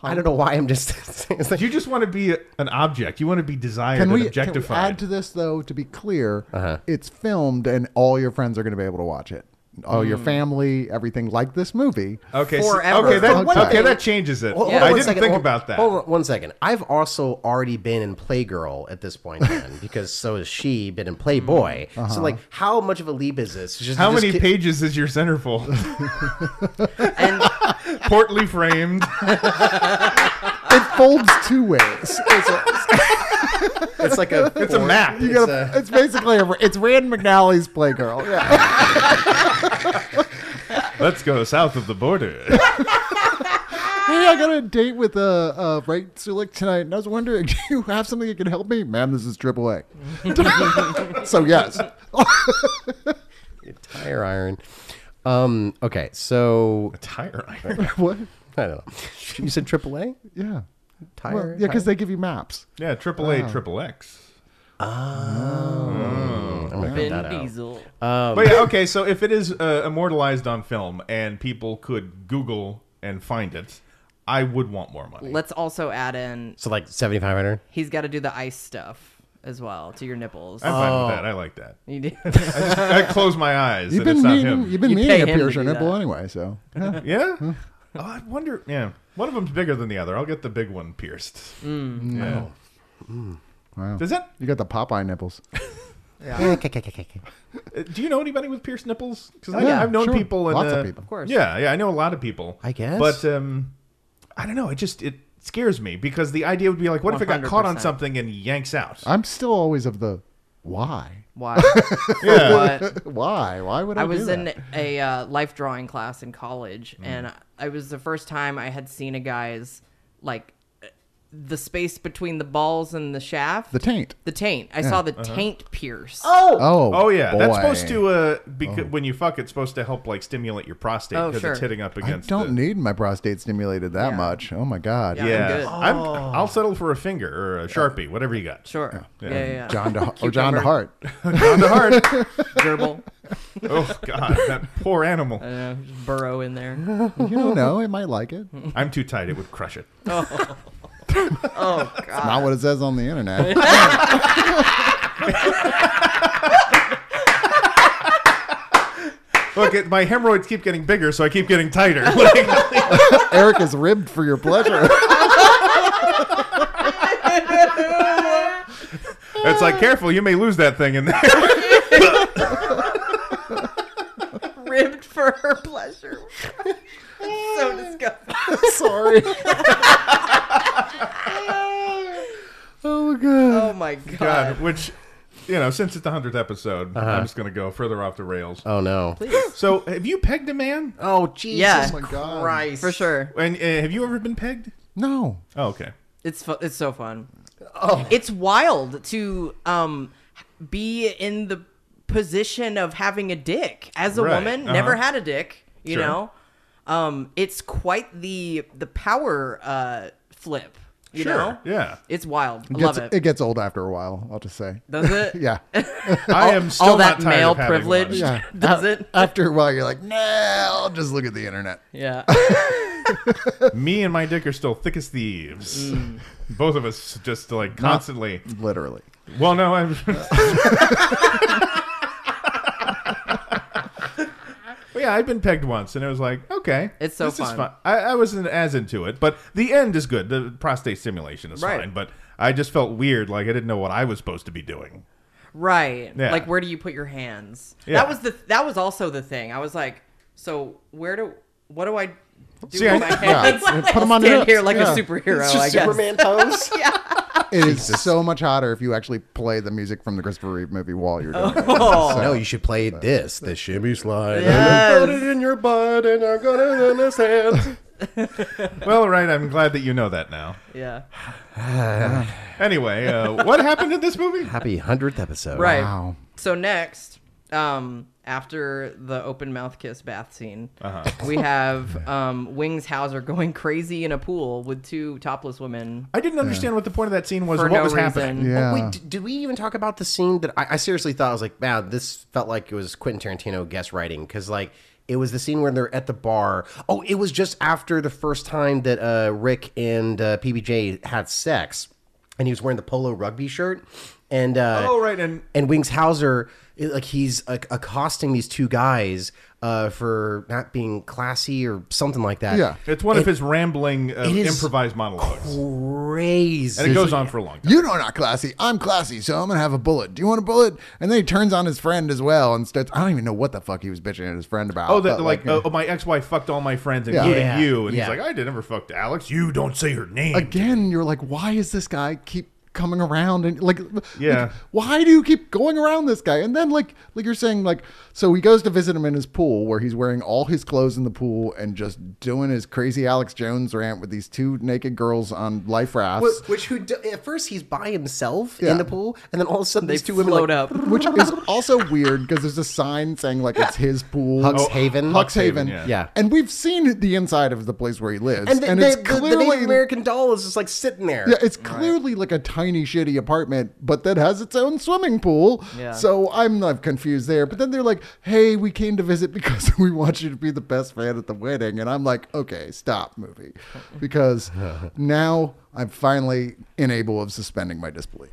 I don't know why I'm just. it's like, You just want to be a- an object. You want to be desired can, and we, can we objectified. add to this though to be clear Uh-huh. it's filmed and all your friends are going to be able to watch it all Mm. your family everything like this movie okay, so- forever. okay, that, For one okay, thing- that changes it. Hold- hold on I one didn't second, think hold- about that. Hold on one second. I've also already been in Playgirl at this point, then, because so has she been in Playboy. So, like, how much of a leap is this? Just- Mm. Uh-huh. How just many ki- pages is your centerfold? and Portly framed. it folds two ways It's, a- it's like a. It's a map. It's, You gotta- a- it's basically a, it's rand mcnally's playgirl yeah Let's go south of the border. hey i got a date with uh, uh right Sulik tonight and i was wondering do you have something that can help me ma'am this is triple a so yes tire iron. Um. Okay. So Tire iron. what I don't know. You said AAA yeah tire. well, yeah because they give you maps Yeah, triple Oh. A, triple X. Mm, Vin Diesel. Um, But yeah, okay. So if it is uh, immortalized on film and people could Google and find it, I would want more money. Let's also add in So like seventy five hundred. he's got to do the ice stuff as well to your nipples. I'm fine with that. I like that. You do- I close my eyes. Oh. You've and been it's not meeting, him. you've been You meeting pay a him to piercer do that. nipple anyway, so yeah. Yeah. Oh, I wonder. Yeah, one of them's bigger than the other. I'll get the big one pierced. Mm. Yeah. Wow. Does that? you got the Popeye nipples. uh, Do you know anybody with pierced nipples? Because Yeah, I've known sure. people. And, Lots of uh, people. Of course. Yeah, yeah. I know a lot of people. I guess. But um, I don't know. It just it scares me because the idea would be like, what if it got caught on 100%. something and yanks out? I'm still always of the why, Why? Yeah. What? why, why would I? I was do in that? Hmm. a uh, life drawing class in college, and it was the first time I had seen a guy's like the space between the balls and the shaft. the taint. Uh-huh. The taint. I saw the taint pierce. Oh, Oh yeah, boy. that's Oh. supposed to uh, because when you fuck, it's supposed to help like stimulate your prostate Oh, because it's sure. hitting up I against. don't the, need my prostate stimulated that Yeah. much. Oh my god. Yeah. I'm Yeah, good. Oh. I'm, I'll settle for a finger or a sharpie, whatever you got. Sure. Yeah, yeah. yeah. oh, John to or John to Cucumber. Hart. Down to heart. Gerbil. oh God, that poor animal. I don't know, just burrow in there. You don't know. It might like it. It's I'm too tight; it would crush it. Oh god. not what it says on the internet. Look, it, my hemorrhoids keep getting bigger, so I keep getting tighter. Like, Eric is ribbed for your pleasure. it's like, careful, you may lose that thing in there. Ribbed for her pleasure. That's so disgusting. Sorry. oh my god. Oh my god. God, which, you know, since it's the hundredth episode, Uh-huh. I'm just gonna go further off the rails. Oh no. So, have you pegged a man? Oh Jesus Yeah. God. Christ. For sure. And uh, have you ever been pegged? No. Oh, okay. It's fu- it's so fun. Oh. It's wild to um be in the position of having a dick as a Right, woman, uh-huh. never had a dick, you Sure. know. Um it's quite the the power uh flip, you sure. know? Yeah. It's wild. I Gets- love it. it gets old after a while. I'll just say. Does it? Yeah. I am still All that not tired male of having privilege one. Yeah. does it? After a while, you're like, nah. I'll just look at the internet. Yeah. Me and my dick are still thick as thieves. Mm. Both of us just like constantly. Literally. Well, no, I'm. well, yeah, I've been pegged once, and it was like, okay, It's so this is fun. I, I wasn't as into it, but the end is good. The prostate stimulation is Right. fine, but I just felt weird, like I didn't know what I was supposed to be doing. Right. Yeah. Like where do you put your hands? Yeah. That was the that was also the thing. I was like, so where do what do I do See, with I- my yeah, hands? put 'em on your Stand here hips, like yeah. a superhero, It's I just guess. Superman pose. It is so much hotter if you actually play the music from the Christopher Reeve movie while you're doing it. Oh. No, you should play this, the shimmy slide. Yes. And put it in your butt, and I'm gonna understand. Well, right, I'm glad that you know that now. Yeah. Anyway, uh, what happened in this movie? Happy hundredth episode. Right. Wow. So next, um, after the open mouth kiss bath scene, Uh-huh. we have um, Wings Hauser going crazy in a pool with two topless women. I didn't understand what the point of that scene was. For or what no was reason. happening? Yeah. Oh, wait, d- did we even talk about the scene that I, I seriously thought I was like, wow, this felt like it was Quentin Tarantino guest writing because like it was the scene where they're at the bar. Oh, it was just after the first time that uh, Rick and uh, PBJ had sex, and he was wearing the polo rugby shirt, and uh, Oh, right, and- and Wings Hauser, it- like he's like, accosting these two guys uh, for not being classy or something like that. Yeah. It's one of his rambling, uh, it is improvised monologues, Crazy. and it goes on for a long time. You know, I'm not classy. I'm classy, so I'm gonna have a bullet. Do you want a bullet? And then he turns on his friend as well and starts. I don't even know what the fuck he was bitching at his friend about. Oh, that but, like, oh, my ex-wife fucked all my friends, Yeah. including Yeah. you, and Yeah. he's like, I never fucked Alex. You don't say her name. again, you're like, why is this guy keep coming around and like, Yeah. like, why do you keep going around this guy? And then like, like you're saying, like, so he goes to visit him in his pool where he's wearing all his clothes in the pool and just doing his crazy Alex Jones rant with these two naked girls on life rafts. Wh- Which who do, at first he's by himself Yeah. in the pool, and then all of a sudden They these two women float like, up. which is also weird because there's a sign saying like it's his pool, Hugs Oh, Haven. Hucks Haven, Haven, yeah. Yeah. And we've seen the inside of the place where he lives, and, and, the, the- it's the- the clearly Native American doll is just like sitting there. yeah, it's clearly like a tiny shitty apartment, but that has its own swimming pool. Yeah. So I'm not confused there. But then they're like, "Hey, we came to visit because we want you to be the best man at the wedding," and I'm like, "Okay, stop, movie," because now I'm finally unable of suspending my disbelief.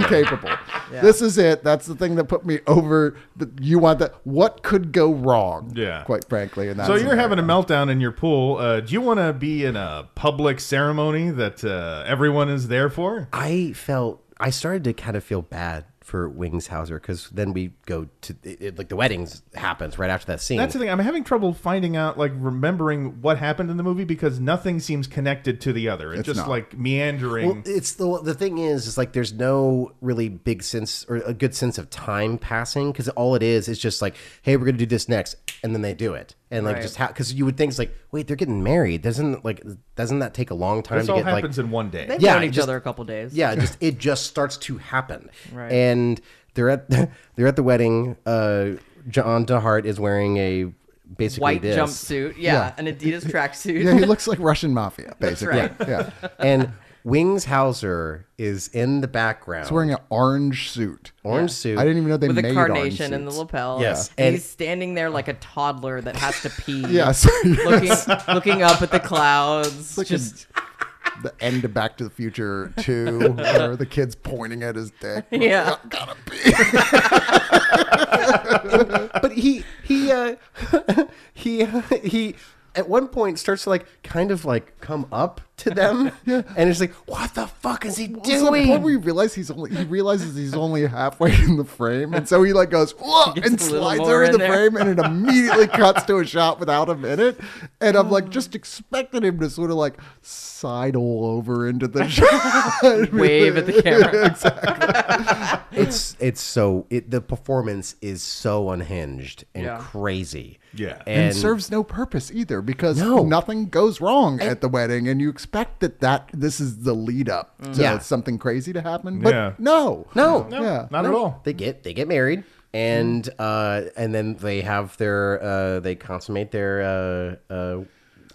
incapable. This is it. That's the thing that put me over. The, you want that? What could go wrong? Yeah. quite frankly. And so you're having a meltdown in your pool. Uh, do you want to be in a public ceremony that uh, everyone is there for? I felt I started to kind of feel bad for Wings Hauser because then we go to it, it- like the weddings happens right after that scene. That's the thing. I'm having trouble finding out, like, remembering what happened in the movie because nothing seems connected to the other. It's, just not. like meandering. well, it's the the thing is is like there's no really big sense or a good sense of time passing because all it is is just like hey we're gonna do this next and then they do it and like Right. just how because you would think it's like wait they're getting married doesn't like doesn't that take a long time this to all get like happens in one day. They've Yeah, known it each just- other a couple days. yeah just it just starts to happen Right. and they're at they're at the wedding uh john dehart is wearing a basically White this. jumpsuit. Yeah, An Adidas tracksuit. Yeah, he looks like Russian mafia, basically. right. Yeah. and Wings Hauser is in the background. He's wearing an orange suit. orange suit. I didn't even know they with made a orange carnation suits. in the lapel. Yes. and And- he's standing there like a toddler that has to pee. Yes. looking looking up at the clouds. just the end of Back to the Future 2, where the kid's pointing at his dick. yeah, but he he uh, he he at one point starts to like kind of like come up to them and it's like what the fuck is he It's the point where doing you realize he's only he realizes he's only halfway in the frame, and so he like goes Whoa, gets and a little slides more over in the there. frame, and it immediately cuts to a shot without him in it. And I'm like just expecting him to sort of like sidle over into the shot. wave at the camera. it's it's so it the performance is so unhinged and Yeah. crazy Yeah. and, and serves no purpose either because No. nothing goes wrong at the wedding and you expect that that this is the lead up to Mm. Yeah. something crazy to happen but Yeah. no no yeah Not at all. they get they get married and uh and then they have their uh they consummate their uh uh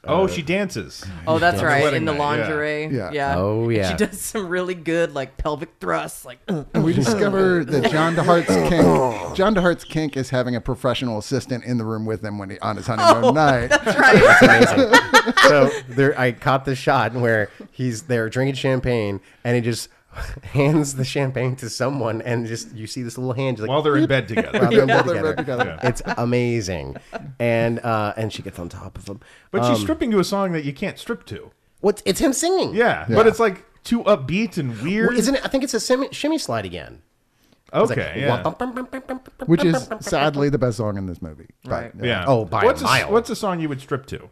Oh, she dances. Oh, that's the right, wedding in the night, yeah. lingerie. Yeah. Oh, And yeah. she does some really good like pelvic thrusts. Like uh, and we discover that john dehart's kink john dehart's kink is having a professional assistant in the room with him when he on his Oh, honeymoon night It's amazing. so there, I caught the shot where he's there drinking champagne, and he just hands the champagne to someone, and just you see this little hand. Just like, While they're in bed while together. they're in While bed they're in bed together. together. It's amazing, and uh, and she gets on top of him. But Uh, she's stripping to a song that you can't strip to. what's it's him singing? Yeah, but it's like too upbeat and weird. Well, isn't it? I think it's a shimmy, shimmy slide again. It's like, okay, yeah. wah, bum, bum, bum, bum, bum, bum, which bum, is bum, bum, sadly the best song in this movie But, Right. yeah. yeah. Oh, by a what's mile. what's a song you would strip to?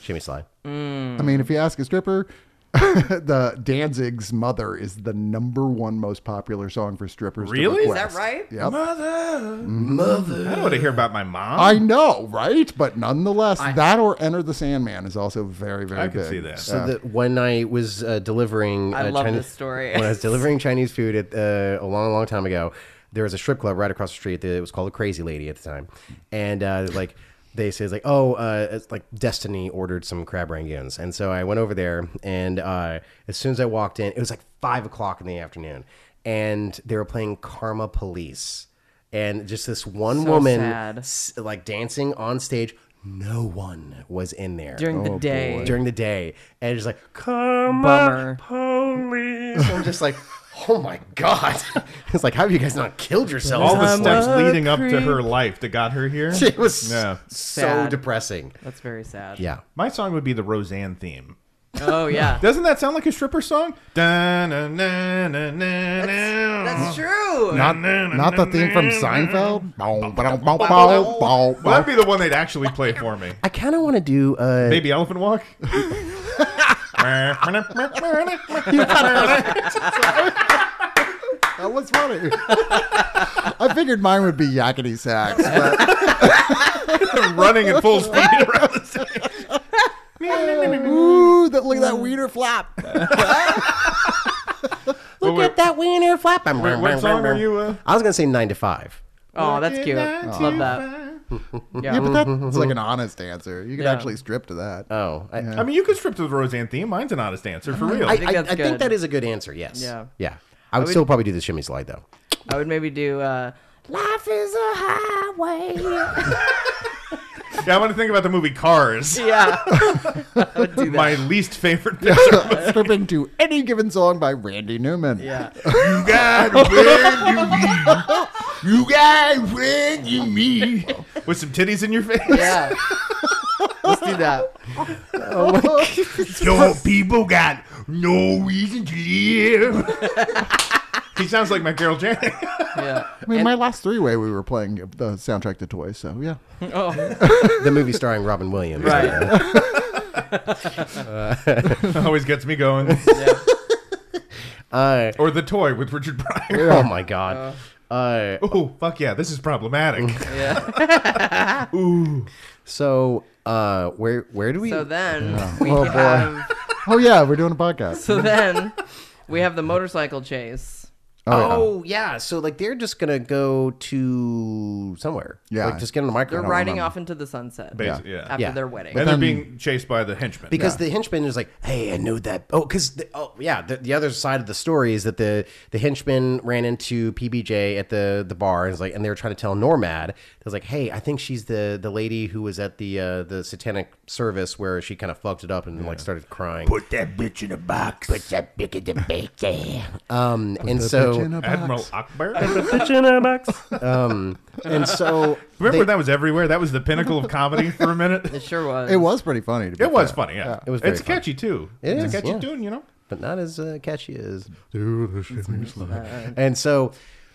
shimmy slide. Mm. i mean if you ask a stripper the danzig's mother is the number one most popular song for strippers to Really? Is is that request. right? Yep. Mm-hmm. Mother, mother. I don't want to hear about my mom. I know, right? But nonetheless, that or Enter the Sandman is also very, very I big. can see that. So that when I was uh, delivering, I uh, love Chine- this story. when I was delivering Chinese food at uh, a long, long time ago, there was a strip club right across the street. That it was called the Crazy Lady at the time, and uh, like they say, it's like oh, uh, it's like Destiny ordered some crab rangoons, and so I went over there, and uh, as soon as I walked in, it was like five o'clock in the afternoon, and they were playing Karma Police, and just this one So woman sad. s- like dancing on stage. No one was in there Oh, during the day. during the day, and it's like, come Bummer. on, police. I'm just like, oh my god. it's like, how have you guys not killed yourselves? All the This is steps a leading up to creep. her life that got her here. like- it was Yeah. so Sad. depressing. That's very sad. Yeah. My song would be the Roseanne theme. Oh yeah. Doesn't that sound like a stripper song? That's That's true. Not, not the theme from Seinfeld. Bow, bow, bow, bow, bow, Well, bow. that'd be the one they'd actually play for me. I kind of want to do. Uh, Baby Elephant Walk. That was funny. I figured mine would be Yakety Sax, but running at full speed around the stage. ooh, that, look at that wiener flap. look at that wiener flap. I'm Wait, what song are you? Uh, I was gonna say nine to five. oh, that's cute. Nine to Love that. five. Yeah, but that's like an honest answer. You can Yeah. actually strip to that. Oh, I, I mean, you could strip to the Roseanne theme. Mine's an honest answer for real. I, I, I think think, that's good. that is a good answer. Yes. Yeah. Yeah. I would, still probably do the shimmy slide though. I would maybe do. uh Life is a highway. yeah, I want to think about the movie Cars. yeah. I would do that. My least favorite picture. Stripping to any given song by Randy Newman. yeah. You got when you meet. You got when you meet. With some titties in your face. Yeah. Let's do that. Oh Your people got no reason to live. He sounds like my girl Janet. Yeah. I mean, my last three way, we were playing the soundtrack to Toys, so yeah. The movie starring Robin Williams. Oh. Right. Always gets me going. Uh, Or The Toy with Richard Pryor. oh my god. uh, Oh, fuck yeah, this is problematic. Yeah. So uh where where do we So then we Oh, boy. have. Oh, yeah, we're doing a podcast. So then we have the motorcycle chase. Oh, yeah. So like they're just gonna go to somewhere. Yeah. Like just get on a micro. They're riding off into the sunset Basi- yeah. after Yeah. their wedding. and they're being chased by the henchmen. because the henchman is like, "Hey, I know that." Oh, because oh yeah, the, the other side of the story is that the the henchman ran into PBJ at the the bar and was like, and they were trying to tell Normad. They was like, "Hey, I think she's the the lady who was at the uh, the satanic service where she kind of fucked it up and like started crying." Put that bitch in a box. Put that bitch in a box. Um, and so Bitch in a box. Admiral Akbar. Um, and so Remember that was everywhere. That was the pinnacle of comedy for a minute. It sure was. it was pretty funny. To be It was fair. funny. Yeah, Yeah. it was very It's fun. catchy too. It it's is, a catchy yeah. tune. You know. but not as uh, catchy as and so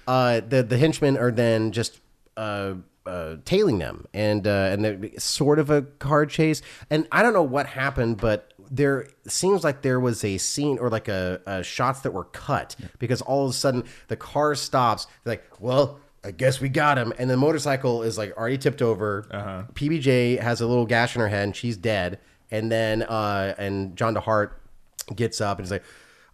uh, the the henchmen are then just uh, uh, tailing them and uh, and they're sort of a car chase and I don't know what happened but there seems like there was a scene or like a, a shots that were cut because all of a sudden the car stops They're like well I guess we got him. And the motorcycle is like already tipped over. PBJ has a little gash in her head and she's dead. And then uh, and John DeHart gets up and is like,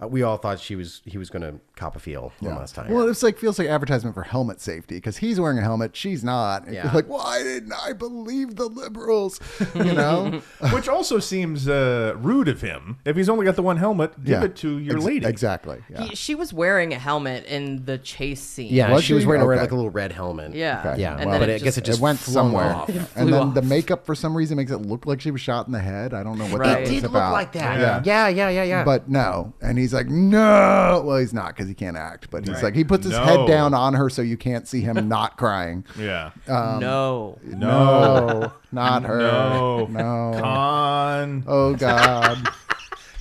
uh, we all thought she was he was going to cop a feel one last time. Well, it's like feels like advertisement for helmet safety because he's wearing a helmet, she's not. And Yeah. you're Like, why didn't I believe the liberals? You know, Which also seems uh, rude of him. If he's only got the one helmet, give Yeah. it to your Ex- lady. Exactly. Yeah. He- she was wearing a helmet in the chase scene. yeah, Was she was she? wearing a red, Okay. like a little red helmet. Yeah. Okay. yeah. And but then it I guess just- it just it went flew somewhere, off. It and flew then off. the makeup for some reason makes it look like she was shot in the head. I don't know what Right. that It It's was did look about. like that. Yeah, yeah, yeah, yeah. But no, and he's like, no. Well, he's not because he can't act. But he's like, he puts his No. head down on her so you can't see him not crying. Um, Yeah. no. no. No, not her. No. No. Con. Oh God.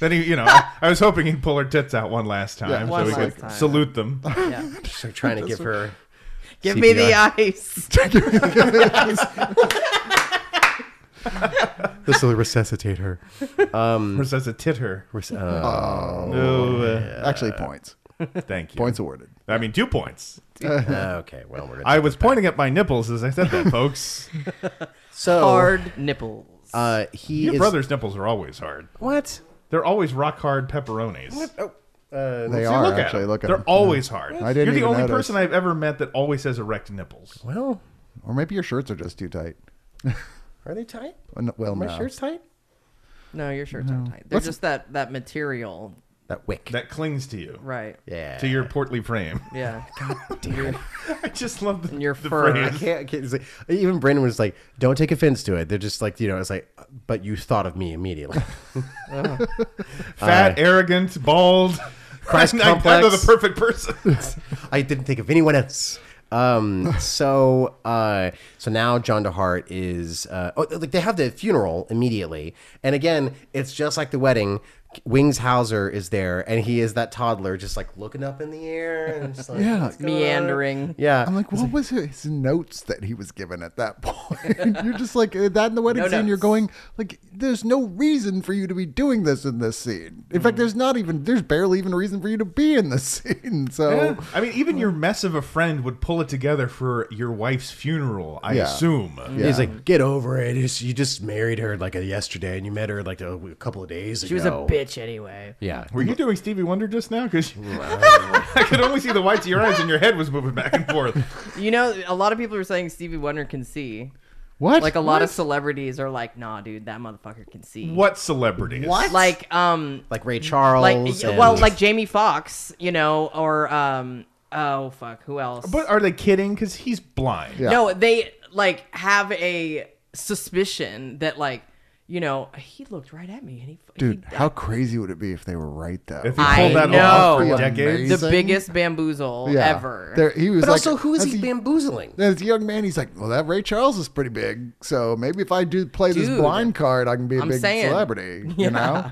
Then he, you know, I, I was hoping he'd pull her tits out one last time so One we last could time. salute them. Yeah. She's like trying to give her. Give me the CPR. ice. This will resuscitate her. Um, That's a titter. oh, No, uh, Actually, points. thank you. Points awarded. I mean, two points. Ah, okay, well, we're I gonna was pointing at my nipples as I said that, folks. so Hard nipples. Uh, he Your is brother's nipples are always hard. what? They're always rock hard pepperonis. They See, are look at actually them. looking. They're always hard. I didn't You're the even only notice. person I've ever met that always has erect nipples. Well, Or maybe your shirts are just too tight. are they tight? Uh, no- Well, My no. shirt's tight. no, your shirts aren't tight. They're just that that material, That wick. That clings to you, right? yeah. to your portly frame. Yeah. God damn. I just love the, And your the fur. I phrase. can't, I can't- it's like, even Brandon was like, "Don't take offense to it." They're just like, you know, it's like, but you thought of me immediately. Uh, Fat, arrogant, bald. Christ I- I- I know complex. the perfect person. I didn't think of anyone else. Um, so, uh, so now John DeHart is, uh, oh, like they have the funeral immediately, and again, it's just like the wedding. Wings Hauser is there, and he is that toddler, just like looking up in the air and just like, Yeah. "What's going on?" Meandering. Yeah, I'm like, what was his notes that he was given at that point? you're just like uh, that in the wedding No scene. You're notes. going like, there's no reason for you to be doing this in this scene. In Mm. fact, there's not even there's barely even a reason for you to be in this scene. So I mean, even your mess of a friend would pull it together for your wife's funeral, I Yeah. assume. Yeah. He's like, get over it. It's- you just married her like a yesterday, and you met her like a, a couple of days ago. She was a bitch anyway. Yeah. Were you doing Stevie Wonder just now? Because I could only see the whites of your eyes and your head was moving back and forth. You know, a lot of people are saying Stevie Wonder can see. what? Like a lot of celebrities are like, nah, dude, that motherfucker can see. What celebrities? What? Like, um, Like Ray Charles. like, and- well, like Jamie Foxx, you know, or um, oh fuck, who else? But are they kidding? Because he's blind. Yeah. No, they like have a suspicion that like, you know, he looked right at me and he. dude, he, how crazy would it be if they were right though? If he I pulled that off know. for That'd be decades. the amazing. biggest bamboozle Yeah. ever. There, he was but like, also, who is as he a- bamboozling? As a young man, he's like, well, that Ray Charles is pretty big. So maybe if I do play Dude. this blind card, I can be a I'm big saying. celebrity. You know?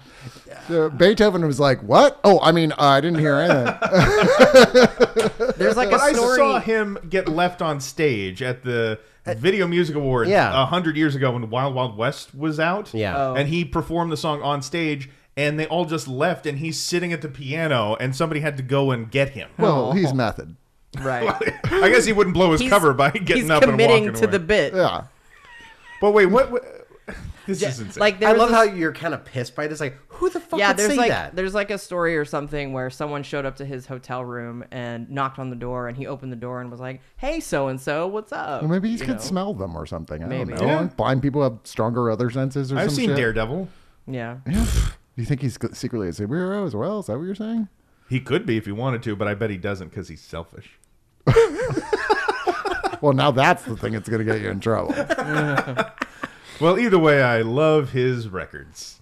So Beethoven was like, what? Oh, I mean, I didn't hear anything. There's like a But I story. saw him get left on stage at the Video Music Awards Yeah. a hundred years ago when Wild Wild West was out. Yeah. Oh. and he performed the song on stage, and they all just left, and he's sitting at the piano, and somebody had to go and get him. Oh. well, he's method. Right. I guess he wouldn't blow his He's- cover by getting he's up and committing walking to away. the bit. Yeah. But wait, what? what This Yeah, is insane. Like there I was love this- how you're kind of pissed by this. Like, who the fuck yeah, would there's say like that? there's like a story or something where someone showed up to his hotel room and knocked on the door, and he opened the door and was like, "Hey, so and so, what's up?" Well, maybe he Oh, You could know? smell them or something. I Maybe. don't know. Yeah. Blind people have stronger other senses or I've some seen shit. Daredevil. Yeah, Yeah. Do you think he's secretly a superhero as well? Is that what you're saying? He could be if he wanted to, but I bet he doesn't because he's selfish. Well, now that's the thing that's going to get you in trouble. Well, either way, I love his records.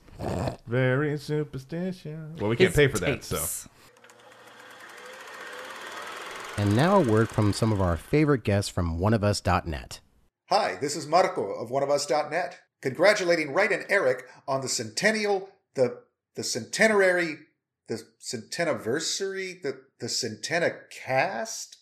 Very superstitious. Well, we can't His pay for that, tapes. so. And now a word from some of our favorite guests from oneofus.net. Hi, this is Marco of oneofus.net, congratulating Wright and Eric on the centennial, the the centenary, the centeniversary, the the centenicast.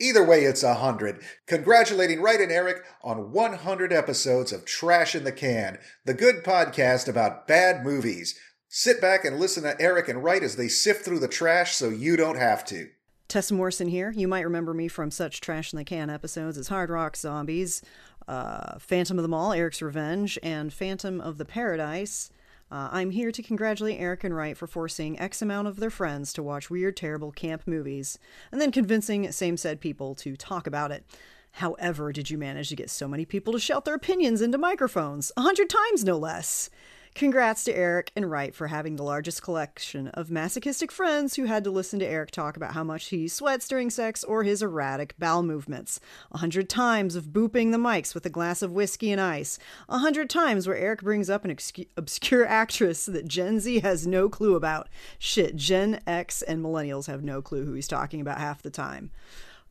Either way, it's a hundred. Congratulating Wright and Eric on 100 episodes of Trash in the Can, the good podcast about bad movies. Sit back and listen to Eric and Wright as they sift through the trash, so you don't have to. Tessa Morrison here. You might remember me from such Trash in the Can episodes as Hard Rock Zombies, uh, Phantom of the Mall, Eric's Revenge, and Phantom of the Paradise. Uh, I'm here to congratulate Eric and Wright for forcing X amount of their friends to watch weird, terrible camp movies, and then convincing same said people to talk about it. However, did you manage to get so many people to shout their opinions into microphones? A hundred times, no less. Congrats to Eric and Wright for having the largest collection of masochistic friends who had to listen to Eric talk about how much he sweats during sex or his erratic bowel movements. A hundred times of booping the mics with a glass of whiskey and ice. A hundred times where Eric brings up an excu- obscure actress that Gen Z has no clue about. Shit, Gen X and millennials have no clue who he's talking about half the time.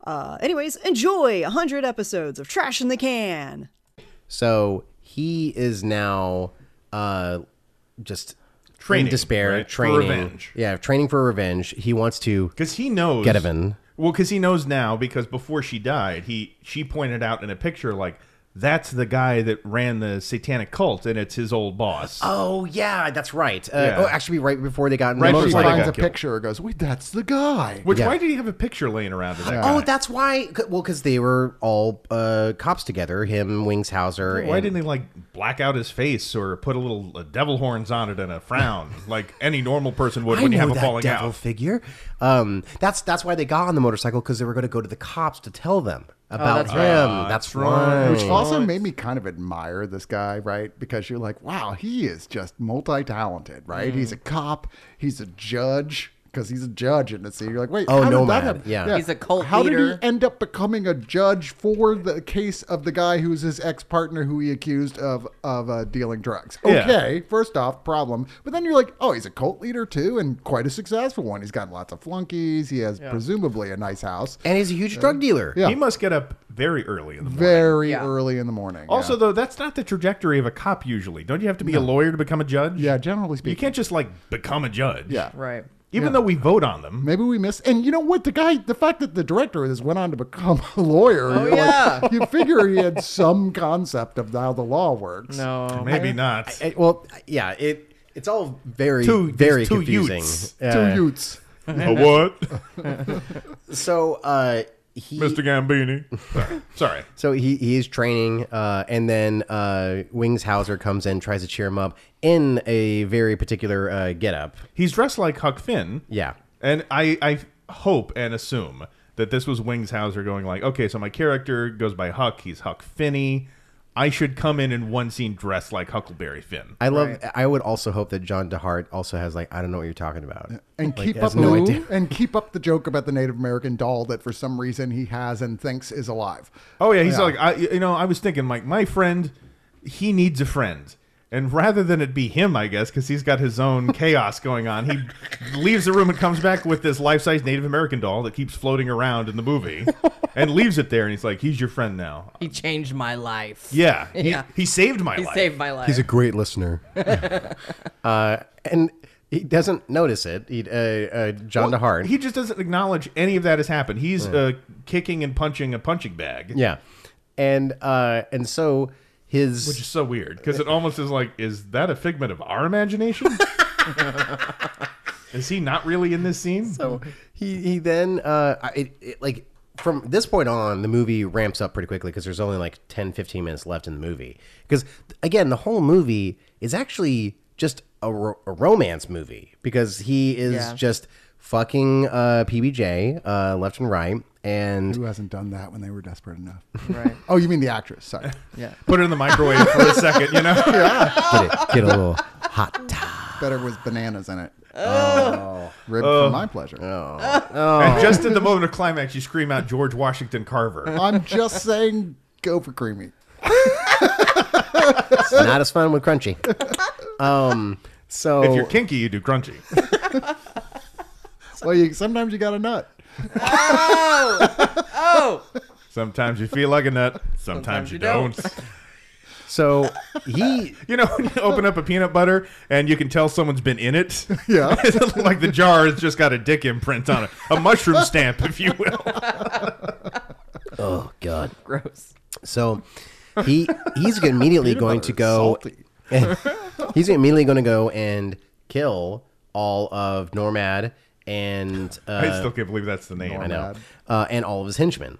Uh, anyways, enjoy 100 episodes of Trash in the Can. So he is now uh, just Training, in despair, right? For training. revenge. Yeah, training for revenge. He wants to Because he knows. get even. Well, because he knows now. Because before she died, he she pointed out in a picture like that's the guy that ran the satanic cult, and it's his old boss. Oh yeah, that's right. Uh, Yeah. Oh, actually, right before they got in Right the She before Before they motorcycle. got finds a killed. picture and goes, wait, that's the guy. Which yeah. why did he have a picture laying around of that? Oh, guy? that's why. c- Well, because they were all uh, cops together. Him, Wings Hauser. Why and- didn't they like black out his face or put a little uh, devil horns on it and a frown like any normal person would I when you know have a that falling devil out? figure. Um, that's that's why they got on the motorcycle because they were going to go to the cops to tell them about that's him. right. Ah, that's right. right. Oh, Which also made me kind of admire this guy, right? Because you're like, wow, he is just multi talented, right? Mm. He's a cop, he's a judge. Because he's a judge in the city. You're like, wait, Oh, how did that nomad. happen? Yeah. He's a cult How leader. did he end up becoming a judge for the case of the guy who's his ex partner who he accused of of uh, dealing drugs? Yeah. Okay, first off, problem. But then you're like, oh, he's a cult leader too, and quite a successful one. He's got lots of flunkies. He has presumably a nice house. And he's a huge drug dealer. Uh, Yeah. He must get up very early in the morning. Very Yeah. early in the morning. Also, yeah. though, that's not the trajectory of a cop usually. Don't you have to be a lawyer to become a judge? Yeah, generally You speaking. can't just like become a judge. Yeah. right. Even though we vote on them. Maybe we missed. And you know what? The guy, the fact that the director has went on to become a lawyer. Oh, yeah. you figure he had some concept of how the law works. No, Maybe not. Uh, well, yeah. It it's all very Two- these very two confusing. youths. Uh, Two Utes. a what? So uh, he Mr. Gambini. Sorry. Sorry. So he, he is training, uh, and then uh, Wings Hauser comes in, tries to cheer him up in a very particular uh, getup. He's dressed like Huck Finn. Yeah. And I, I hope and assume that this was Wings Hauser going like, okay, so my character goes by Huck. He's Huck Finney. I should come in in one scene dressed like Huckleberry Finn. I love. I would also hope that John DeHart also has like I don't know what you're talking about. And Like, keep has up no who- idea. and keep up the joke about the Native American doll that for some reason he has and thinks is alive. Oh yeah, he's like, I, you know, I was thinking like my friend, he needs a friend, and rather than it be him, I guess, because he's got his own chaos going on, he leaves the room and comes back with this life-size Native American doll that keeps floating around in the movie, and leaves it there, and he's like, he's your friend now. he changed my life. Yeah, he, Yeah. he saved my he life. saved my life. Oh, great listener, uh, and he doesn't notice it. He, uh, uh, John DeHart. He just doesn't acknowledge any of that has happened. He's uh, kicking and punching a punching bag, yeah, and uh, and so his which is so weird because it almost is like, is that a figment of our imagination? Is he not really in this scene? So he he then uh I- it, it like from this point on, the movie ramps up pretty quickly because there's only like 10, 15 minutes left in the movie. Because, again, the whole movie is actually just a, ro- a romance movie because he is Yeah. just fucking uh, PBJ uh, left and right. And Who hasn't done that when they were desperate enough? Right. Oh, you mean the actress? Sorry. Yeah. Put it in the microwave for a second, you know? get, it, get a little hot. Better with bananas in it. Oh, rib for my pleasure. Oh. And just in the moment of climax, you scream out George Washington Carver. I'm just saying, go for creamy. It's not as fun with crunchy. Um, so If you're kinky, you do crunchy. Well, you, sometimes you got a nut. Oh, Sometimes you feel like a nut, sometimes, you, you don't. don't. so he You know, when you open up a peanut butter and you can tell someone's been in it? Yeah. like the jar has just got a dick imprint on it, a mushroom stamp, if you will. oh god. gross. So he he's immediately going to go. salty. he's immediately going to go and kill all of Normad and I uh, still can't believe that's the name. Mm-hmm. I know, uh, and all of his henchmen.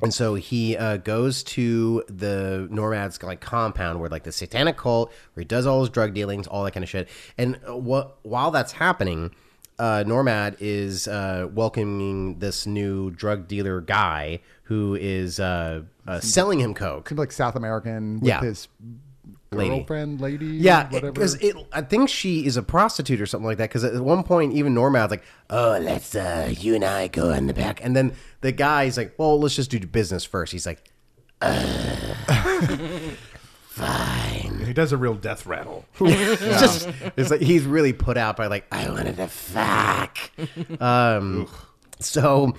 And so he uh, goes to the Normad's like compound where like the satanic cult, where he does all his drug dealings, all that kind of shit. And uh, what while that's happening, uh, Normad is uh, welcoming this new drug dealer guy who is uh, uh, selling him coke. Seemed like South American with Yeah. his Lady. girlfriend, lady. Yeah, whatever. because it, I think she is a prostitute or something like that. Because at one point, even Normad's like, "Oh, let's uh, you and I go in the back," and then the guy's like, "Well, let's just do business first. He's like, He does a real death rattle. it's just, it's like he's really put out by like, "I wanted to fuck." um, so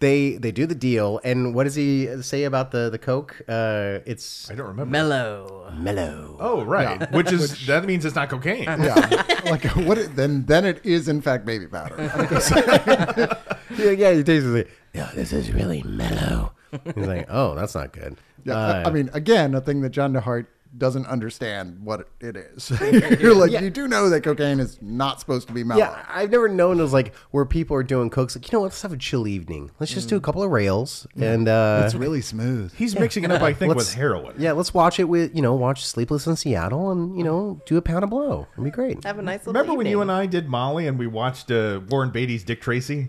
they they do the deal, and what does he say about the the coke? Uh, it's I don't remember. Mellow. mellow. Oh, right. Which is, that means it's not cocaine. yeah, like what? It, then, then it is in fact baby powder. yeah, yeah, he tastes it. Yeah, this is really mellow. He's like, "Oh, that's not good." Yeah, Uh, I mean, again, a thing that John DeHart doesn't understand what it is. You're like, you do know that cocaine is not supposed to be mellow. Yeah, I've never known those like where people are doing cokes. Like, you know what? Let's have a chill evening. Let's just do a couple of rails and uh, It's really smooth. Mm. He's mixing it up, I think, with Let's- heroin. yeah, let's watch it with you know watch Sleepless in Seattle and you know do a pound of blow. It'd be great. Have a nice little. Remember when you evening. and I did Molly and we watched uh, Warren Beatty's Dick Tracy?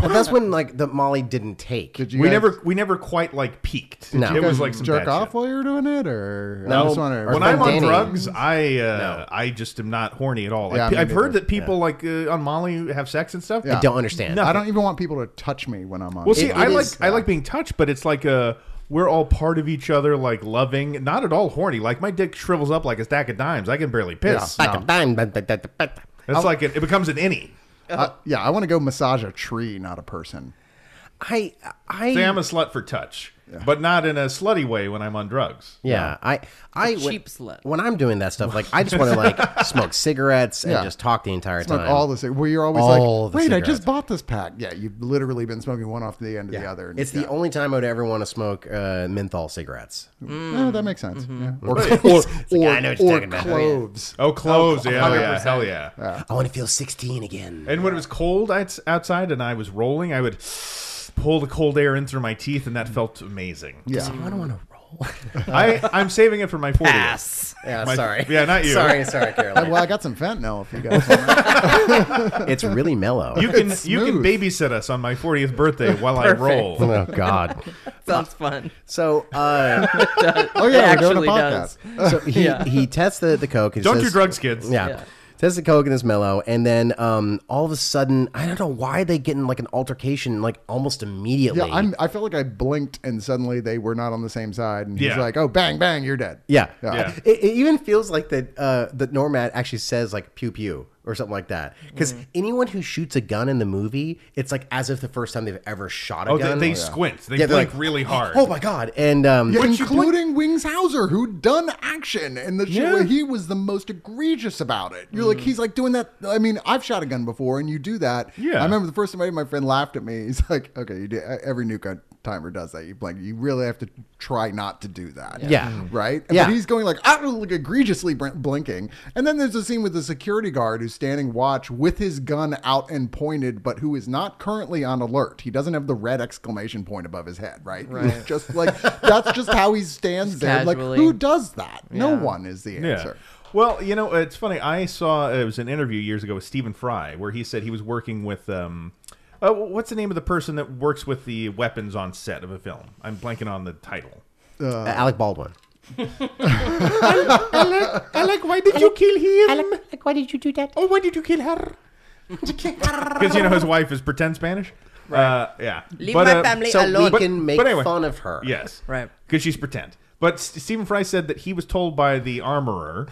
But that's when like the Molly didn't take. Did you We guys never we never quite like peaked. No. you It was guys like some jerk bad off shit. while you were doing it, or No, I just wanna- Our when friend I'm on Danny. drugs, I uh, I just am not horny at all. Like, Yeah, me I've heard neither. that people like uh, on Molly have sex and stuff. Yeah. Don't understand. I don't even want people to touch me when I'm on. Well, see, it I like is- I like being touched, but it's like a we're all part of each other, like loving, not at all horny. Like my dick shrivels up like a stack of dimes. I can barely piss. Like a dime, but- but- but- but- It's like it, it becomes an innie. I- Uh, yeah, I want to go massage a tree, not a person. I I Say I'm a slut for touch, but not in a slutty way when I'm on drugs. Yeah, I, I when, cheap slut. when I'm doing that stuff, like I just want to like smoke cigarettes and Yeah. just talk the entire Smoke time. all the cig- Well, you're always All like, the wait, I cigarettes. just bought this pack. Yeah, you've literally been smoking one off the end of the other. and- it's yeah. the only time I would ever want to smoke uh, menthol cigarettes. Mm. Yeah, Oh, that makes sense. Mm-hmm. Yeah. Or, or, I know what you're or talking about. cloves. Oh, clothes, yeah, yeah, hell yeah. I want to feel 16 again. And when it was cold outs- outside and I was rolling, I would pull the cold air in through my teeth, and that felt amazing. Yeah. I don't want to roll. I, I'm saving it for my 40th. Ass. yeah, My- sorry. yeah, not you. Sorry, sorry, Caroline. Well, I got some fentanyl if you guys want. it's really mellow. You can you can babysit us on my 40th birthday while I roll. Uh, oh God. Sounds fun. So, uh, Oh, yeah, It we're doing a actually podcast. does. so he he tests the the coke. And Don't says- do drugs, kids. Yeah. Yeah. Tests the coke and his mellow, and then um, all of a sudden, I don't know why they get in like an altercation like almost immediately. Yeah, I'm, I felt like I blinked and suddenly they were not on the same side. And he's Yeah. like, oh, bang, bang, you're dead. Yeah. Yeah. It, it even feels like that uh, that Normat actually says like pew pew or something like that. Because Mm. anyone who shoots a gun in the movie, it's like as if the first time they've ever shot a Oh, they, gun. they squint. They Yeah, they're blink really hard. Oh my god. And um Yeah, including Wings Hauser, who'd done action and the shit Yeah. where he was the most egregious about it. You're Mm. like, he's like doing that. I mean, I've shot a gun before, and you do that. Yeah. I remember the first time I did, my friend laughed at me. He's like, okay, you do e, every new gun timer does that. You like you really have to try not to do that. Yeah. Mm. Right. Yeah. But he's going like ah, like egregiously br- blinking, and then there's a scene with the security guard who's standing watch with his gun out and pointed, but who is not currently on alert. He doesn't have the red exclamation point above his head. Right. Right. just like that's just how he stands there. casually. Like who does that? No Yeah. one is the Yeah. answer. Well, you know, it's funny. I saw it was an interview years ago with Stephen Fry where he said he was working with um, uh, what's the name of the person that works with the weapons on set of a film? I'm blanking on the title. Alec Uh, Baldwin. Alec, why did you kill him? Like, why did you do that? oh, why did you kill her? Because you know his wife is pretend Spanish. Uh, yeah. Leave my family So alone. we but- can make but anyway. fun of her. Yes. Right. Because she's pretend. But S- Stephen Fry said that he was told by the armorer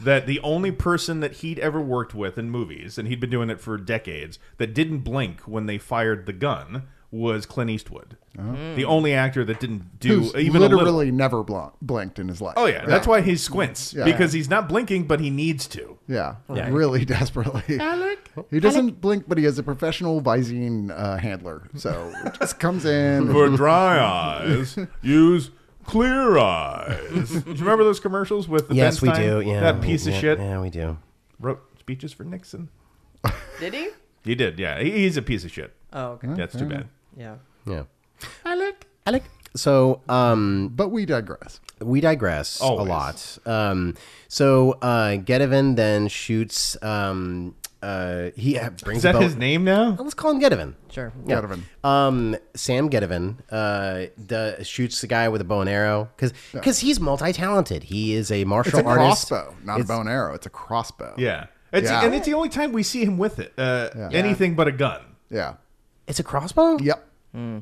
that the only person that he'd ever worked with in movies, and he'd been doing it for decades, that didn't blink when they fired the gun was Clint Eastwood. The only actor that didn't do Oh. Who's even a little. literally never bl- blinked in his life. Oh yeah, that's why he squints because he's not blinking, but he needs to. Yeah, Yeah. really desperately. Alec? He doesn't blink, but he is a professional Visine uh, handler. So just comes in. For dry eyes, use clear eyes. do you remember those commercials with the Yes, we Bernstein? do. Yeah. that piece yeah, of shit Yeah, we do. wrote speeches for Nixon. Did he? He did, yeah. He, he's a piece of shit. Oh, okay. That's too bad. Yeah. Yeah. Alec. Alec. So, um, But we digress. we digress Always. a lot. Um, so uh, Gedivan then shoots. Um, uh, he uh, brings Is that a bow- Uh, his name now? Let's call him Gedivan. Sure. Yeah. Um, Sam Gedivan uh, the, shoots the guy with a bow and arrow because he's multi talented. He is a martial It's a artist. crossbow, not a bow and arrow. It's a crossbow. Yeah. It's, Yeah. And it's the only time we see him with it. Uh, Anything but a gun. Yeah. It's a crossbow. Hmm. Yep.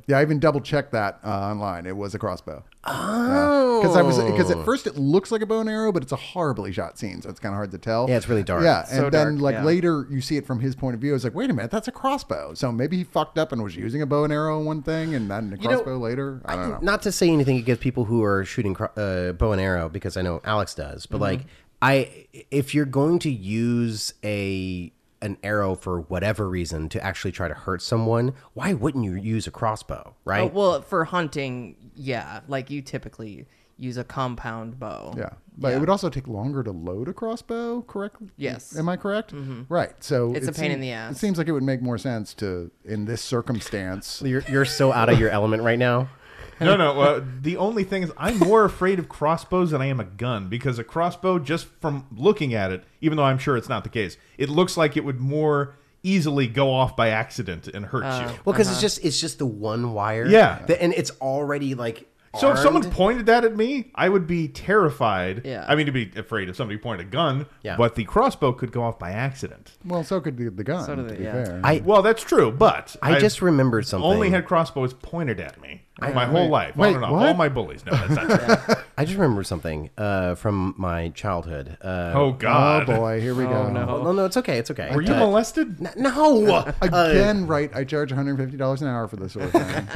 Yeah, I even double checked that uh, online. It was a crossbow. Oh, because I was because at first it looks like a bow and arrow, but it's a horribly shot scene, so it's kind of hard to tell. Yeah, it's really dark. Yeah, and So then dark, like yeah. later you see it from his point of view. I was like, wait a minute, that's a crossbow. So maybe he fucked up and was using a bow and arrow in one thing, and then a know, crossbow later. I don't know. Not to say anything against people who are shooting cro- uh, bow and arrow because I know Alex does, but Mm-hmm. like I, if you're going to use a an arrow for whatever reason to actually try to hurt someone, why wouldn't you use a crossbow, Oh, right? well, for hunting, yeah. Like you typically use a compound bow. Yeah. But it would also take longer to load a crossbow, correct? Yes. Am I correct? Right. So Mm-hmm. It's it a pain in the It ass. seems like it would make more sense to, in this circumstance, you're you're so out of your element right now. No, no. Uh, the only thing is, I'm more afraid of crossbows than I am a gun because a crossbow, just from looking at it, even though I'm sure it's not the case, it looks like it would more easily go off by accident and Oh, hurt you. uh-huh. Well, because it's just it's just the one wire. Yeah. that- and it's already like. So if someone armed. pointed that at me, I would be terrified. Yeah. I mean, to be afraid if somebody pointed a gun, Yeah. but the crossbow could go off by accident. well, so could the, the gun. do to they, be yeah. fair. I Well, that's true, but I I've just remembered something. only had crossbows pointed at me my whole life. wait, on and off. what? All my bullies. No, that's not true. I just remembered something uh, from my childhood. Uh, oh oh God. boy, here we go. Oh, no, no, it's okay. It's okay. Were you Uh, molested? n- no. Uh, Again, right? I charge one hundred fifty dollars an hour for this sort of thing.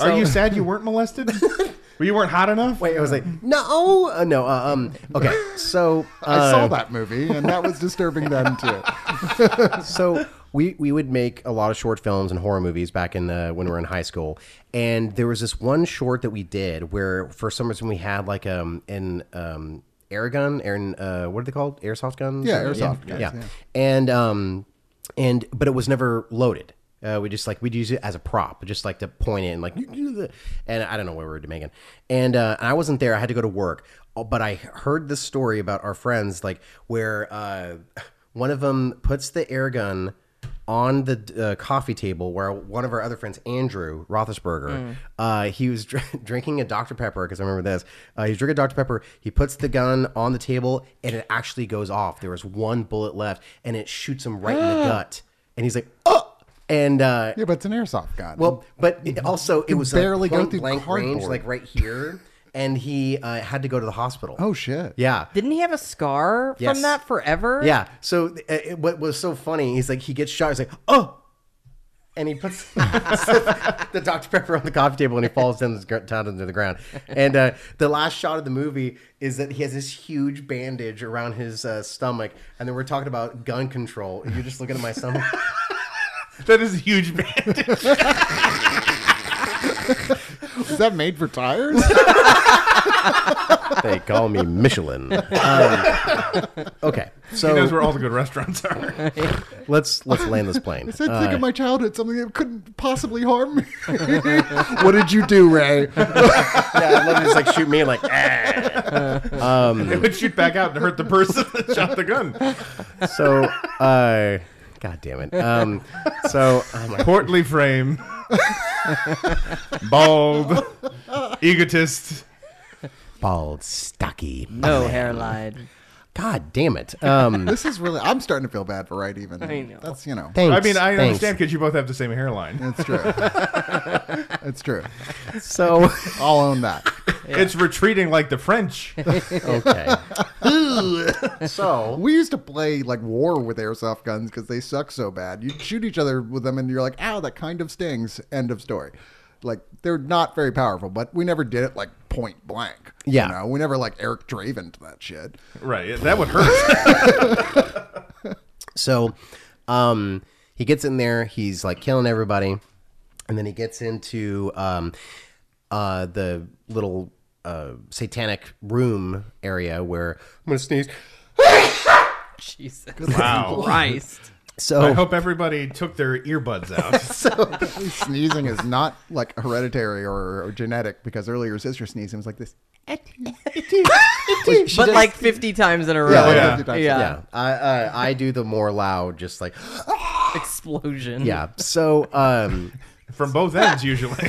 Are you sad you weren't molested? well, you weren't hot enough. Wait, I was like, no, uh, no. Uh, um, okay, so I uh, saw that movie, and that was disturbing then too. so we we would make a lot of short films and horror movies back in uh, when we were in high school, and there was this one short that we did where for some reason we had like um an um air gun, air uh, what are they called? Airsoft guns? Yeah, airsoft yeah. guns, yeah. and um and but it was never loaded. Uh, we just like we'd use it as a prop, just like to point it and like, and I don't know what we were making. And uh, I wasn't there; I had to go to work. Oh, But I heard this story about our friends, like where uh, one of them puts the air gun on the uh, coffee table where one of our other friends, Andrew Roethlisberger, uh, he was dr- drinking a Dr. Pepper because I remember this. Uh, he's drinking Dr. Pepper. He puts the gun on the table and it actually goes off. There was one bullet left and it shoots him right in the gut. And he's like, oh! And uh, Yeah, but it's an airsoft gun. well, but it also it was barely barely go like through blank range, cardboard. like right here. And he uh, had to go to the hospital. oh shit. yeah. Didn't he have a scar Yes. from that forever? Yeah. So uh, it, what was so funny? He's like, he gets shot. He's like, oh, and he puts the Dr Pepper on the coffee table, and he falls down, the, gr- down into the ground. And uh, the last shot of the movie is that he has this huge bandage around his uh, stomach, and then we're talking about gun control. And you're just looking at my stomach. That is a huge bandage. Is that made for tires? They call me Michelin. Um, okay, so he knows where all the good restaurants are. let's let's land this plane. Said, Uh, think of my childhood, something that couldn't possibly harm me. what did you do, Ray? yeah, I love it. It's like shoot me like. ah. Um, they would shoot back out and hurt the person that shot the gun. so, uh, God damn it. Um, so oh my Portly frame, bald, egotist. bald, stocky. No hairline. God damn it. Um, This is really. I'm starting to feel bad for right even. I know. That's you know. thanks. I mean, I thanks. understand because you both have the same hairline. That's true. That's true. So I'll own that. It's retreating like the French. okay. so We used to play like war with airsoft guns because they suck so bad. You shoot each other with them, and you're like, "Ow, that kind of stings." End of story. Like they're not very powerful, but we never did it like point blank. Yeah. you know? we never like Eric Draven to that shit. right, that would hurt. So, um, he gets in there. He's like killing everybody, and then he gets into um, uh, the little uh, satanic room area where I'm gonna sneeze. Jesus Wow. Christ. So I hope everybody took their earbuds out. Sneezing is not like hereditary or, or genetic because earlier his sister sneezing was like this. She But does- like 50 times in a row. like yeah. 50 times. Yeah. yeah, I, uh, I do the more loud, just like Explosion. yeah. So um, From both ends, usually.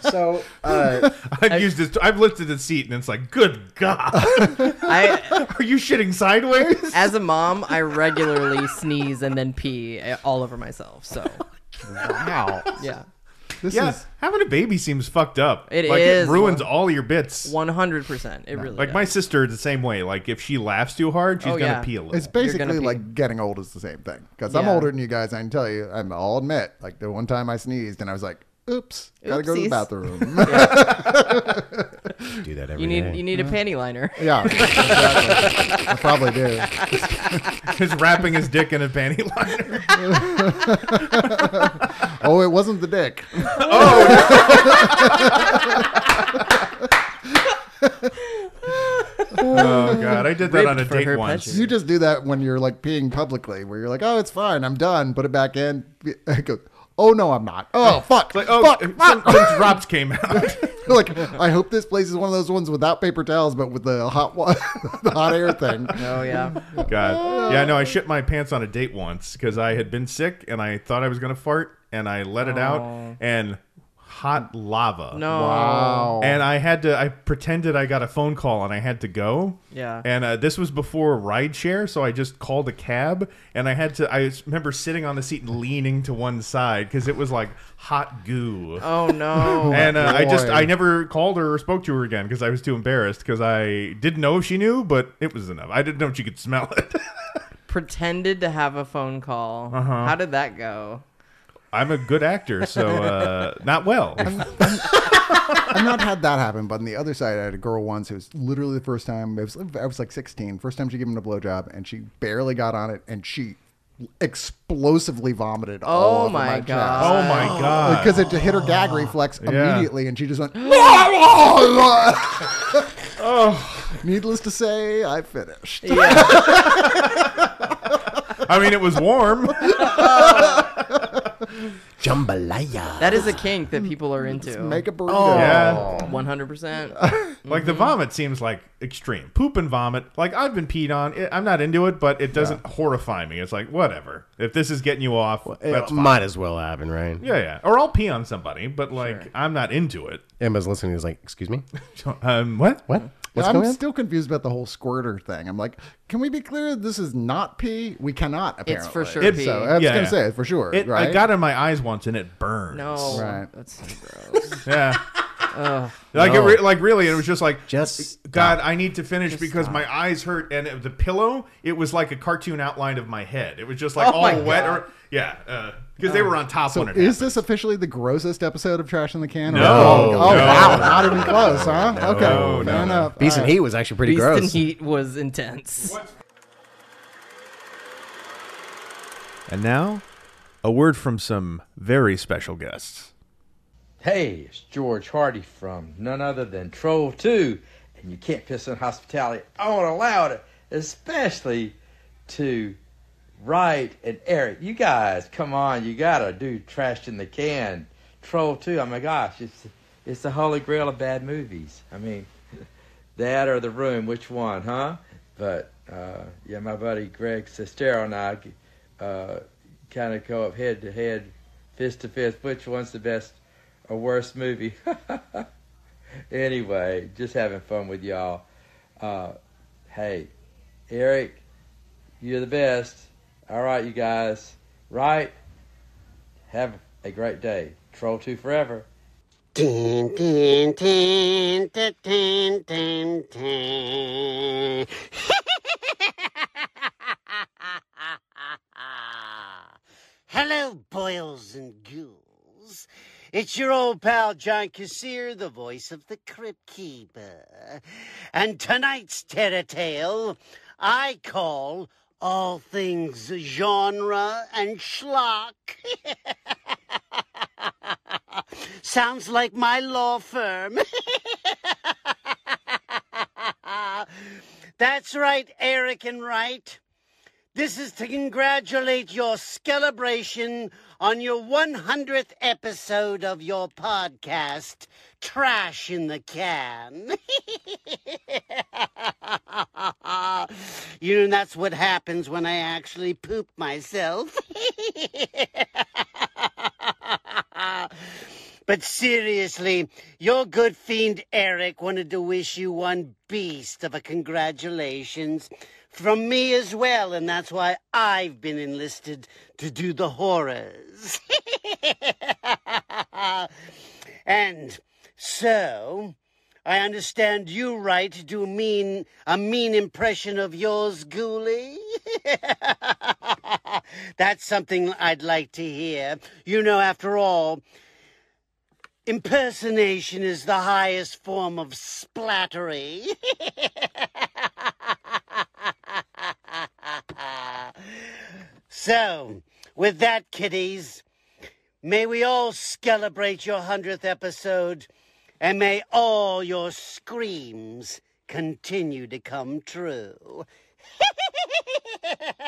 so uh, I've used this. I've lifted the seat, and it's like, good God. I, Are you shitting sideways? as a mom, I regularly sneeze and then pee eh, all over myself. So, Wow. yeah. This Yeah, is having a baby seems fucked up. It like, is. It ruins all your bits. 100%. It really Like does. my sister, the same way. Like if she laughs too hard, she's Oh, gonna yeah. pee a little. it's gonna basically be- like getting old is the same thing. Because I'm Yeah. older than you guys, I can tell you. I'm, I'll admit, like the one time I sneezed and I was like, "Oops, gotta go to the Oopsies. bathroom." do that every you need you need a panty liner. Mm. yeah, exactly. I probably do. He's wrapping his dick in a panty liner. Oh, it wasn't the dick. Oh. Oh god, I did that Ripped on a for date her once. pleasure. You just do that when you're like peeing publicly, where you're like, "Oh, it's fine, I'm done," put it back in. It goes, oh no, I'm not. Oh fuck, Like oh, fuck, some, fuck. some drops came out. like I hope this place is one of those ones without paper towels, but with the hot wa- the hot air thing. Oh yeah. God, yeah, no, I shit my pants on a date once because I had been sick and I thought I was gonna fart and I let it out and hot lava. Oh. No. And I had to. I pretended I got a phone call and I had to go. Yeah. And uh, this was before rideshare, so I just called a cab. And I had to. I s- remember sitting on the seat and leaning to one side because it was like hot goo. Oh no. and uh, I just. boy. I never called her or spoke to her again because I was too embarrassed because I didn't know if she knew, but it was enough. I didn't know if she could smell it. Pretended to have a phone call. How did that go? I'm a good actor, so uh, not well. I've not had that happen, but on the other side, I had a girl once who was literally the first time. It was I was like 16, first time she gave him a blowjob, and she barely got on it, and she explosively vomited. all Oh over my my God. Oh my god! Because it hit her gag reflex Yeah. immediately, and she just went. oh. Oh. Needless to say, I finished. I mean, it was warm. jambalaya. That is a kink that people are into. Make a burrito. Oh. Yeah. One hundred Mm-hmm. percent. Like the vomit seems like extreme. Poop and vomit. Like I've been peed on. I- I'm not into it, but it doesn't horrify me. It's like whatever. If this is getting you off, that's It fine. might as well happen, right? yeah, yeah. Or I'll pee on somebody, but like I'm not into it. Emma's listening. Is like, excuse me, Um, what? what? What's I'm going on? still confused about the whole squirter thing. I'm like, can we be clear? This is not pee. We cannot. Apparently, It's for sure It- pee. So I was Yeah, gonna yeah. say for sure. It, right? I got in my eyes once and it burned. no. Right. That's so gross. Yeah. like No. it re- like really, it was just like Just God, I need to finish because my eyes hurt, and it- the pillow it was like a cartoon outline of my head. It was just like Oh my all wet, or yeah, because they were on top So when it is happened. this officially the grossest episode of Trash in the Can? Or- No. Oh, oh, No. wow, not even close, huh? okay, No, fair no. enough. Beast and Heat was actually pretty Beast gross. and heat was intense. And now, a word from some very special guests. Hey, it's George Hardy from none other than Troll 2, and you can't piss on hospitality. I won't allow it, especially to Wright and Eric. You guys, come on, you gotta do Trash in the Can. Troll 2, oh my gosh, it's, it's the holy grail of bad movies. I mean, that or The Room, which one, huh? But, uh, yeah, my buddy Greg Sestero and I uh, kind of go up head to head, fist to fist, which one's the best or worst movie. anyway, just having fun with y'all. Uh, hey, Eric, you're the best. All right, you guys. Right? Have a great day. Troll 2 forever. Tin, tin, tin, tin, tin, tin, tin. Hello, boils and ghouls. It's your old pal John Kassir, the voice of the Crypt Keeper. And tonight's Terror Tale I call All Things Genre and Schlock. Sounds like my law firm. That's right, Eric and Wright. This is to congratulate your celebration on your 100th episode of your podcast, Trash in the Can. you know, that's what happens when I actually poop myself. But seriously, your good fiend Eric wanted to wish you one beast of a congratulations from me as well, and that's why I've been enlisted to do the horrors. and so, I understand you, right, do mean a mean impression of yours, Ghoulie? That's something I'd like to hear. You know, after all, impersonation is the highest form of splattery. so, with that, kiddies, may we all celebrate your 100th episode, and may all your screams continue to come true.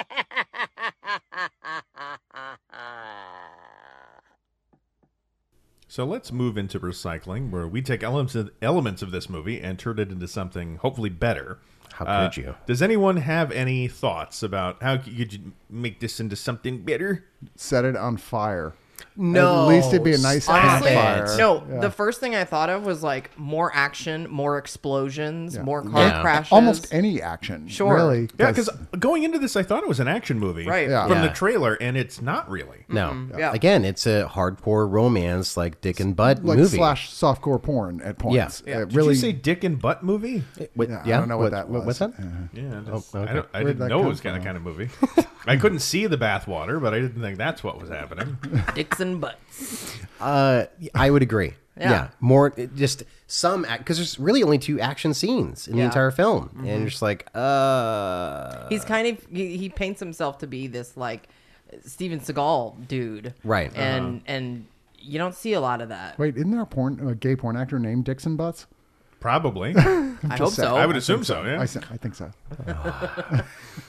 So let's move into recycling, where we take elements of, elements of this movie and turn it into something hopefully better. How Uh, could you? Does anyone have any thoughts about how c- could you make this into something better? Set it on fire. No, At least it'd be a nice Honestly, campfire. no. Yeah. The first thing I thought of was like more action, more explosions, Yeah. more car crashes. Almost any action. Sure. Really. Yeah, because going into this, I thought it was an action movie Right. Yeah. from Yeah. the trailer, and it's not really. No. Mm-hmm. Yeah. Again, it's a hardcore romance like Dick and Butt like movie. slash softcore porn at points. Yeah. Yeah. It Did really, you say dick and butt movie? What- yeah, yeah, I don't know what, that was. Uh-huh. What's that? Yeah, that's- Oh, okay. I, don't, I Where'd that didn't know come it was kind from? of kind of movie. I couldn't see the bathwater, but I didn't think that's what was happening. dicks and butts. Uh, I would agree. Yeah. Yeah. More it- just some because there's really only two action scenes in Yeah. Mm-hmm. the entire film, and you're just like, uh, He's kind of he, he paints himself to be this like Steven Seagal dude, Right. And Uh-huh. and you don't see a lot of that. Wait, isn't there a porn, a gay porn actor named Dixon Butts? Probably. I hope so. I would assume so. yeah. I, s- I think so.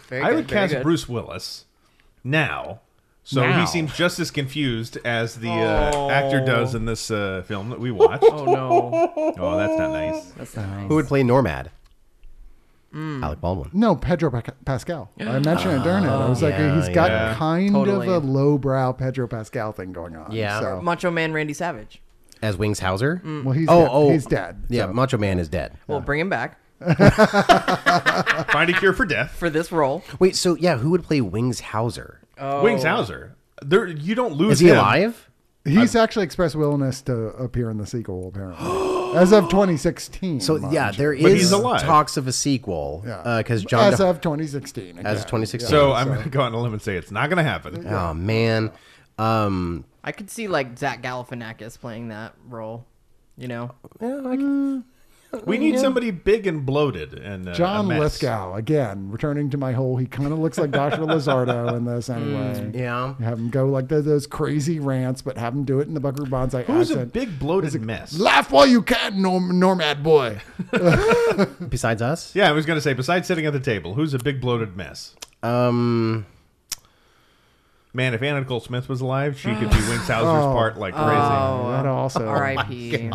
Very I good, would very cast good. Bruce Willis now. So Now. he seems just as confused as the uh, actor does in this uh, film that we watched. Oh no, oh, that's not nice. that's Oh. not nice. Mm. who would play Normad? Alec Baldwin. No, Pedro Pac- Pascal. I mentioned it during it. I was yeah, like, he's got yeah. kind Oh, Totally. of a lowbrow Pedro Pascal thing going on. Yeah. So. Macho Man Randy Savage. as Wings Hauser. Mm. Well, he's oh, dead. oh, he's dead. Yeah, so. Macho Man is dead. Well, bring him back Find a cure for death. for this role. Oh. Wait, so yeah, who would play Wings Hauser? Wings Hauser. There, you don't lose. is he him. alive? He's actually expressed willingness to appear in the sequel, apparently, as of 2016. So mind yeah, you. there is But he's alive. talks of a sequel Yeah. because John as De- of 2016. again. as of 2016. So I'm going to go on a limb and say it's not going to happen. oh man, um, I could see like Zach Galifianakis playing that role. You know, yeah, I, We need somebody big and bloated and uh, John a mess. Lithgow again, returning to my whole. He kind of looks like Dr. Lizardo in this anyway. Mm, yeah. have him go like those, those crazy rants, but have him do it in the Buckaroo Banzai Who's a accent. big bloated mess? Laugh while you can, norm, Normad boy. Besides us? Yeah, I was going to say, besides sitting at the table, who's a big bloated mess? Um, Man, if Anna Nicole Smith was alive, she could be Winghauser's Oh. part like Oh, crazy. that also. R.I.P..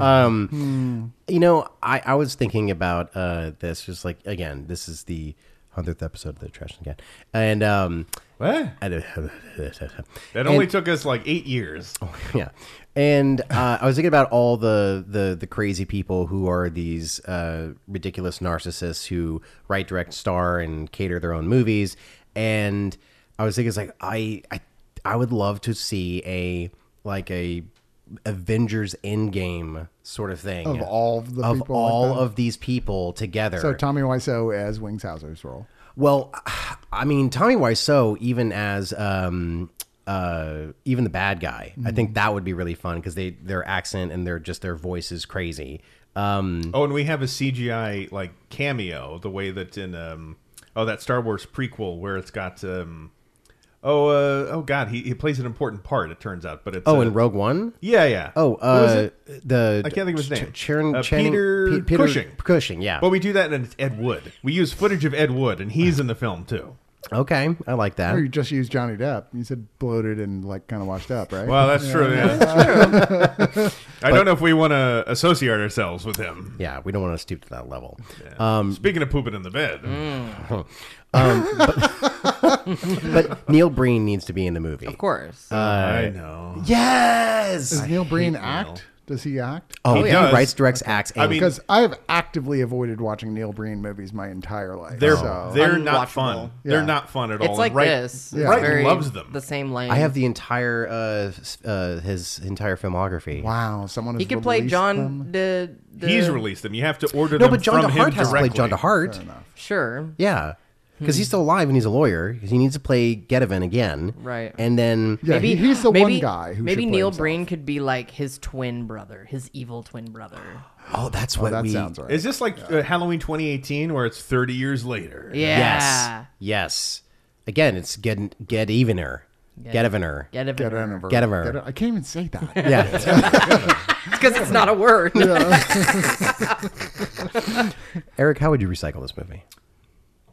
um, Hmm. You know, I, I was thinking about uh, this, just like, again, this is the 100th episode of the Trash Again. And, um, what? That that only took us like eight years. yeah. And uh, I was thinking about all the, the, the crazy people who are these uh, ridiculous narcissists who write, direct, star, and cater their own movies. And I was thinking, it's like I, I I would love to see a like a Avengers Endgame sort of thing Of all of the of people like all that? of these people together. so Tommy Wiseau as Wingshauser's role. Well, I mean, Tommy Wiseau, even as um, uh, even the bad guy, Mm-hmm. I think that would be really fun because they their accent and their just their voice is crazy. Um, Oh, and we have a CGI like cameo, the way that in um oh that Star Wars prequel where it's got um oh uh, oh god he, he plays an important part it turns out, but it's oh, uh, in Rogue One. Yeah, yeah. Oh, Who was uh, it? the I can't think of his Ch- name. Charon- Uh, Channing- Peter, Pe- Peter Cushing. Cushing, yeah. But we do that in Ed Wood. We use footage of Ed Wood, and he's in the film too. Okay, I like that. Or you just used Johnny Depp. You said bloated and like kind of washed up, right? Well, that's true. Yeah, that's true. I don't know if we want to associate ourselves with him. Yeah, we don't want to stoop to that level. Um, Speaking of pooping in the bed, Mm. um, but, Um, but Neil Breen needs to be in the movie. Of course. I know. Yes. Does Neil Breen act? Does he act? Oh, He he does. writes, directs, acts, I and- mean, because I have actively avoided watching Neil Breen movies my entire life. They're so. they're not fun. They're not fun at all. It's like right, this. It's Right very loves them. The same lane. I have the entire uh, s- uh, his entire filmography. Wow, someone He could play John. The, the He's released them. You have to order No, them but John from him DeHart has directly. played John DeHart. Sure. Yeah, because Hmm. he's still alive and he's a lawyer. 'cause He needs to play Getaven again, Right. And then maybe- maybe Neil Breen could be like his twin brother, his evil twin brother. Oh, that's Oh, what that we. sounds Is this like uh, Halloween 2018, where it's 30 years later? Yeah. Yes. Yes. Again, it's get get evener. Get- Get evener. Get evener. Get evener. Get Get it- evener. I can't even say that. Yeah. It's 'cause it's not a word. Yeah. Eric, how would you recycle this movie?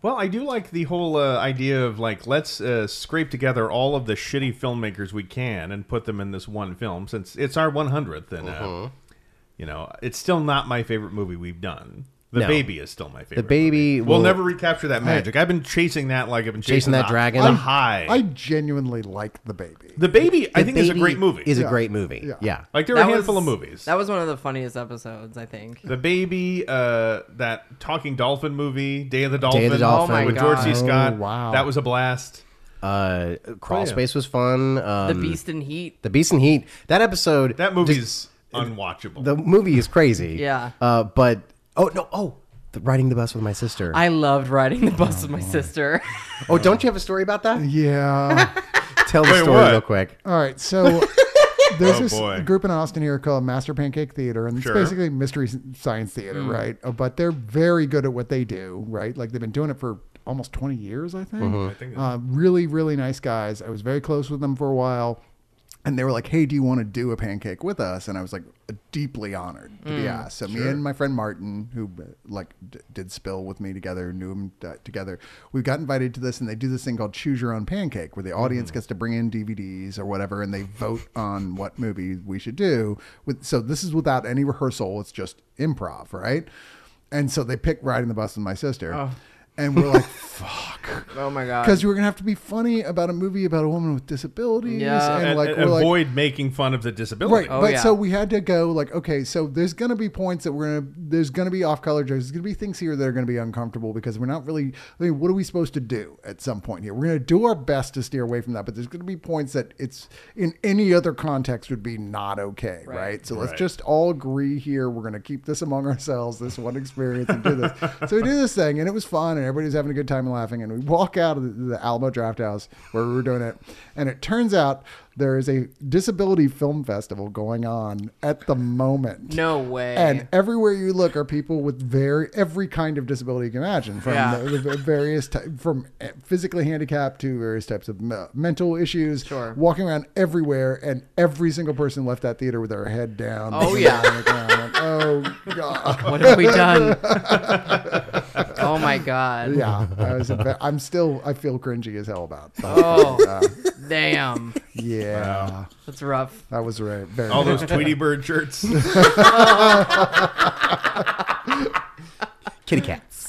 Well, I do like the whole uh, idea of like let's uh, scrape together all of the shitty filmmakers we can and put them in this one film since it's our 100th and uh, you know it's still not my favorite movie we've done. The No. baby is still my favorite. Baby movie. we'll will- never recapture that magic. I've been chasing that like I've been chasing, Chasing that the- dragon. The I'm- high. I genuinely like the baby. the baby, I The think, is a Baby great movie. is a Yeah. great movie. Yeah. Yeah. like there are a That handful of was- movies. That was one of the funniest episodes, I think. The baby, uh, that talking dolphin movie, Day of the Dolphin, Day of the Dolphin. with George C. Oh, Scott. wow. that was a blast. Uh, Crawl Oh, yeah. Space was fun. Um, Beast in Heat. The Beast in Heat. That episode. That movie's unwatchable. The movie is crazy. Yeah. Uh, but oh no oh, the, riding the bus with my sister. I loved riding the bus with my sister. oh, don't you have a story about that? Yeah. Tell the Wait, story what? real quick. All right, so there's Oh, this boy. group in Austin here called Master Pancake Theater, and Sure. it's basically mystery s- science theater, Hmm. Mm. right? Uh, But they're very good at what they do, right? Like they've been doing it for almost 20 years, I think. Mhm. I think uh, really, really nice guys. I was very close with them for a while, and they were like, "Hey, do you want to do a pancake with us?" And I was like, deeply honored to be Mm. asked. So Sure. me and my friend Martin, who uh, like d- did Spill with me together, knew him uh, together, we got invited to this, and they do this thing called Choose Your Own Pancake, where the audience gets to bring in DVDs or whatever, and they vote on what movie we should do. With so this is without any rehearsal; it's just improv, right? And so they picked riding the bus with my sister. Oh. And we're like, fuck. oh my god. Because you were going to have to be funny about a movie about a woman with disabilities. And, like, we're like, avoid making fun of the disability. Right, but so we had to go like, okay, so there's gonna be points that we're gonna, there's gonna be off color jokes, there's gonna be things here that are gonna be uncomfortable because we're not really. I mean, what are we supposed to do at some point here? We're gonna do our best to steer away from that, but there's gonna be points that it's in any other context would be not okay, right? So let's Right. just all agree here. We're gonna keep this among ourselves, this one experience, and do this. so we do this thing, and it was fun, and everybody's having a good time and laughing. And we walk out of the, the Alamo Draft House where we were doing it, and it turns out there is a disability film festival going on at the moment. No way. And everywhere you look are people with very every kind of disability you can imagine, from Yeah. the, the various ty- from physically handicapped to various types of me- mental issues. Sure. Walking around everywhere, and every single person left that theater with their head down. Oh, looking yeah. down on the ground. oh god. What have we done? Oh, my God. Yeah, I was. embar- I'm still. I feel cringy as hell about. That. Oh, Uh, damn. Yeah. That's rough. That was right. Very All rough. those Tweety Bird shirts. Kitty cats.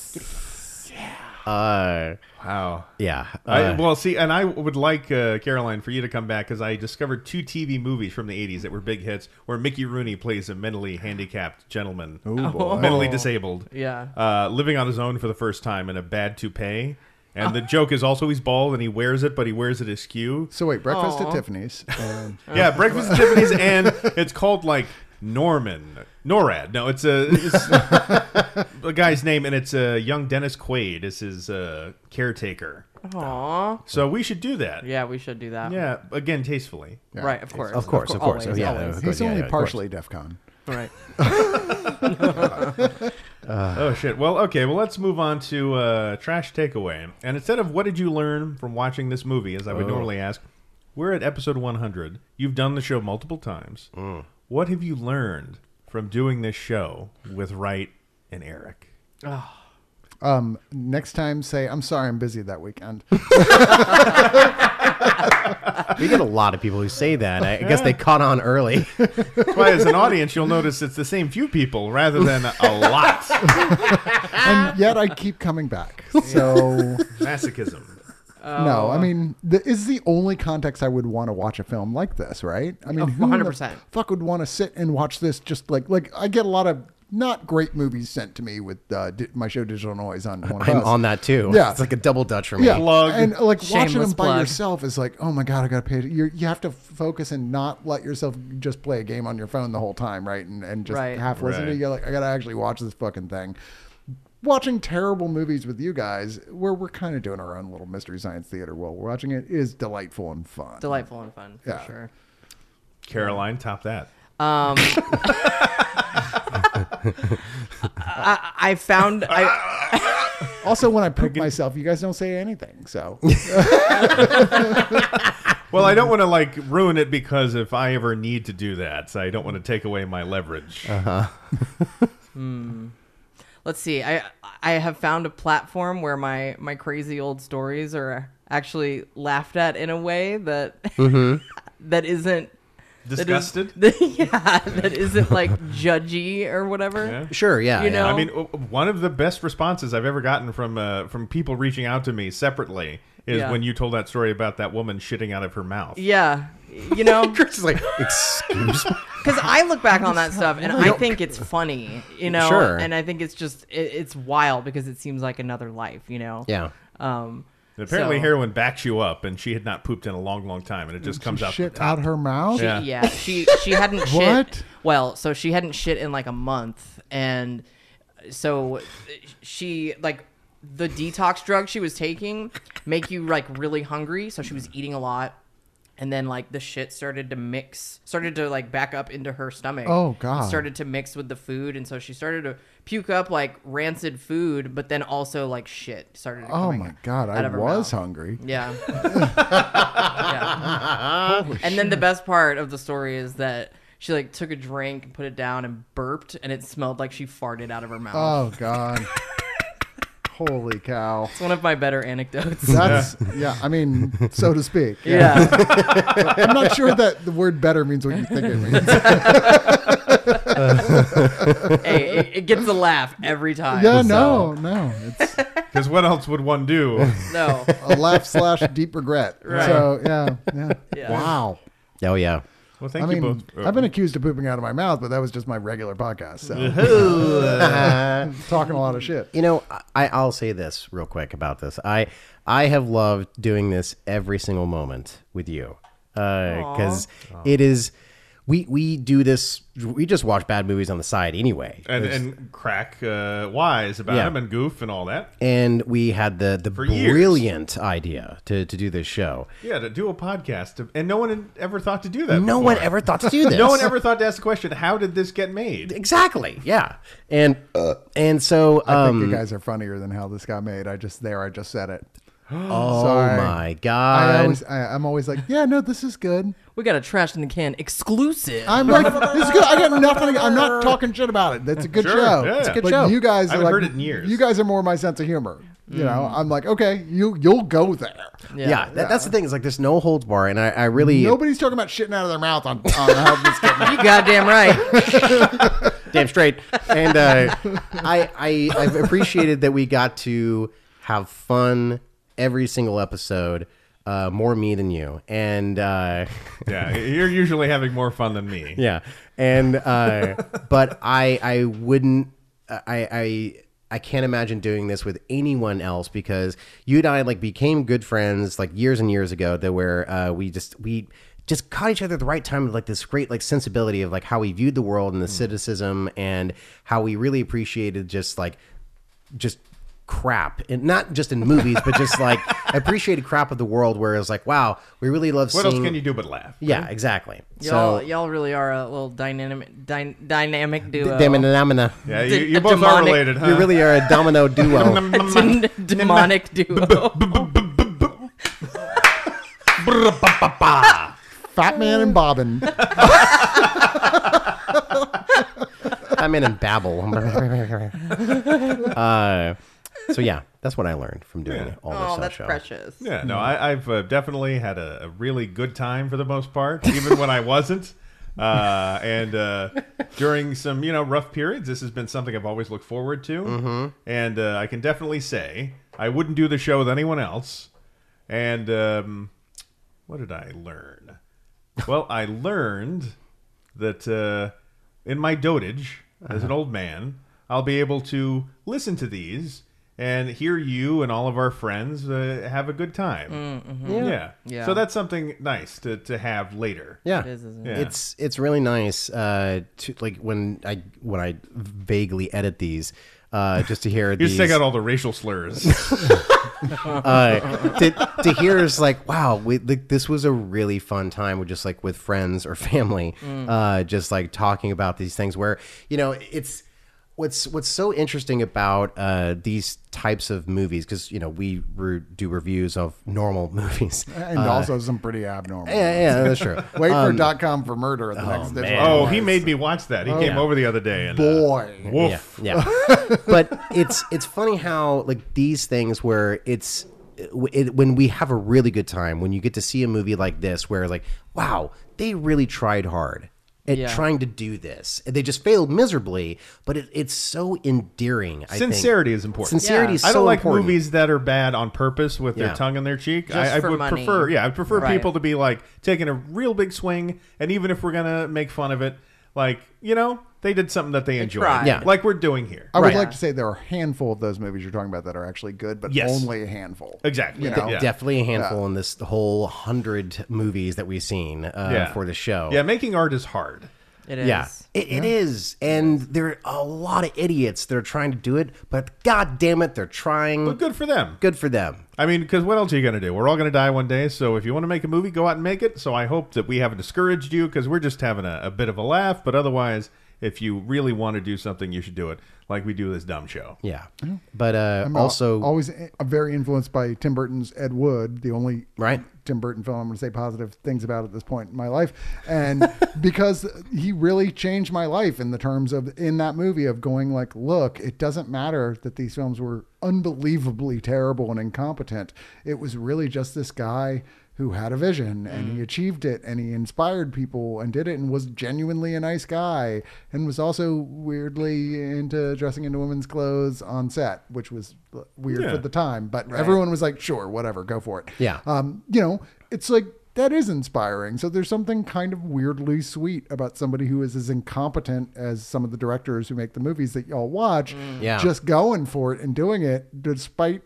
Uh, wow. Yeah. I, uh, well, see, and I would like uh, Caroline for you to come back because I discovered two TV movies from the '80s that were big hits, where Mickey Rooney plays a mentally handicapped gentleman, Oh, boy. mentally disabled, Yeah. uh, living on his own for the first time in a bad toupee. Uh. And the joke is also he's bald and he wears it, but he wears it askew. So wait, breakfast Aw. at Tiffany's. And Yeah, Breakfast at Tiffany's, and it's called like Norman NORAD. No, it's a it's a guy's name, and it's a uh, young Dennis Quaid is his uh, caretaker. Aw. So we should do that. Yeah, we should do that. Yeah, again, tastefully. Yeah. Right, of course. Of course, of course. Always, Oh, yeah, always. of course, He's yeah, only yeah, of course. partially DEF CON. Right. oh shit. Well, okay. Well, let's move on to uh, trash takeaway. And instead of what did you learn from watching this movie, as I would Oh. normally ask, we're at episode 100. You've done the show multiple times. What have you learned from doing this show with Wright and Eric? Um, next time, say I'm sorry, I'm busy that weekend. we get a lot of people who say that. I guess they caught on early. That's why, as an audience, you'll notice it's the same few people rather than a lot. and yet I keep coming back. So Masochism. Oh. no, I mean, the, is the only context I would want to watch a film like this, right? I mean, Of who in the 100%. fuck would want to sit and watch this? Just like like I get a lot of not great movies sent to me with uh, di- my show Digital Noise on. One I'm on that too. Yeah. It's like a double dutch for me. Yeah, and uh, like watching Shameless them by plug. yourself is like, oh my god, I gotta pay. You you have to f- focus and not let yourself just play a game on your phone the whole time, right? And and just Right. half listen to Right. you. Like I gotta actually watch this fucking thing. Watching terrible movies with you guys, where we're kind of doing our own little mystery science theater while we're watching it, is delightful and fun. Delightful and fun, for Yeah. sure. Caroline, top that. Um, I, I found I, also, when I poop myself, you guys don't say anything. So Well, I don't want to like ruin it because if I ever need to do that, I don't want to take away my leverage. Uh-huh. Hmm. Let's see. I I have found a platform where my my crazy old stories are actually laughed at in a way that Mhm. that isn't that is- Mm-hmm. Disgusted? yeah, that isn't like judgy or whatever. Sure, yeah, You yeah. know, I mean, o- one of the best responses I've ever gotten from uh, from people reaching out to me separately is Yeah. when you told that story about that woman shitting out of her mouth. yeah, you know. Chris is like, excuse me. Because I look back on that stuff and I Nope. think it's funny, you know, Sure. and I think it's just it, it's wild because it seems like another life, you know. Yeah. Um. And apparently, so- heroin backs you up, and she had not pooped in a long, long time, and it just comes out. shit out her mouth. She- Yeah. yeah she she hadn't shit What? well so she hadn't shit in like a month and so uh, she like the detox drug she was taking make you like really hungry so she was eating a lot and then like the shit started to mix started to like back up into her stomach Oh, God. started to mix with the food and so she started to puke up like rancid food but then also like shit started to Oh coming my god, out I of her was mouth. hungry. Yeah. Yeah. And then the best part of the story is that she like took a drink and put it down and burped and it smelled like she farted out of her mouth. Oh god. Holy cow. It's one of my better anecdotes. That's yeah. I mean, so to speak. Yeah. I'm not sure that the word "better" means what you think it means. hey, it, it gets a laugh every time. Yeah, so- no, no. It's Because what else would one do? No. a laugh slash deep regret. Right. So yeah, yeah. Yeah. Wow. Oh, yeah. Well, thank I you mean, both. uh, I've been accused of pooping out of my mouth, but that was just my regular podcast. So talking a lot of shit. You know, I, I'll say this real quick about this. I I have loved Oh. doing this every single moment with you because uh, it is. we we do this. We just watch bad movies on the side anyway. and, There's- and crack uh, wise about Yeah. him and goof and all that. and we had the the years. brilliant idea to to do this show. Yeah, to do a podcast, to- and no one had ever thought to do that. No before. one ever thought to do this. no one ever thought to ask the question, "How did this get made?" Exactly. Yeah. And uh, and so I um, think you guys are funnier than how this got made. I just there, I just said it. Oh Sorry. my I god. always, I, I'm always like, yeah, no, this is good. We got a trash in the can exclusive. I'm like, this is good. I got nothing. I'm not talking shit about it. That's a good Sure, show. yeah. It's a good But show. You guys I are haven't like, heard it in years. You guys are more my sense of humor. You know, Mm. I'm like, okay, you you'll go there. yeah, that- that's the thing. Is like there's no holds bar, and I, I really Nobody's talking about shitting out of their mouth on, on how this get You goddamn right. Damn straight. And uh, I, I, I've appreciated that we got to have fun every single episode. Uh, more me than you, and uh, yeah, you're usually having more fun than me. yeah, and uh, but I, I wouldn't, I, I. I can't imagine doing this with anyone else because you and I like became good friends like years and years ago. That where uh, we just we just caught each other at the right time, like this great like sensibility of like how we viewed the world and the Mm. cynicism and how we really appreciated just like just crap and not just in movies but just like appreciated crap of the world where it's like wow we really love What else seeing- can you do but laugh? yeah exactly Y'all, so y'all really are a little dynamic, dy- dynamic duo. Damina. Yeah, you- you both are related, huh? You really are a domino duo. Dem- demonic duo. Fat man and bobbin. I'm in a babble. uh, so yeah, that's what I learned from doing all this Oh, on that's show. precious. Yeah, Hmm. no, I, I've uh, definitely had a, a really good time for the most part, even when I wasn't. Uh, and uh, during some, you know, rough periods, this has been something I've always looked forward to. Mhm. And uh, I can definitely say I wouldn't do the show with anyone else. And um, what did I learn? Well, I learned that uh, in my dotage as Uh-huh. an old man, I'll be able to listen to these and hear you and all of our friends uh, have a good time. Mm, Mm-hmm. mhm. Yeah. Yeah. yeah, Yeah. So that's something nice to, to have later. Yeah. Yeah. it's it's really nice. Uh, to like when I when I vaguely edit these, uh, just to hear you these. just take out all the racial slurs. uh, to, to hear is like, wow, we, like, this was a really fun time. with just like with friends or family, Mm. uh, just like talking about these things where, you know, it's what's what's so interesting about uh, these types of movies because, you know, we re- do reviews of normal movies. And Uh, also some pretty abnormal. Yeah, yeah, ones. that's true. Wait Um, for dot com for murder at the next day. Oh, he made me watch that. He Oh. came Yeah. over the other day and uh, Boy. woof. Yeah, yeah. but it's it's funny how like these things where it's it, when we have a really good time when you get to see a movie like this where like wow they really tried hard at Yeah. trying to do this and they just failed miserably but it, it's so endearing I think. Sincerity is important. sincerity is so I don't like important. movies that are bad on purpose with Yeah. their tongue in their cheek. Just I, I for would money. prefer, yeah, I would prefer Right. people to be like taking a real big swing, and even if we're gonna make fun of it, like you know, they did something that they enjoyed, tried. Yeah. like we're doing here. I would like to say there are a handful of those movies you're talking about that are actually good, but Yes. only a handful. Exactly. You De- know? definitely a handful Yeah. in this whole hundred movies that we've seen uh, for the show Yeah, making art is hard. Yeah, it, it is, and there are a lot of idiots that are trying to do it, but god damn it, they're trying. But good for them. Good for them. I mean, because what else are you going to do? We're all going to die one day. So if you want to make a movie, go out and make it. So I hope that we haven't discouraged you because we're just having a, a bit of a laugh. But otherwise, if you really want to do something, you should do it like we do this dumb show. Yeah. But uh, I'm al- also, always i- very influenced by Tim Burton's Ed Wood, the only right Tim Burton film I'm going to say positive things about at this point in my life, and because he really changed my life in the terms of in that movie of going like, look, it doesn't matter that these films were unbelievably terrible and incompetent. It was really just this guy who had a vision and Mm. he achieved it and he inspired people and did it and was genuinely a nice guy and was also weirdly into dressing into women's clothes on set which was weird Yeah. for the time but Right. everyone was like sure whatever go for it Yeah. um you know it's like that is inspiring so there's something kind of weirdly sweet about somebody who is as incompetent as some of the directors who make the movies that y'all watch Yeah. just going for it and doing it despite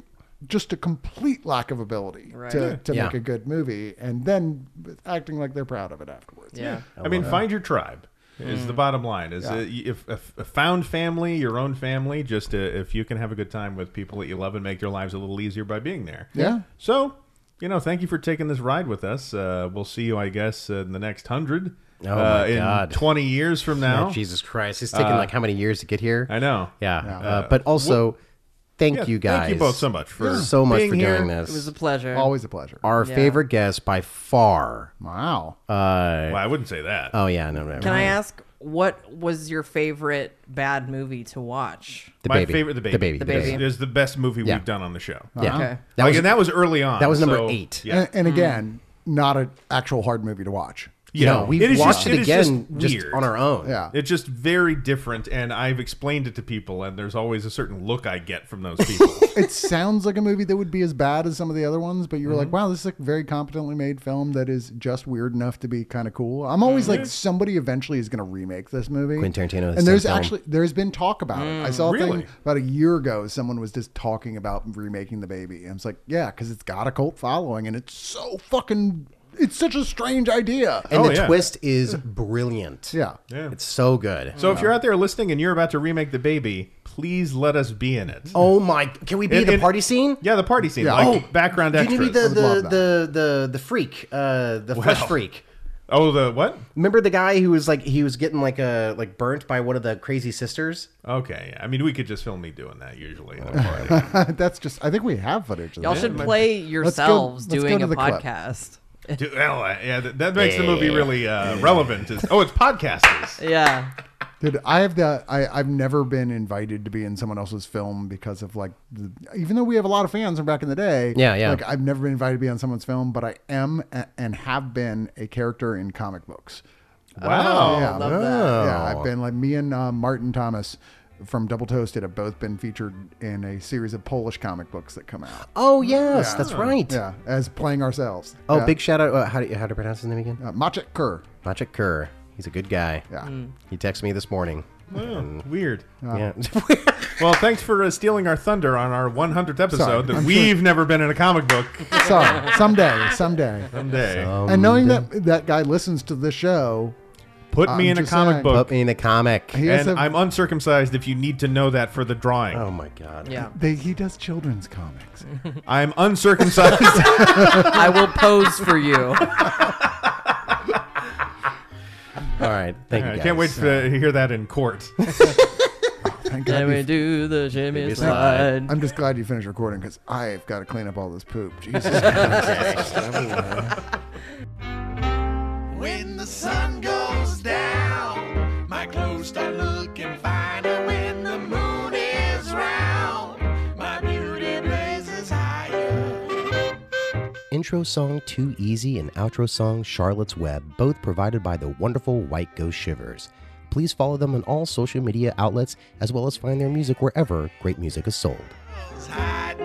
just a complete lack of ability Right. to, Yeah. to make Yeah. a good movie, and then acting like they're proud of it afterwards. I, mean, find your tribe is Mm. the bottom line. Is Yeah. uh, if, if a found family, your own family, just uh, if you can have a good time with people that you love and make their lives a little easier by being there. Yeah. So, you know, thank you for taking this ride with us. Uh, we'll see you, I guess, uh, in the next hundred. Oh, uh, my in God. Twenty years from now. Uh, Oh, Jesus Christ. It's taken like how many years to get here? I know. Yeah. Yeah. Uh, but also, Wh- thank Yeah, you guys. thank you both so much for so much being for here. doing this. It was a pleasure. Always a pleasure. Our Yeah. favorite guest by far. Wow. Uh, well, I wouldn't say that. Oh yeah, no, no. no. Can I ask what was your favorite bad movie to watch? The My baby. favorite, the baby. The baby. The Is- baby. Is the best movie Yeah. we've done on the show. Yeah. Okay. That Like, was- and that was early on. that was number so- eight. Mm. Mm-hmm. Yeah. And, and again, not an actual hard movie to watch. Yeah, No, we've is watched it is again just weird. on our own. Yeah. it's just very different, and I've explained it to people, and there's always a certain look I get from those people. it sounds like a movie that would be as bad as some of the other ones, but you were like, Mm-hmm. wow, this is a very competently made film that is just weird enough to be kind of cool. I'm always Mhm. like, somebody eventually is going to remake this movie. Quentin Tarantino has And there's said film. actually there's been talk about it. I Mm, saw a really? thing about a year ago. Someone was just talking about remaking the baby, and I was like, yeah, because it's got a cult following, and it's so fucking. It's such a strange idea. And the twist is brilliant. Yeah. Yeah. It's so good. so if you're out there listening and you're about to remake the baby, please let us be in it. Oh my! Can we be And- the and- party scene? Yeah, the party scene. Yeah. Like Oh, background You need to extras. be the the, the the the freak, uh, the Wow. first freak. Oh, the what? Remember the guy who was like he was getting like a like burnt by one of the crazy sisters. Okay, I mean we could just film me doing that usually. at a party. That's just. I think we have footage. Of Y'all that. should But- play Let's go- yourselves let's go doing to a the clip. podcast. Do- well, uh, yeah, that, that makes the Yeah. movie really uh, relevant. Is, oh, it's podcasters. Yeah. Dude, I have the I I've never been invited to be in someone else's film because of like, the, even though we have a lot of fans from back in the day. Yeah, yeah. Like I've never been invited to be on someone's film, but I am a, and have been a character in comic books. Oh, Wow. yeah, Love that. yeah. I've been like me and uh, Martin Thomas from Double Toasted have both been featured in a series of Polish comic books that come out. Oh yes, that's right. Yeah, as playing ourselves. Oh, Yeah. big shout out! Uh, how do you, how do you pronounce his name again? Uh, Maciek Kerr. Maciek Kerr. He's a good guy. Yeah. Mm. He texted me this morning. Oh, weird. Mm. Yeah. well, thanks for uh, stealing our thunder on our 100th episode Sorry, that I'm sure- we've never been in a comic book. Some, someday, someday, Someday. And knowing that that guy listens to the show, Put me I'm in a just comic saying- book. Put me in a comic. He has and a- I'm uncircumcised if you need to know that for the drawing. Oh my god. They, he does children's comics. I'm uncircumcised. I will pose for you. All right. Thank you. I Guys. can't wait to hear that in court. Thank Can God we you- do the shimmy Thank- slide? I'm just glad you finished recording because I've got to clean up all this poop. Jesus Christ. everywhere. When the sun goes down, my clothes start looking finer. When the moon is round, my beauty blazes higher. Intro song Too Easy and outro song Charlotte's Web, both provided by the wonderful White Ghost Shivers. Please follow them on all social media outlets as well as find their music wherever great music is sold. Hiding